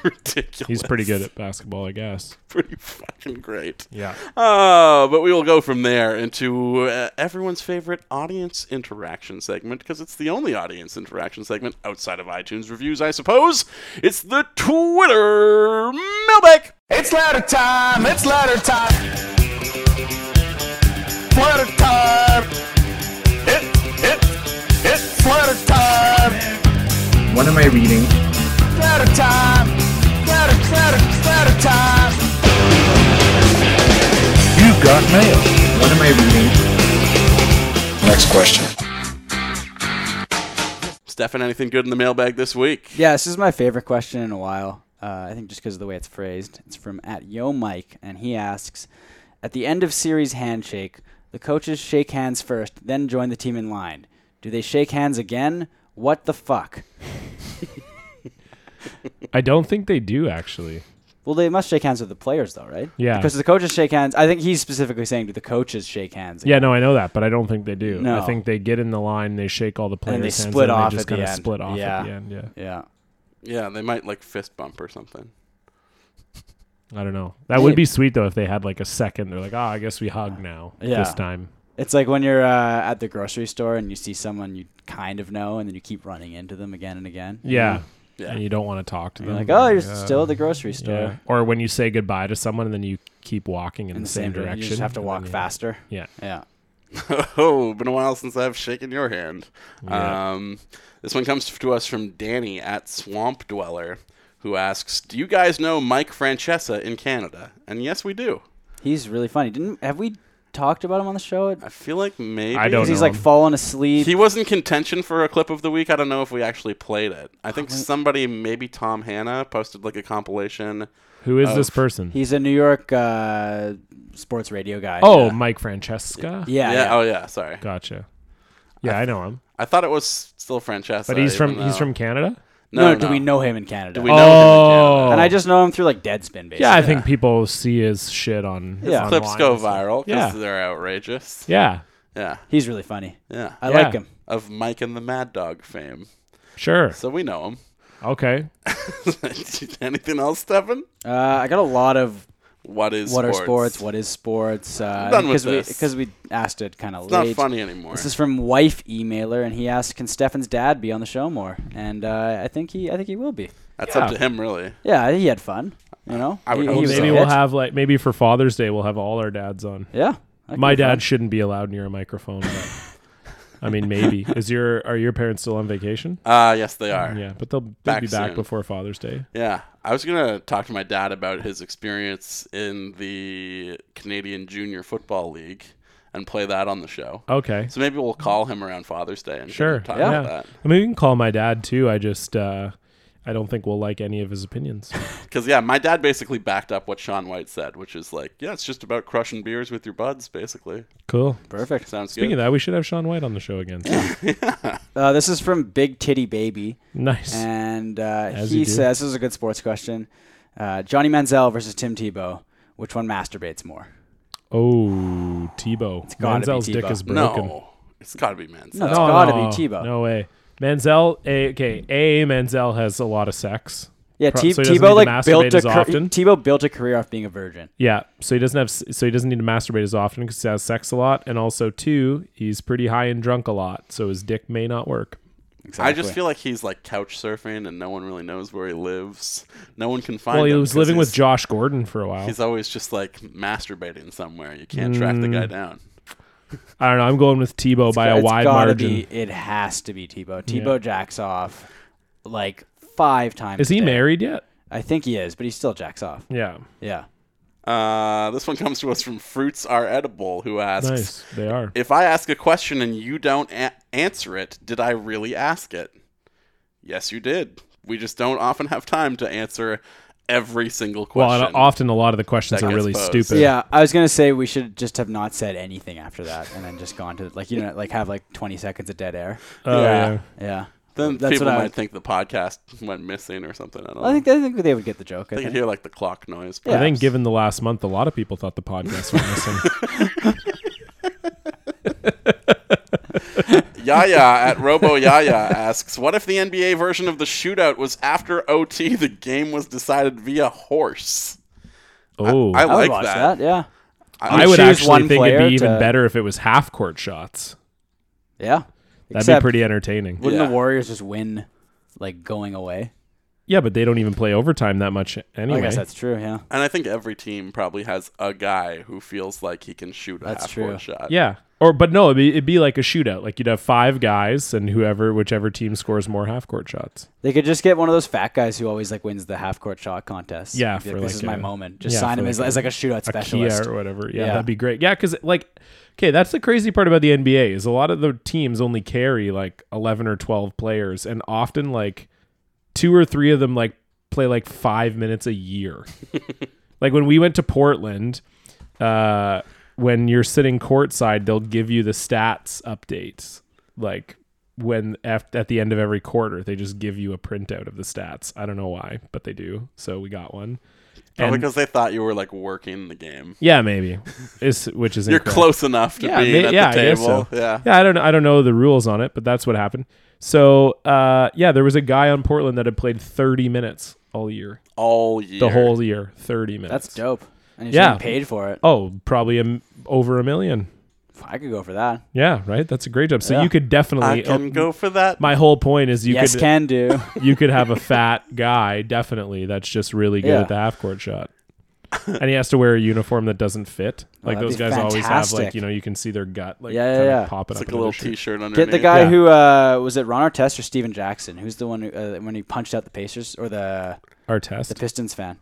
Speaker 3: Ridiculous. [laughs]
Speaker 5: He's pretty good at basketball, I guess.
Speaker 3: pretty fucking great.
Speaker 5: Yeah.
Speaker 3: Uh, but we will go from there into uh, everyone's favorite audience interaction segment because it's the only audience interaction segment outside of iTunes reviews, I suppose. It's the Twitter mailbag.
Speaker 8: It's ladder time. It's ladder time. Flutter time. It it it's flutter time.
Speaker 14: What am I reading?
Speaker 8: Ladder time. Ladder ladder ladder time.
Speaker 13: mail. What am I reading? Next question.
Speaker 3: Stefan, anything good in the mailbag this week?
Speaker 4: Yeah, this is my favorite question in a while. Uh, I think just because of the way it's phrased. It's from at Yo Mike, and he asks, at the end of series handshake, the coaches shake hands first, then join the team in line. Do they shake hands again? What the fuck?
Speaker 5: I don't think they do actually.
Speaker 4: Well, they must shake hands with the players, though, right?
Speaker 5: Yeah.
Speaker 4: Because the coaches shake hands. I think he's specifically saying, do the coaches shake hands?
Speaker 5: Yeah, no, I know that, but I don't think they do.
Speaker 4: No.
Speaker 5: I think they get in the line, they shake all the players,
Speaker 4: And they
Speaker 5: hands,
Speaker 4: split
Speaker 5: and
Speaker 4: off
Speaker 5: They just
Speaker 4: at the
Speaker 5: kinda
Speaker 4: end.
Speaker 5: split off
Speaker 4: Yeah.
Speaker 5: at the end. Yeah,
Speaker 4: Yeah.
Speaker 3: Yeah, they might like fist bump or something.
Speaker 5: I don't know. That would
Speaker 4: Maybe.
Speaker 5: be sweet though if they had like a second. They're like, oh, I guess we hug now
Speaker 4: Yeah.
Speaker 5: this time.
Speaker 4: It's like when you're uh, at the grocery store and you see someone you kind of know, and then you keep running into them again and again.
Speaker 5: Yeah.
Speaker 3: Yeah.
Speaker 5: And you don't want to talk to
Speaker 4: You're
Speaker 5: them.
Speaker 4: like, "Oh, you're
Speaker 5: Yeah.
Speaker 4: still at the grocery store."
Speaker 5: Or when you say goodbye to someone and then you keep walking in, the same,
Speaker 4: dir-
Speaker 5: direction.
Speaker 4: You just have to
Speaker 5: and then
Speaker 4: walk
Speaker 5: you-
Speaker 4: faster.
Speaker 5: Yeah.
Speaker 4: Yeah.
Speaker 3: [laughs] oh, been a while since I've shaken your hand.
Speaker 5: Yeah.
Speaker 3: Um, this one comes to us from Danny at Swamp Dweller, who asks, "Do you guys know Mike Francesa in Canada?" And yes, we do.
Speaker 4: He's really funny. Didn't have we talked about him on the show?
Speaker 3: I feel like maybe
Speaker 5: I don't
Speaker 4: He's
Speaker 5: know
Speaker 4: like
Speaker 5: him.
Speaker 4: fallen asleep.
Speaker 3: He was in contention for a clip of the week. I don't know if we actually played it. I think somebody, maybe Tom Hanna, posted like a compilation.
Speaker 5: Who is this
Speaker 3: of-
Speaker 5: person?
Speaker 4: He's a New York uh, sports radio guy.
Speaker 5: oh, Mike Francesca.
Speaker 4: Yeah.
Speaker 3: yeah. Oh yeah. Sorry.
Speaker 5: Gotcha. Yeah, I, know him.
Speaker 3: I thought it was still Francesa.
Speaker 5: But he's from
Speaker 3: even
Speaker 5: he's
Speaker 3: though-
Speaker 5: from Canada.
Speaker 4: No,
Speaker 3: No,
Speaker 4: no, do
Speaker 3: no.
Speaker 4: we know him in Canada?
Speaker 3: Do we know him in Canada?
Speaker 5: Oh.
Speaker 4: And I just know him through like Deadspin, basically.
Speaker 5: Yeah, I think people see his shit on.
Speaker 4: Yeah.
Speaker 5: online.
Speaker 3: clips go viral
Speaker 5: Yeah.
Speaker 3: because they're outrageous.
Speaker 5: Yeah.
Speaker 3: Yeah.
Speaker 4: He's really funny.
Speaker 3: Yeah.
Speaker 4: I
Speaker 5: Yeah.
Speaker 4: like him.
Speaker 3: Of Mike and the Mad Dog fame.
Speaker 5: Sure.
Speaker 3: So we know him. [laughs]
Speaker 5: Okay.
Speaker 3: Anything else, Stefan?
Speaker 4: Uh, I got a lot of
Speaker 3: What is
Speaker 4: what
Speaker 3: sports?
Speaker 4: are sports? What is sports? Uh,
Speaker 3: done with
Speaker 4: because we
Speaker 3: this.
Speaker 4: because we asked it kind of
Speaker 3: It's
Speaker 4: late.
Speaker 3: not funny anymore.
Speaker 4: This is from wife emailer, and he asked, "Can Stefan's dad be on the show more?" And uh, I think he I think he will be.
Speaker 3: That's
Speaker 5: Yeah.
Speaker 3: up to him, really.
Speaker 4: Yeah, he had fun. You know,
Speaker 3: I would
Speaker 4: He-
Speaker 3: hope
Speaker 4: he was
Speaker 5: maybe
Speaker 4: a
Speaker 5: we'll
Speaker 4: kid.
Speaker 5: have like maybe for Father's Day we'll have all our dads on.
Speaker 4: Yeah, that could
Speaker 5: My
Speaker 4: be
Speaker 5: dad
Speaker 4: fun.
Speaker 5: shouldn't be allowed near a microphone. But I
Speaker 4: [laughs]
Speaker 5: mean, maybe is your are your parents still on vacation?
Speaker 3: Uh, yes, they are.
Speaker 5: Yeah, but they'll, they'll
Speaker 3: Back
Speaker 5: be back
Speaker 3: soon.
Speaker 5: before Father's Day.
Speaker 3: Yeah, I was gonna talk to my dad about his experience in the Canadian Junior Football League and play that on the show.
Speaker 5: Okay.
Speaker 3: So maybe we'll call him around Father's Day and
Speaker 5: Sure.
Speaker 3: talk
Speaker 5: yeah.
Speaker 3: about that.
Speaker 5: I mean, we can call my dad too. I just uh, I don't think we'll like any of his opinions.
Speaker 3: Because yeah, my dad basically backed up what Sean White said, which is like, yeah, it's just about crushing beers with your buds, basically.
Speaker 5: cool.
Speaker 4: perfect.
Speaker 3: Sounds
Speaker 5: Speaking
Speaker 3: good.
Speaker 5: of that, we should have Sean White on the show again.
Speaker 4: Uh, this is from Big Titty Baby.
Speaker 5: Nice.
Speaker 4: And uh,
Speaker 5: As
Speaker 4: he
Speaker 5: you do.
Speaker 4: says, this is a good sports question. Uh, Johnny Manziel versus Tim Tebow. Which one masturbates more?
Speaker 5: oh, Tebow.
Speaker 4: gotta be
Speaker 5: Manziel's dick
Speaker 4: Tebow.
Speaker 5: is broken. Oh,
Speaker 3: no, it's got to be Manziel.
Speaker 4: No, it's gotta be Tebow.
Speaker 5: No way. Manziel, a, okay, a Manziel has a lot of sex.
Speaker 4: Yeah,
Speaker 5: Pro-
Speaker 4: T-
Speaker 5: so he doesn't need
Speaker 4: Tebow
Speaker 5: to
Speaker 4: like built
Speaker 5: masturbate
Speaker 4: a
Speaker 5: as
Speaker 4: car-
Speaker 5: often.
Speaker 4: Tebow built a career off being a virgin.
Speaker 5: Yeah, so he doesn't have, s- so he doesn't need to masturbate as often because he has sex a lot, and also two, he's pretty high and drunk a lot, so his dick may not work.
Speaker 3: I just feel like he's like couch surfing, and no one really knows where he lives. No one can find.
Speaker 5: Well, he
Speaker 3: him
Speaker 5: was
Speaker 3: 'cause
Speaker 5: living with
Speaker 3: he's-
Speaker 5: Josh Gordon for a while.
Speaker 3: He's always just like masturbating somewhere. You can't track the guy
Speaker 5: Mm.
Speaker 3: down.
Speaker 5: I don't know. I'm going with Tebow by
Speaker 4: It's
Speaker 5: a wide
Speaker 4: gotta
Speaker 5: margin.
Speaker 4: Be, it has to be Tebow. Tebow jacks off like five times.
Speaker 5: Is
Speaker 4: a
Speaker 5: he
Speaker 4: day.
Speaker 5: married yet?
Speaker 4: I think he is, but he still jacks off.
Speaker 5: Yeah,
Speaker 4: Yeah.
Speaker 3: Uh, this one comes to us from Fruits Are Edible, who asks,
Speaker 5: nice. They are.
Speaker 3: "If I ask a question and you don't a- answer it, did I really ask it?" Yes, you did. We just don't often have time to answer every single
Speaker 5: Well,
Speaker 3: question.
Speaker 5: and often a lot of the questions
Speaker 3: That
Speaker 5: are
Speaker 3: gets
Speaker 5: really
Speaker 3: posed.
Speaker 5: stupid.
Speaker 4: Yeah, I was gonna say we should just have not said anything after that, and then just gone to like you know like have like twenty seconds of dead air.
Speaker 5: Oh,
Speaker 3: Yeah.
Speaker 5: yeah.
Speaker 4: Yeah.
Speaker 3: then
Speaker 4: That's
Speaker 3: people
Speaker 4: what I
Speaker 3: might
Speaker 4: would-
Speaker 3: think the podcast went missing or something. I don't.
Speaker 4: I think
Speaker 3: know.
Speaker 4: I think they would get the joke. I
Speaker 3: they could
Speaker 4: think.
Speaker 3: hear like the clock noise.
Speaker 5: I think given the last month, a lot of people thought the podcast was
Speaker 4: [laughs]
Speaker 5: missing. [laughs]
Speaker 3: Yaya at Robo Yaya asks, "What if the NBA version of the shootout was after OT? The game was decided via horse."
Speaker 5: Oh,
Speaker 3: I
Speaker 4: I would
Speaker 3: like
Speaker 4: watch
Speaker 3: that.
Speaker 4: that. Yeah.
Speaker 5: I
Speaker 4: You
Speaker 5: would
Speaker 4: choose
Speaker 5: actually
Speaker 4: one
Speaker 5: think it'd
Speaker 4: player
Speaker 5: be even
Speaker 4: to-
Speaker 5: better if it was half court shots.
Speaker 4: Yeah.
Speaker 5: That'd
Speaker 4: Except,
Speaker 5: be pretty entertaining.
Speaker 4: Wouldn't
Speaker 3: Yeah.
Speaker 4: the Warriors just win like going away?
Speaker 5: yeah, but they don't even play overtime that much
Speaker 4: I
Speaker 5: anyway.
Speaker 4: guess that's true. Yeah.
Speaker 3: And I think every team probably has a guy who feels like he can shoot a
Speaker 4: That's
Speaker 3: half-court
Speaker 4: true.
Speaker 3: shot.
Speaker 5: yeah, Or, but no, it'd be, it'd be like a shootout. Like you'd have five guys, and whoever, whichever team scores more half court shots.
Speaker 4: They could just get one of those fat guys who always like wins the half court shot contest.
Speaker 5: Yeah,
Speaker 4: Be
Speaker 5: for
Speaker 4: like,
Speaker 5: like
Speaker 4: this is my
Speaker 5: a-
Speaker 4: moment. Just
Speaker 5: yeah,
Speaker 4: sign
Speaker 5: for
Speaker 4: him as, as like a shootout
Speaker 5: a Kia
Speaker 4: specialist
Speaker 5: or whatever. Yeah, that'd be great. Yeah, because like, okay, that's the crazy part about the NBA is a lot of the teams only carry like eleven or twelve players, and often like two or three of them like play like five minutes a year. like when we went to Portland, uh, when you're sitting courtside, they'll give you the stats updates. Like when af- at the end of every quarter, they just give you a printout of the stats. I don't know why, but they do. So we got one.
Speaker 3: Probably
Speaker 5: And-
Speaker 3: because they thought you were like working the game.
Speaker 5: yeah, maybe. Is which is
Speaker 3: You're
Speaker 5: incorrect.
Speaker 3: close enough to being
Speaker 5: ma-
Speaker 3: at the
Speaker 5: I guess
Speaker 3: table. Yeah.
Speaker 5: yeah. I don't I don't know the rules on it, but that's what happened. So uh, yeah, there was a guy on Portland that had played 30 minutes all year,
Speaker 3: All year.
Speaker 5: the whole year, 30 minutes.
Speaker 4: That's dope. And he's
Speaker 5: yeah,
Speaker 4: getting paid for it.
Speaker 5: Oh, probably a m over a million.
Speaker 4: I could go for that.
Speaker 5: Yeah, right. That's a great job. So
Speaker 4: Yeah.
Speaker 5: you could definitely um,
Speaker 4: I can go
Speaker 3: for that.
Speaker 5: My whole point is you
Speaker 4: Yes,
Speaker 5: could
Speaker 4: can
Speaker 5: [laughs]
Speaker 4: do.
Speaker 5: you could have a fat guy definitely that's just really good
Speaker 4: Yeah.
Speaker 5: at the half court shot. and he has to wear a uniform that doesn't fit.
Speaker 4: Oh,
Speaker 5: Like
Speaker 4: that'd
Speaker 5: those
Speaker 4: be
Speaker 5: guys always have like,
Speaker 4: fantastic.
Speaker 5: you know, you can see their gut like
Speaker 4: Yeah, yeah,
Speaker 5: kind
Speaker 4: yeah.
Speaker 5: of popping
Speaker 3: It's
Speaker 5: up
Speaker 3: like a
Speaker 5: in
Speaker 3: little
Speaker 5: their shirt.
Speaker 3: t-shirt underneath.
Speaker 4: Get the guy who uh, was it Ron Artest or Steven Jackson? Who's the one who, uh, when he punched out the Pacers or the
Speaker 5: Artest?
Speaker 4: the Pistons fan?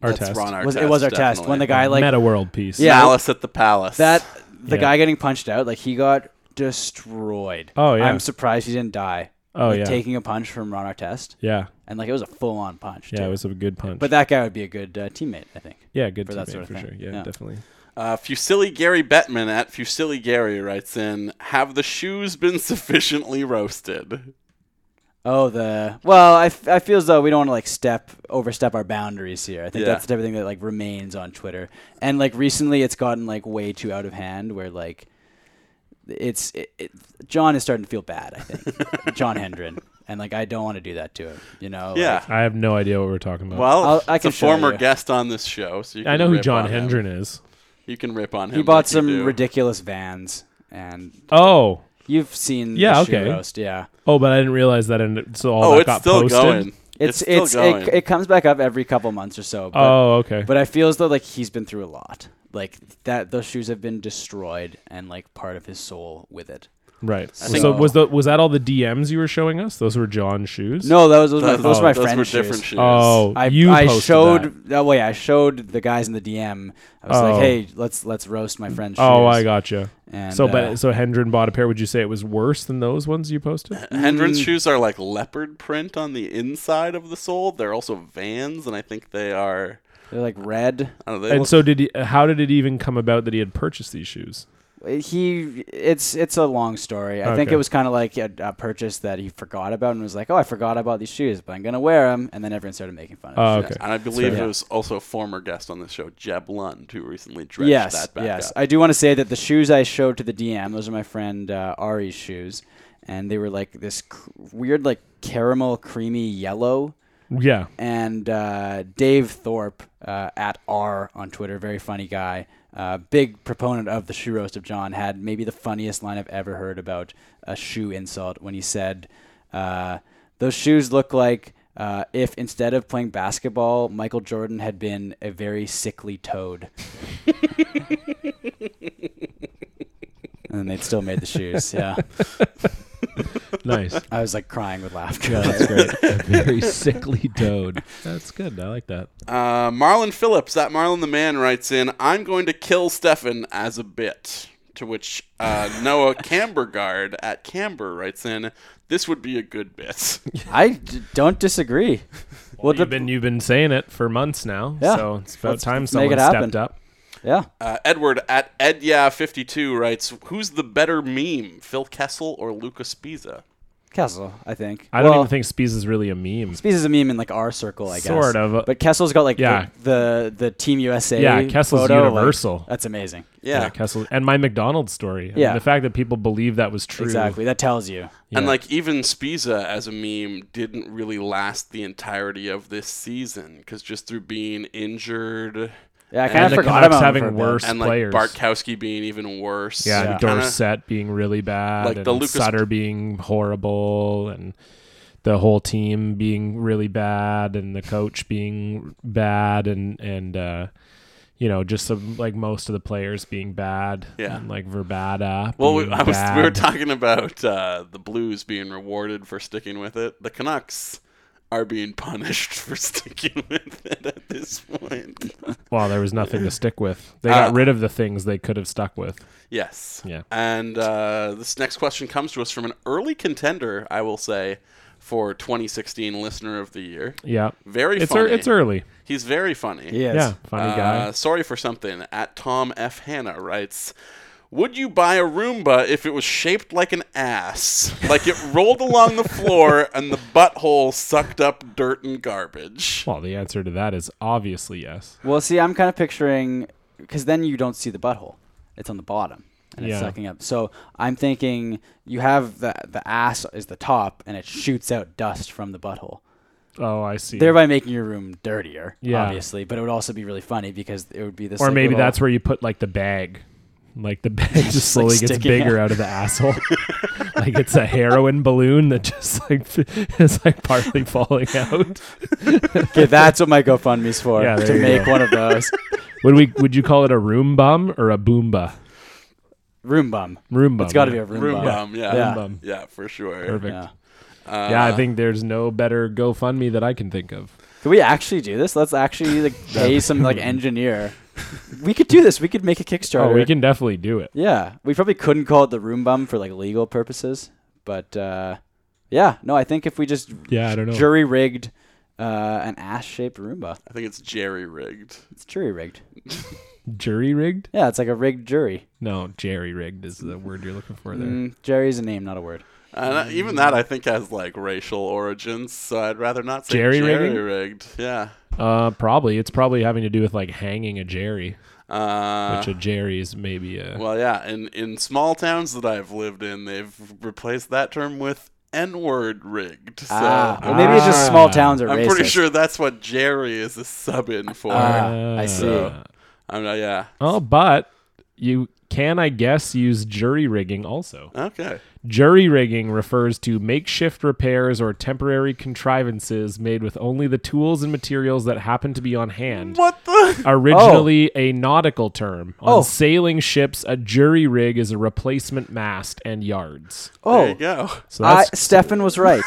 Speaker 5: That's Artest. Ron
Speaker 4: Was, it was
Speaker 5: Artest,
Speaker 4: Artest when the
Speaker 5: definitely.
Speaker 4: guy like
Speaker 5: Meta world piece.
Speaker 3: Malice at the Palace.
Speaker 4: That the
Speaker 5: Yeah.
Speaker 4: guy getting punched out, like he got destroyed.
Speaker 5: Oh, yeah.
Speaker 4: I'm surprised he didn't die.
Speaker 5: Oh,
Speaker 4: like,
Speaker 5: yeah.
Speaker 4: taking a punch from Ron Artest.
Speaker 5: Yeah.
Speaker 4: and like it was a full on punch.
Speaker 5: Yeah,
Speaker 4: too.
Speaker 5: it was a good punch.
Speaker 4: But that guy would be a good uh, teammate, I think.
Speaker 5: Yeah, good teammate, for
Speaker 4: thing.
Speaker 5: sure. Yeah, definitely.
Speaker 3: Uh, Fusilli Gary Bettman at Fusilli Gary writes in: Have the shoes been [laughs] sufficiently roasted?
Speaker 4: Oh, the well, I, f- I feel as though we don't want to like step overstep our boundaries here. I think
Speaker 3: Yeah.
Speaker 4: that's the type of thing that like remains on Twitter. And like recently, it's gotten like way too out of hand, where like it's it, it, John is starting to feel bad. I
Speaker 3: [laughs]
Speaker 4: think John Hendren, and like I don't want to do that to him. You know? like-
Speaker 3: Yeah.
Speaker 5: I have no idea what we're talking about.
Speaker 3: Well,
Speaker 4: Oh, I'll- I
Speaker 3: it's a
Speaker 4: can show
Speaker 3: former
Speaker 4: you.
Speaker 3: guest on this show, so you can
Speaker 5: I know who
Speaker 3: rip on
Speaker 5: John
Speaker 3: him.
Speaker 5: Hendren is.
Speaker 3: You can rip on him.
Speaker 4: he bought
Speaker 3: like you
Speaker 4: some
Speaker 3: do.
Speaker 4: ridiculous vans, and
Speaker 5: Oh.
Speaker 4: you've seen
Speaker 5: Yeah,
Speaker 4: the shoe
Speaker 5: okay.
Speaker 4: roast, yeah.
Speaker 5: Oh, but I didn't realize that and so all
Speaker 3: Oh,
Speaker 5: that
Speaker 3: it's
Speaker 5: got
Speaker 3: still
Speaker 5: posted.
Speaker 3: going. It's
Speaker 4: It's
Speaker 3: still
Speaker 4: it's,
Speaker 3: going.
Speaker 4: it, it comes back up every couple months or so. But,
Speaker 5: Oh, okay.
Speaker 4: But I feel as though like he's been through a lot. Like that those shoes have been destroyed and like part of his soul with it.
Speaker 5: Right.
Speaker 4: I
Speaker 5: so
Speaker 4: think-
Speaker 5: was the, was that all the DMs you were showing us? Those were John's shoes?
Speaker 4: No, those those, were,
Speaker 5: Oh,
Speaker 4: those were my
Speaker 3: those were
Speaker 4: friend's
Speaker 3: different shoes.
Speaker 5: Oh,
Speaker 4: I,
Speaker 5: you
Speaker 4: I
Speaker 5: posted
Speaker 4: showed that. way. I showed the guys in the DM. I was
Speaker 5: Oh.
Speaker 4: like, "Hey, let's let's roast my friend's shoes."
Speaker 5: Oh, I gotcha.
Speaker 4: And,
Speaker 5: so, but
Speaker 4: uh,
Speaker 5: so Hendren bought a pair. Would you say it was worse than those ones you posted?
Speaker 3: Hendren's
Speaker 4: Mm.
Speaker 3: shoes are like leopard print on the inside of the sole. They're also Vans, and I think they are.
Speaker 4: they're like red.
Speaker 3: I don't know, they
Speaker 5: And
Speaker 3: look-
Speaker 5: so, did he, how did it even come about that he had purchased these shoes?
Speaker 4: he it's it's a long story. I think
Speaker 5: Okay.
Speaker 4: it was kind of like a, a purchase that he forgot about and was like, "Oh, I forgot about these shoes, but I'm gonna wear them." And then everyone started making fun of
Speaker 5: Oh,
Speaker 4: him.
Speaker 5: okay.
Speaker 3: And I believe
Speaker 4: So-
Speaker 3: it was also a former guest on the show, Jeb Lund, who recently dredged
Speaker 4: yes,
Speaker 3: that back
Speaker 4: yes.
Speaker 3: up.
Speaker 4: I do want to say that the shoes I showed to the DM, those are my friend uh, Ari's shoes, and they were like this cr- weird, like caramel, creamy yellow.
Speaker 5: Yeah.
Speaker 4: And uh, Dave Thorpe uh, at R on Twitter, very funny guy, uh, big proponent of the shoe roast of John, had maybe the funniest line I've ever heard about a shoe insult when he said, uh, "Those shoes look like." Uh, if instead of playing basketball, Michael Jordan had been a very sickly toad. and they'd still made the shoes. Yeah. [laughs]
Speaker 5: Nice.
Speaker 4: I was like crying with laughter.
Speaker 5: Yeah, that's great. A very sickly toad. That's good. I like that.
Speaker 3: Uh, Marlon Phillips, that Marlon the Man writes in, I'm going to kill Stefan as a bit. To which uh, Noah Cambergard at Camber writes in, this would be a good bit. [laughs]
Speaker 4: I d- don't disagree.
Speaker 5: Well, you've been you've been saying it for months now.
Speaker 4: Yeah.
Speaker 5: So it's about
Speaker 4: Let's-
Speaker 5: time
Speaker 4: let's make
Speaker 5: someone
Speaker 4: it happen.
Speaker 5: stepped up.
Speaker 4: Yeah.
Speaker 3: Uh, Edward at EdYa52 writes, who's the better meme, Phil Kessel or Lucas Pisa?
Speaker 4: Kessel, I think.
Speaker 5: I don't
Speaker 4: Well,
Speaker 5: even think Spies is really a meme.
Speaker 4: Spies is a meme in like our circle, I guess.
Speaker 5: Sort of.
Speaker 4: But Kessel's got like
Speaker 5: Yeah.
Speaker 4: the, the the Team USA.
Speaker 5: Yeah, Kessel's
Speaker 4: photo, like,
Speaker 5: universal.
Speaker 4: that's amazing.
Speaker 5: Kessel and my McDonald's story. I mean,
Speaker 4: Yeah.
Speaker 5: the fact that people believe that was true.
Speaker 4: Exactly. That tells you.
Speaker 3: And like even Spiza as a meme didn't really last the entirety of this season because just through being injured.
Speaker 4: Yeah, I
Speaker 3: and-
Speaker 4: kinda
Speaker 3: and the
Speaker 4: forgot about
Speaker 3: Canucks
Speaker 4: him
Speaker 5: having for a bit. worse
Speaker 3: and like
Speaker 5: players.
Speaker 3: Bartkowski being even worse.
Speaker 5: Yeah,
Speaker 3: and
Speaker 5: and
Speaker 3: kinda-
Speaker 5: Dorset being really bad,
Speaker 3: Like
Speaker 5: and
Speaker 3: the Lucas-
Speaker 5: Sutter being horrible, and the whole team being really bad, and the coach being bad, and and uh, you know, just some, like most of the players being bad.
Speaker 3: Yeah.
Speaker 5: and, like Verbata.
Speaker 3: Well, we,
Speaker 5: being
Speaker 3: I was, we were
Speaker 5: bad.
Speaker 3: talking about uh, the Blues being rewarded for sticking with it. The Canucks are being punished [laughs] for sticking with it at this point.
Speaker 5: Well, there was nothing to stick with. They got
Speaker 3: Uh,
Speaker 5: rid of the things they could have stuck with.
Speaker 3: Yes.
Speaker 5: Yeah.
Speaker 3: And uh, this next question comes to us from an early contender, I will say, for 2016 Listener of the Year.
Speaker 5: Yeah.
Speaker 3: Very
Speaker 5: It's ear-
Speaker 3: funny.
Speaker 5: it's early.
Speaker 3: He's very funny.
Speaker 5: He is. Yeah, funny guy.
Speaker 3: Uh, sorry for something. At Tom F. Hanna writes. Would you buy a Roomba if it was shaped like an ass? Like it rolled along the floor and the butthole sucked up dirt and garbage.
Speaker 5: Well, the answer to that is obviously yes.
Speaker 4: Well, see, I'm kind of picturing because then you don't see the butthole; it's on the bottom and
Speaker 5: Yeah.
Speaker 4: it's sucking up. So I'm thinking you have the the ass is the top, and it shoots out dust from the butthole,
Speaker 5: Oh, I see.
Speaker 4: thereby making your room dirtier.
Speaker 5: Yeah.
Speaker 4: obviously, but it would also be really funny because it would be this.
Speaker 5: or
Speaker 4: like,
Speaker 5: maybe
Speaker 4: little-
Speaker 5: that's where you put like the bag. Like the [laughs] bag just
Speaker 4: Just, like,
Speaker 5: slowly gets
Speaker 4: sticking
Speaker 5: bigger
Speaker 4: out.
Speaker 5: out of the asshole. [laughs] like it's a heroin balloon that just like [laughs] is like partly falling out.
Speaker 4: okay, that's what my GoFundMe's for
Speaker 5: Yeah, there
Speaker 4: to
Speaker 5: you
Speaker 4: make
Speaker 5: go.
Speaker 4: one of those.
Speaker 5: Would we would you call it a room bum or a boomba?
Speaker 4: Room bum.
Speaker 5: Room bum.
Speaker 4: It's got to
Speaker 5: yeah.
Speaker 4: be a room,
Speaker 3: Room
Speaker 4: bum.
Speaker 3: bum, yeah.
Speaker 4: Yeah.
Speaker 3: Room bum. Yeah, for sure.
Speaker 5: Perfect.
Speaker 4: Yeah.
Speaker 3: Uh,
Speaker 5: yeah, I think there's no better GoFundMe that I can think of.
Speaker 4: Can we actually do this? Let's actually like pay some
Speaker 5: [laughs]
Speaker 4: like engineer. We could do this. We could make a Kickstarter.
Speaker 5: Oh, we can definitely do it.
Speaker 4: Yeah, we probably couldn't call it the room bum for like legal purposes, but uh, yeah, no, I think if we just
Speaker 5: Yeah, I don't know.
Speaker 4: jury rigged uh, an ass shaped Roomba,
Speaker 3: I think it's jerry rigged.
Speaker 4: it's jury rigged.
Speaker 5: Jury rigged?
Speaker 4: Yeah, it's like a rigged jury.
Speaker 5: No, jerry rigged is the word you're looking for there.
Speaker 4: Mm, Jerry's a name, not a word.
Speaker 3: And uh, even that, I think, has like racial origins, so I'd rather not say
Speaker 5: Jerry
Speaker 3: jerry
Speaker 5: rigging?
Speaker 3: rigged. Yeah.
Speaker 5: Uh, probably it's probably having to do with like hanging a jerry,
Speaker 4: Ah.
Speaker 3: Uh,
Speaker 5: which a jerry is maybe a
Speaker 3: well, yeah. In in small towns that I've lived in, they've replaced that term with n-word rigged. So
Speaker 4: Ah, well, maybe it's just small towns are
Speaker 3: I'm pretty
Speaker 4: racist.
Speaker 3: sure that's what jerry is a sub in for.
Speaker 4: Ah, I
Speaker 5: uh,
Speaker 3: So,
Speaker 4: see.
Speaker 3: I'm not. Yeah.
Speaker 5: Oh, but you can, I guess, use jury rigging also.
Speaker 3: Okay.
Speaker 5: Jury rigging refers to makeshift repairs or temporary contrivances made with only the tools and materials that happen to be on hand.
Speaker 3: What Oh. the?
Speaker 5: Originally a nautical term. On
Speaker 4: Oh.
Speaker 5: sailing ships, a jury rig is a replacement mast and yards.
Speaker 3: [laughs]
Speaker 4: Oh,
Speaker 3: There you go.
Speaker 5: So
Speaker 4: I,
Speaker 5: that's
Speaker 4: Stefan was
Speaker 5: [laughs]
Speaker 4: right.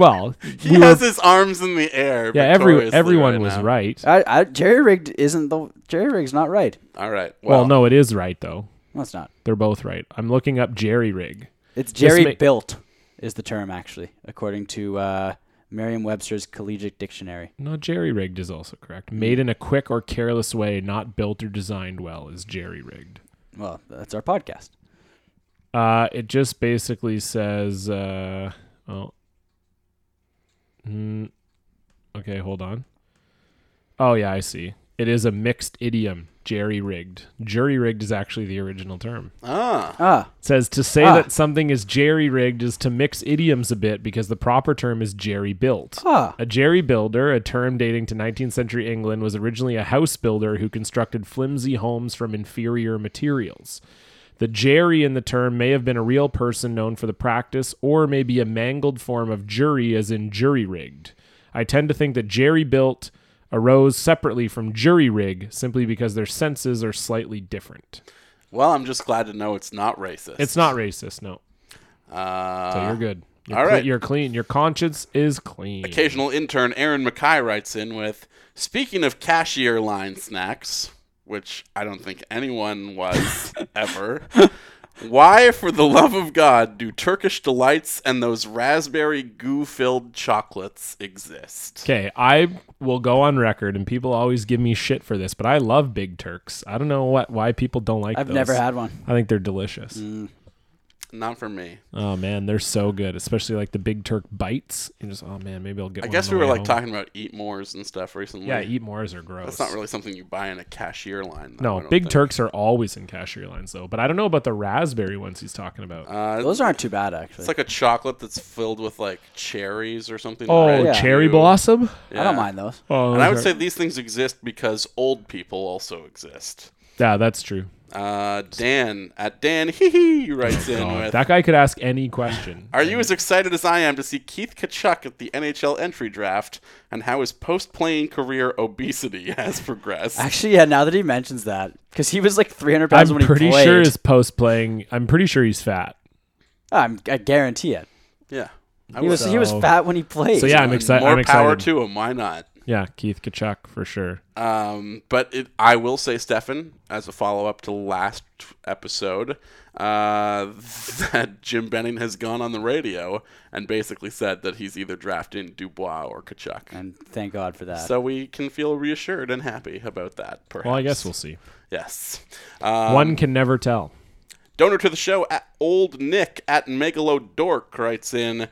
Speaker 5: well.
Speaker 3: [laughs] He
Speaker 5: we
Speaker 3: has
Speaker 5: were-
Speaker 3: his arms in the air.
Speaker 5: yeah, every,
Speaker 3: victoriously
Speaker 5: everyone
Speaker 3: right
Speaker 5: was
Speaker 3: now. Uh,
Speaker 5: right.
Speaker 4: I, I, jerry rigged isn't the jerry rigged's not right.
Speaker 3: All right.
Speaker 5: Well,
Speaker 3: Well,
Speaker 5: no, it is right though.
Speaker 4: No, it's not.
Speaker 5: They're both right. I'm looking up jury rig.
Speaker 4: It's
Speaker 5: This
Speaker 4: jerry
Speaker 5: ma-
Speaker 4: built is the term actually, according to uh, Merriam-Webster's Collegiate Dictionary.
Speaker 5: No, jerry rigged is also correct. Made in a quick or careless way, not built or designed well, is jerry rigged.
Speaker 4: Well, that's our podcast.
Speaker 5: Uh, it just basically says, uh, well, mm, okay, hold on. Oh, yeah, I see. It is a mixed idiom, jerry rigged. Jury rigged is actually the original term.
Speaker 3: Ah.
Speaker 4: Ah,
Speaker 5: It says to say
Speaker 4: Ah.
Speaker 5: that something is jerry rigged is to mix idioms a bit because the proper term is jerry built.
Speaker 4: ah.
Speaker 5: A jerry builder, a term dating to 19th century England, was originally a house builder who constructed flimsy homes from inferior materials. The jerry in the term may have been a real person known for the practice, or may be a mangled form of jury, as in jury rigged. I tend to think that jerry built arose separately from jury rig simply because their senses are slightly different.
Speaker 3: well, I'm just glad to know it's not racist.
Speaker 5: It's not racist, no.
Speaker 3: Uh,
Speaker 5: So you're good. You're
Speaker 3: all
Speaker 5: cle-
Speaker 3: right.
Speaker 5: You're clean. Your conscience is clean.
Speaker 3: Occasional intern Aaron Mackay writes in with Speaking of cashier line snacks, which I don't think anyone
Speaker 5: [laughs]
Speaker 3: was ever, why, for the love of God, do Turkish delights and those raspberry goo filled chocolates exist?
Speaker 5: Okay, I will go on record, and people always give me shit for this, but I love Big Turks. I don't know what why people don't like.
Speaker 4: I've
Speaker 5: those.
Speaker 4: never had one.
Speaker 5: I think they're
Speaker 3: Mm.
Speaker 5: delicious.
Speaker 3: Not for me.
Speaker 5: Oh man, they're so good, especially like the Big Turk bites. And just oh man, maybe I'll get.
Speaker 3: I
Speaker 5: one
Speaker 3: guess
Speaker 5: on
Speaker 3: we were
Speaker 5: the way
Speaker 3: like
Speaker 5: home.
Speaker 3: talking about eat mores and stuff recently.
Speaker 5: Yeah, eat mores are gross.
Speaker 3: That's not really something you buy in a cashier line. Though, I
Speaker 5: No,
Speaker 3: don't
Speaker 5: Big
Speaker 3: think.
Speaker 5: Turks are always in cashier lines though, but I don't know about the raspberry ones he's talking about.
Speaker 3: Uh,
Speaker 4: Those aren't too bad actually.
Speaker 3: it's like a chocolate that's filled with like cherries or something.
Speaker 5: oh,
Speaker 3: right?
Speaker 4: yeah.
Speaker 5: cherry
Speaker 3: Goo.
Speaker 5: blossom.
Speaker 4: I don't
Speaker 3: Yeah.
Speaker 4: mind those.
Speaker 5: Oh,
Speaker 3: And I would say
Speaker 5: okay.
Speaker 3: these things exist because old people also exist.
Speaker 5: yeah, that's true.
Speaker 3: Uh, Dan at Dan hee hee writes in with
Speaker 5: Oh, That guy could ask any question.
Speaker 3: Are you as excited as I am to see Keith Kachuk at the NHL entry draft and how his post playing career obesity [laughs] has progressed?
Speaker 4: Actually, yeah. Now that he mentions that, because he was like 300 pounds
Speaker 5: I'm
Speaker 4: when he
Speaker 5: pretty
Speaker 4: played.
Speaker 5: sure his post playing. I'm pretty sure he's fat.
Speaker 4: I'm, I guarantee it.
Speaker 3: yeah. uh,
Speaker 4: He was- he was fat when he played.
Speaker 5: So yeah, I'm exci-
Speaker 3: More
Speaker 5: I'm
Speaker 3: power
Speaker 5: excited.
Speaker 3: to him. Why not?
Speaker 5: Yeah, Keith Kachuk for sure.
Speaker 3: Um, but it, I will say, Stefan, as a follow up to last episode, uh, [laughs] that Jim Benning has gone on the radio and basically said that he's either drafting Dubois or Kachuk.
Speaker 4: And thank God for that.
Speaker 3: So we can feel reassured and happy about that, perhaps.
Speaker 5: Well, I guess we'll see.
Speaker 3: Yes. Um,
Speaker 5: One can never tell.
Speaker 3: Donor to the show, at old Nick at Megalodork writes in,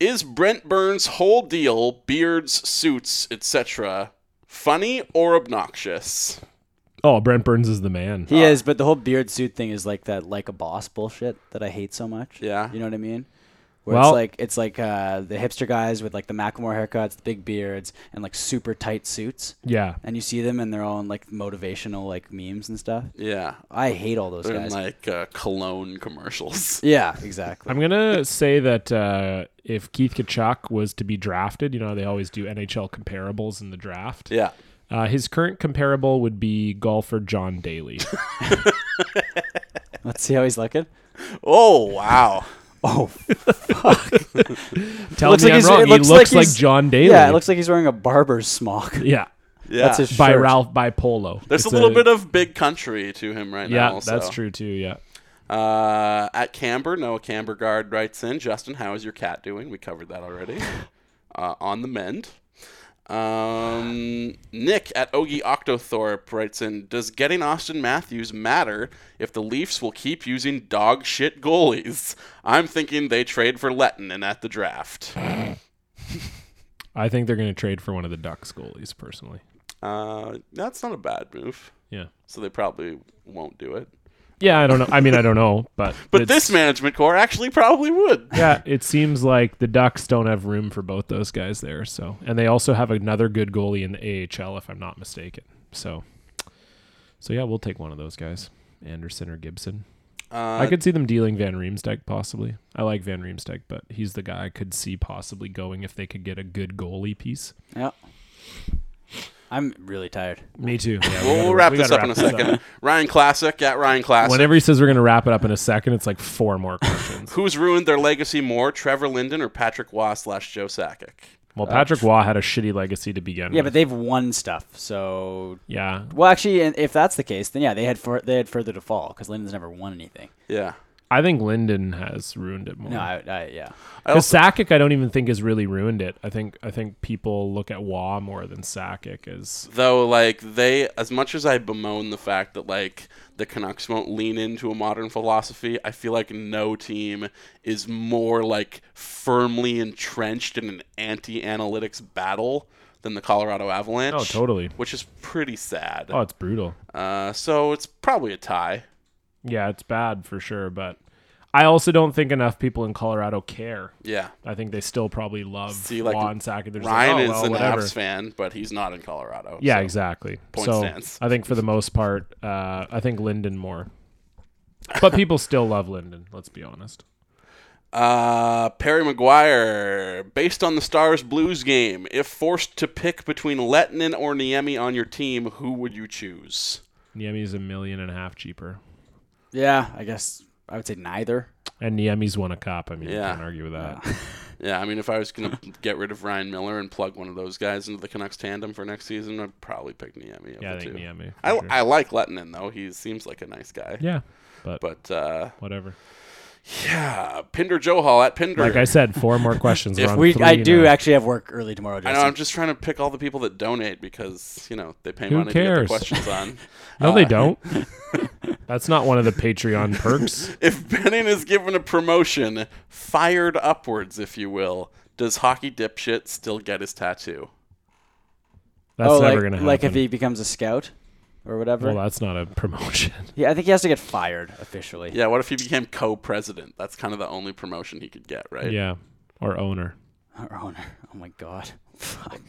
Speaker 3: "Is Brent Burns' whole deal, beards, suits, etc., funny or obnoxious?"
Speaker 5: Oh, Brent Burns is the man.
Speaker 3: uh,
Speaker 4: He is, but the whole beard suit thing is like that, like a boss bullshit that I hate so much.
Speaker 3: Yeah,
Speaker 4: you know what I mean. Where
Speaker 5: Well-
Speaker 4: it's like it's like uh, the hipster guys with like the Macklemore haircuts, the big beards, and like super tight suits.
Speaker 5: Yeah.
Speaker 4: and you see them, and they're all in like motivational like memes and stuff.
Speaker 3: Yeah,
Speaker 4: I hate all those
Speaker 3: They're in,
Speaker 4: guys.
Speaker 3: like uh, cologne commercials. [laughs]
Speaker 4: yeah, exactly. [laughs]
Speaker 5: I'm gonna say that uh, if Keith Kachuk was to be drafted, you know how they always do NHL comparables in the draft.
Speaker 3: Yeah.
Speaker 5: Uh, his current comparable would be golfer John Daly.
Speaker 4: Let's see how he's looking.
Speaker 3: Oh wow.
Speaker 4: [laughs] Oh fuck.
Speaker 5: Tell
Speaker 4: Looks
Speaker 5: me I'm
Speaker 4: he's-
Speaker 5: wrong.
Speaker 4: it
Speaker 5: He looks like
Speaker 4: he's-
Speaker 5: John Daly.
Speaker 4: Yeah, it looks like he's wearing a barber's smock.
Speaker 5: yeah.
Speaker 3: Yeah.
Speaker 4: [laughs] That's his
Speaker 5: by
Speaker 4: shirt.
Speaker 5: Ralph by Polo.
Speaker 3: There's
Speaker 5: It's
Speaker 3: a little bit of big country to him right
Speaker 5: Yeah,
Speaker 3: now. also.
Speaker 5: that's true too. Yeah.
Speaker 3: Uh, at Camber, Noah Cambergard writes in, Justin, how is your cat doing? We covered that already. Uh, on the mend. Um, Nick at Ogie Octothorpe writes in, does getting Austin Matthews matter if the Leafs will keep using dog shit goalies? I'm thinking they trade for Letton and at the draft.
Speaker 5: I think they're gonna trade for one of the Ducks goalies personally.
Speaker 3: Uh, that's not a bad move.
Speaker 5: Yeah.
Speaker 3: So they probably won't do it.
Speaker 5: Yeah, I don't know. I mean, I don't know, but
Speaker 3: But
Speaker 5: it's-
Speaker 3: this management core actually probably would.
Speaker 5: yeah, it seems like the Ducks don't have room for both those guys there. So, and they also have another good goalie in the AHL, if I'm not mistaken. So, so yeah, we'll take one of those guys, Anderson or Gibson.
Speaker 3: Uh,
Speaker 5: I could see them dealing Van Riemsdyk possibly. I like Van Riemsdyk, but he's the guy I could see possibly going if they could get a good goalie piece.
Speaker 4: Yeah. I'm really tired.
Speaker 5: Me too. Yeah,
Speaker 3: We'll, we'll
Speaker 5: gotta-
Speaker 3: wrap
Speaker 5: we
Speaker 3: this
Speaker 5: gotta
Speaker 3: up in a
Speaker 5: wrap this
Speaker 3: second. Ryan Classic at Ryan Classic.
Speaker 5: Whenever he says we're gonna wrap it up in a second, it's like
Speaker 3: [laughs]
Speaker 5: four more questions.
Speaker 3: Who's ruined their legacy more, Trevor Linden or Patrick Waugh slash Joe Sakic?
Speaker 5: Well,
Speaker 4: Uh,
Speaker 5: Patrick Waugh had a shitty legacy to begin
Speaker 4: Yeah,
Speaker 5: with.
Speaker 4: but they've won stuff, so
Speaker 5: Yeah.
Speaker 4: Well, actually, and if that's the case, then yeah, they had for, they had further to fall because Linden's never won anything.
Speaker 3: Yeah.
Speaker 5: I think Linden has ruined it more.
Speaker 4: No, I, I yeah.
Speaker 5: Because Sakic, I don't even think has really ruined it. I think I think people look at Waugh more than Sakic as
Speaker 3: Though, like, they, as much as I bemoan the fact that, like, the Canucks won't lean into a modern philosophy, I feel like no team is more, like, firmly entrenched in an anti analytics battle than the Colorado Avalanche.
Speaker 5: Oh, totally.
Speaker 3: Which is pretty sad.
Speaker 5: oh, it's brutal.
Speaker 3: Uh, so it's probably a tie.
Speaker 5: Yeah, it's bad for sure. But I also don't think enough people in Colorado care.
Speaker 3: Yeah.
Speaker 5: I think they still probably love
Speaker 3: See, like,
Speaker 5: Waugh and Sakic. They're just
Speaker 3: Ryan
Speaker 5: like, oh,
Speaker 3: is
Speaker 5: well,
Speaker 3: an
Speaker 5: whatever.
Speaker 3: Avs fan, but he's not in Colorado.
Speaker 5: Yeah,
Speaker 3: so
Speaker 5: exactly.
Speaker 3: Point
Speaker 5: so
Speaker 3: stance.
Speaker 5: I think for the most part, uh, I think Linden more. But people still love Linden. Let's be honest.
Speaker 3: Uh, Perry Maguire, based on the Stars Blues game, if forced to pick between Lettinen or Niemi on your team, who would you choose?
Speaker 5: Niemi's a million and a half cheaper,
Speaker 4: Yeah, I guess I would say neither.
Speaker 5: and Niemi's won a cup. I mean, you
Speaker 3: Yeah.
Speaker 5: can't argue with that.
Speaker 3: Yeah, [laughs] I mean, if I was
Speaker 5: [laughs]
Speaker 3: going to get rid of Ryan Miller and plug one of those guys into the Canucks tandem for next season, I'd probably pick Niemi. of
Speaker 5: Yeah, I
Speaker 3: the
Speaker 5: think
Speaker 3: two.
Speaker 5: Niemi, for
Speaker 3: I,
Speaker 5: sure.
Speaker 3: I like Lettinen, though. He seems like a nice guy.
Speaker 5: Yeah, but-
Speaker 3: But, uh,
Speaker 5: Whatever.
Speaker 3: yeah, [sighs] Pinder Johal at Pinder.
Speaker 5: Like I said, four more questions.
Speaker 3: If
Speaker 5: We're on
Speaker 4: We
Speaker 5: three
Speaker 4: I do
Speaker 5: now.
Speaker 4: actually have work early tomorrow.
Speaker 3: I
Speaker 4: Jason.
Speaker 3: know. I'm just trying to pick all the people that donate because you know they pay
Speaker 5: Who
Speaker 3: money to get their
Speaker 5: cares?
Speaker 3: questions
Speaker 5: [laughs]
Speaker 3: on.
Speaker 5: No,
Speaker 3: Uh,
Speaker 4: Oh. [laughs]
Speaker 5: they don't. That's not one of the Patreon perks.
Speaker 3: If [laughs] Benning is given a promotion, fired upwards, if you will, does hockey dipshit still get his tattoo?
Speaker 5: That's
Speaker 4: oh,
Speaker 5: never
Speaker 4: like,
Speaker 5: gonna happen.
Speaker 4: Like if he becomes a scout or whatever.
Speaker 5: well, that's not
Speaker 4: [laughs]
Speaker 5: a promotion.
Speaker 4: yeah, I think he has to get fired officially.
Speaker 3: Yeah. What if he became co-president? That's kind of the only promotion he could get, right?
Speaker 5: Yeah, or owner.
Speaker 4: [laughs] Our owner. Oh my god. Fuck.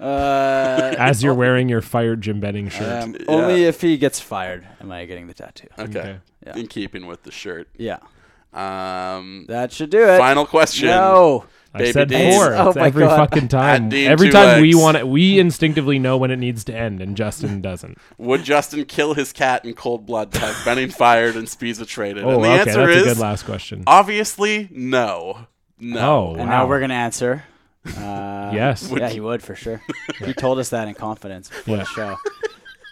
Speaker 4: Uh,
Speaker 5: As you're wearing your fired Jim Benning
Speaker 3: [laughs]
Speaker 5: shirt.
Speaker 4: um, Only if he gets fired am I getting the tattoo.
Speaker 3: Okay. In keeping with the shirt.
Speaker 4: Yeah.
Speaker 3: Um,
Speaker 4: that should do it.
Speaker 3: Final question.
Speaker 4: No. I
Speaker 3: Baby
Speaker 5: said
Speaker 3: Dean.
Speaker 5: four.
Speaker 4: [laughs] Oh
Speaker 5: It's
Speaker 4: my
Speaker 5: every
Speaker 4: God.
Speaker 5: fucking time.
Speaker 3: At Dean
Speaker 5: Every
Speaker 3: Two
Speaker 5: time we
Speaker 3: Legs.
Speaker 5: want it, we instinctively know when it needs to end, and
Speaker 4: [laughs]
Speaker 5: Justin doesn't.
Speaker 3: Would Justin kill his cat in cold blood to have Benning [laughs] fired and Spiza traded?
Speaker 5: Oh,
Speaker 3: and the
Speaker 5: okay,
Speaker 3: answer
Speaker 5: that's a
Speaker 3: is
Speaker 5: good last question.
Speaker 3: Obviously, no. No.
Speaker 5: Oh,
Speaker 4: And
Speaker 5: wow.
Speaker 4: now we're gonna
Speaker 5: [laughs]
Speaker 4: answer. Uh,
Speaker 5: Yes.
Speaker 4: Yeah, he would for
Speaker 5: [laughs]
Speaker 4: sure. he told us that in confidence before
Speaker 5: Yeah.
Speaker 4: the show.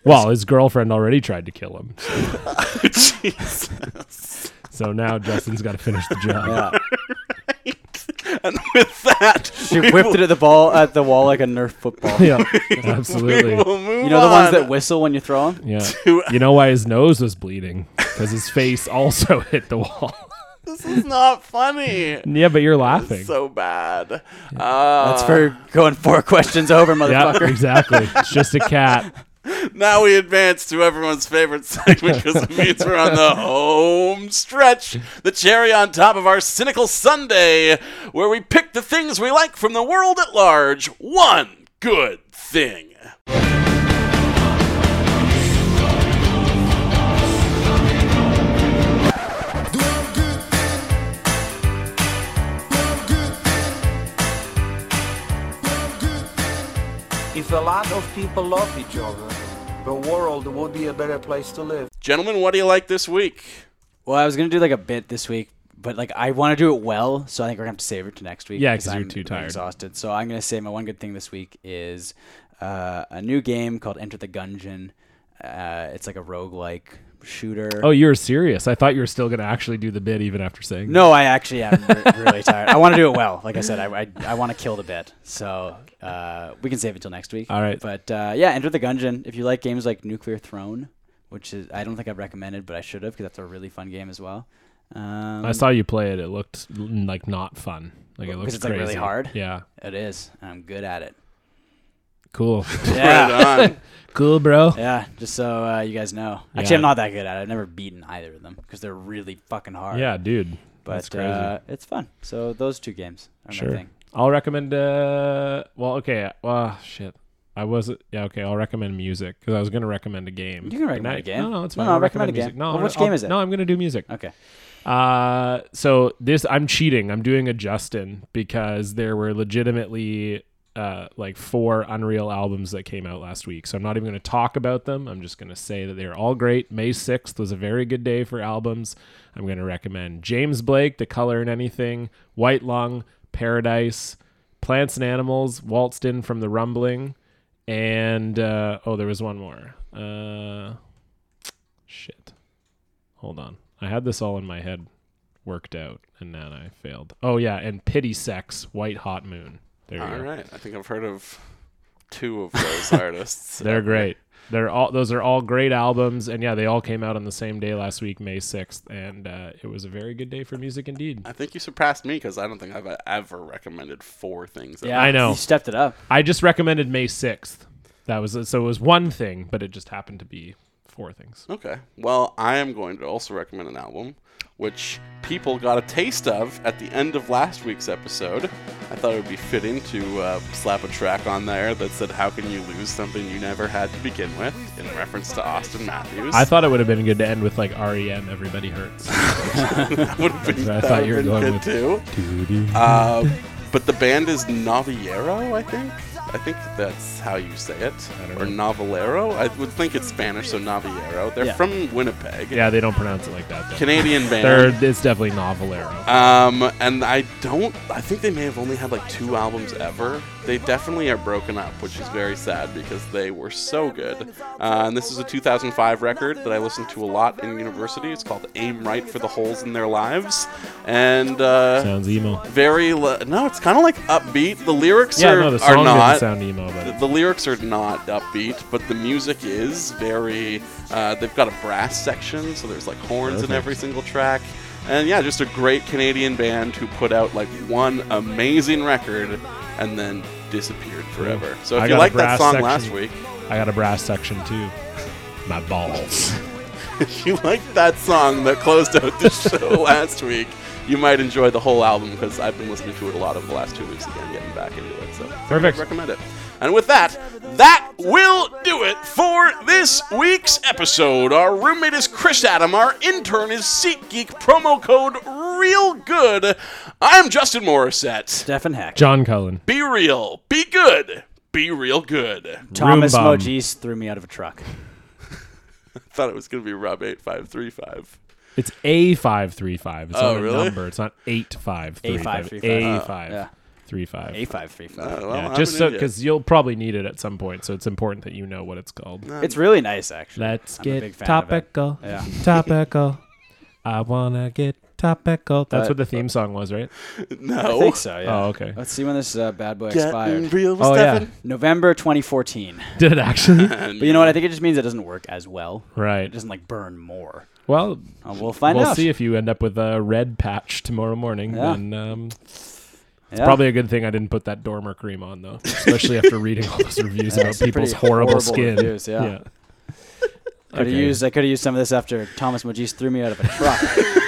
Speaker 5: Well, his girlfriend already tried to kill him. so- So now Justin's got to finish the job.
Speaker 3: [laughs] and with that,
Speaker 4: She
Speaker 3: we
Speaker 4: whipped
Speaker 3: will-
Speaker 4: it at the ball at the wall like a Nerf football.
Speaker 5: [laughs] Yeah,
Speaker 4: [laughs]
Speaker 5: absolutely.
Speaker 3: We will move
Speaker 4: you know the ones
Speaker 3: on.
Speaker 4: that whistle when you throw them. [laughs]
Speaker 5: Yeah. You know why his nose was bleeding? Because his face also [laughs] hit the wall.
Speaker 3: [laughs] This is not funny.
Speaker 5: yeah, but you're laughing.
Speaker 3: So bad.
Speaker 4: That's
Speaker 3: Uh,
Speaker 4: for going four questions over, motherfucker.
Speaker 5: exactly. It's just a cat.
Speaker 3: Now we advance to everyone's favorite segment because it means we're on
Speaker 5: [laughs]
Speaker 3: the home stretch, the cherry on top of our cynical Sunday, where we pick the things we like from the world at large. One good thing.
Speaker 14: If a lot of people love each other, the world would be a better place to live.
Speaker 3: Gentlemen, what do you like this week?
Speaker 4: [laughs] Well, I was gonna do like a bit this week, but like I want to do it well, so I think we're gonna have to save it to next week.
Speaker 5: Yeah, 'cause you're
Speaker 4: I'm
Speaker 5: too tired.
Speaker 4: exhausted. So I'm gonna say my one good thing this week is uh, a new game called Enter the Gungeon. Uh, it's like a roguelike shooter.
Speaker 5: Oh, you were serious. I thought you were still going to actually do the bit even after saying
Speaker 4: No, I actually am re- really tired. I want to do it well. Like I said, I, I, I want to kill the bit. So uh, we can save it till next week.
Speaker 5: All right.
Speaker 4: But uh, yeah, Enter the Gungeon. If you like games like Nuclear Throne, which is I don't think I've recommended, but I should have because that's a really fun game as well. Um,
Speaker 5: that. I saw you play it. It looked l- like not fun. Like it looks
Speaker 4: because it's like really
Speaker 5: crazy.
Speaker 4: hard.
Speaker 5: Yeah.
Speaker 4: it is. and I'm good
Speaker 3: [laughs]
Speaker 4: at it.
Speaker 5: Cool.
Speaker 4: Yeah.
Speaker 3: Right on.
Speaker 5: [laughs] cool, bro.
Speaker 4: Yeah, just so uh, you guys know. Actually,
Speaker 5: Yeah.
Speaker 4: I'm not that good at it. I've never beaten either of them because they're really fucking hard.
Speaker 5: Yeah, dude.
Speaker 4: But
Speaker 5: That's crazy.
Speaker 4: Uh, it's fun. So those two games are my
Speaker 5: Sure.
Speaker 4: thing.
Speaker 5: I'll recommend. Uh, well, okay. Well, shit. I wasn't. Yeah, okay. I'll recommend music because I was going to recommend a game.
Speaker 4: You can
Speaker 5: But
Speaker 4: recommend
Speaker 5: now-
Speaker 4: a game.
Speaker 5: No, no, it's
Speaker 4: No,
Speaker 5: fine.
Speaker 4: no,
Speaker 5: I'll
Speaker 4: recommend
Speaker 5: recommend
Speaker 4: a game.
Speaker 5: music. No,
Speaker 4: Well,
Speaker 5: I'm
Speaker 4: which
Speaker 5: gonna-
Speaker 4: game
Speaker 5: I'll-
Speaker 4: is it?
Speaker 5: No, I'm going to do music.
Speaker 4: Okay.
Speaker 5: Uh, so this I'm cheating. I'm doing a Justin because there were legitimately uh like four Unreal albums that came out last week. So I'm not even going to talk about them. I'm just going to say that they're all great. May 6th was a very good day for albums. I'm going to recommend James Blake, The Color in Anything, White Lung, Paradise, Plants and Animals, Waltzed In from the Rumbling, and uh oh, there was one more. Uh shit. Hold on. I had this all in my head worked out and then I failed. Oh yeah, and Pity Sex, White Hot Moon. There you
Speaker 3: All
Speaker 5: go.
Speaker 3: right. I think I've heard of two of
Speaker 5: [laughs]
Speaker 3: those artists.
Speaker 5: They're great. They're all those are all great albums and yeah, they all came out on the same day last week, May 6th, and uh, it was a very good day for music indeed.
Speaker 3: I think you surpassed me because I don't think I've uh, ever recommended four things.
Speaker 4: Yeah,
Speaker 5: I know.
Speaker 4: You stepped it up.
Speaker 5: I just recommended May 6th. That was so it was one thing, but it just happened to be four things.
Speaker 3: Okay. Well, I am going to also recommend an album which people got a taste of at the end of last week's episode. I thought it would be fitting to uh, slap a track on there that said, How can you lose something you never had to begin with? in reference to Austin Matthews.
Speaker 5: I thought it would have been good to end with like REM Everybody
Speaker 3: [laughs]
Speaker 5: Hurts.
Speaker 3: that would have been,
Speaker 5: [laughs] That's
Speaker 3: that
Speaker 5: what
Speaker 3: would have been good too. Uh, but the band is Naviero, I think. I think that's how you say it, or Novelero. I would think it's Spanish, so Naviero. They're
Speaker 5: Yeah.
Speaker 3: from Winnipeg.
Speaker 5: Yeah, they don't pronounce it like that. though.
Speaker 3: Canadian band.
Speaker 5: They're, it's definitely novelero.
Speaker 3: Um, and I don't. I think they may have only had like two albums ever. They definitely are broken up, which is very sad because they were so good. Uh, and this is a 2005 record that I listened to a lot in university. It's called "Aim Right for the Holes in Their Lives," and uh,
Speaker 5: Sounds emo.
Speaker 3: Very le- no, it's kind of like upbeat. The lyrics
Speaker 5: Yeah,
Speaker 3: are,
Speaker 5: no, the
Speaker 3: are
Speaker 5: song doesn't
Speaker 3: not
Speaker 5: sound emo, but-
Speaker 3: the, the lyrics are not upbeat, but the music is very. Uh, they've got a brass section, so there's like horns in
Speaker 5: Perfect.
Speaker 3: every single track. And yeah, just a great Canadian band who put out like one amazing record and then disappeared forever. So if
Speaker 5: Hmm. I
Speaker 3: you
Speaker 5: got a
Speaker 3: liked that
Speaker 5: brass
Speaker 3: song
Speaker 5: section-
Speaker 3: last week,
Speaker 5: I got a brass section too.
Speaker 3: [laughs]
Speaker 5: My balls. [laughs]
Speaker 3: if you liked that song that closed out the show last week, you might enjoy the whole album because I've been listening to it a lot over the last two weeks again, getting back into it. So
Speaker 5: Perfect.
Speaker 3: recommend it. And with that, that will do it for this week's episode. Our roommate is Chris Adam. Our intern is SeatGeek. Promo code Real Good. I'm Justin Morissette. Stefan Heck.
Speaker 5: John Cullen.
Speaker 3: Be real. Be good. Be real good.
Speaker 4: Thomas
Speaker 5: Room bomb.
Speaker 4: Mojis threw me out of a truck.
Speaker 3: I thought it was gonna be Rob eight five three five.
Speaker 5: It's A five three five. It's
Speaker 3: Oh,
Speaker 5: not
Speaker 3: really? Oh,
Speaker 5: a number. It's not eight five three five.
Speaker 4: A535.
Speaker 5: A five three five.
Speaker 4: A five three
Speaker 3: Uh,
Speaker 4: five.
Speaker 5: Uh, Yeah, just so [laughs] because you'll probably need it at some point, so it's important that you know what it's called.
Speaker 4: It's really nice, actually.
Speaker 5: Let's
Speaker 4: I'm a big fan
Speaker 5: get
Speaker 4: of it.
Speaker 5: topical.
Speaker 4: Yeah.
Speaker 5: [laughs] Topical. I wanna get topical. That's
Speaker 4: But-
Speaker 5: what the theme song was, right?
Speaker 4: I think so. Yeah.
Speaker 5: Oh, okay.
Speaker 4: Let's see when this uh, bad boy
Speaker 5: Getting
Speaker 4: expired.
Speaker 5: real with Oh, yeah. Stefan?
Speaker 4: November 2014.
Speaker 5: [laughs] Did it
Speaker 4: [laughs]
Speaker 5: actually?
Speaker 4: but you know what? I think it just means it doesn't work as well.
Speaker 5: Right.
Speaker 4: It doesn't like burn more.
Speaker 5: Well,
Speaker 4: Uh, we'll find
Speaker 5: we'll
Speaker 4: out.
Speaker 5: see if you end up with a red patch tomorrow morning.
Speaker 4: Yeah.
Speaker 5: Then um, it's
Speaker 4: Yeah.
Speaker 5: probably a good thing I didn't put that Dormer cream on though, especially after reading all those
Speaker 4: [laughs]
Speaker 5: reviews
Speaker 4: Yeah,
Speaker 5: about
Speaker 4: it's pretty
Speaker 5: people's horrible, skin.
Speaker 4: reviews, yeah. Could have
Speaker 5: Okay.
Speaker 4: used. I could have used some of this after Thomas Mojis threw me out of a truck. [laughs]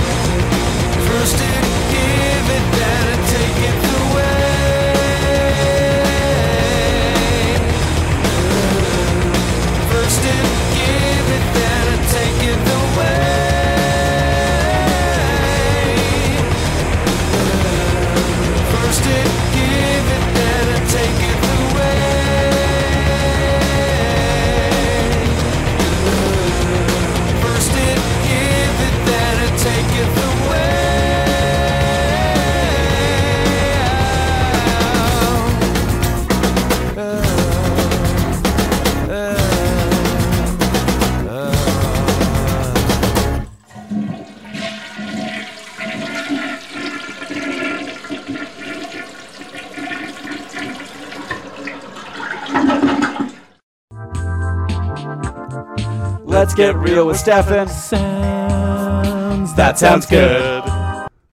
Speaker 10: First it give it, then it take it away. First it give it, then it take it away. First it give it, then it take it away. First it give it, then it take it
Speaker 4: Let's get real with Stefan.
Speaker 5: Sounds
Speaker 4: That sounds good.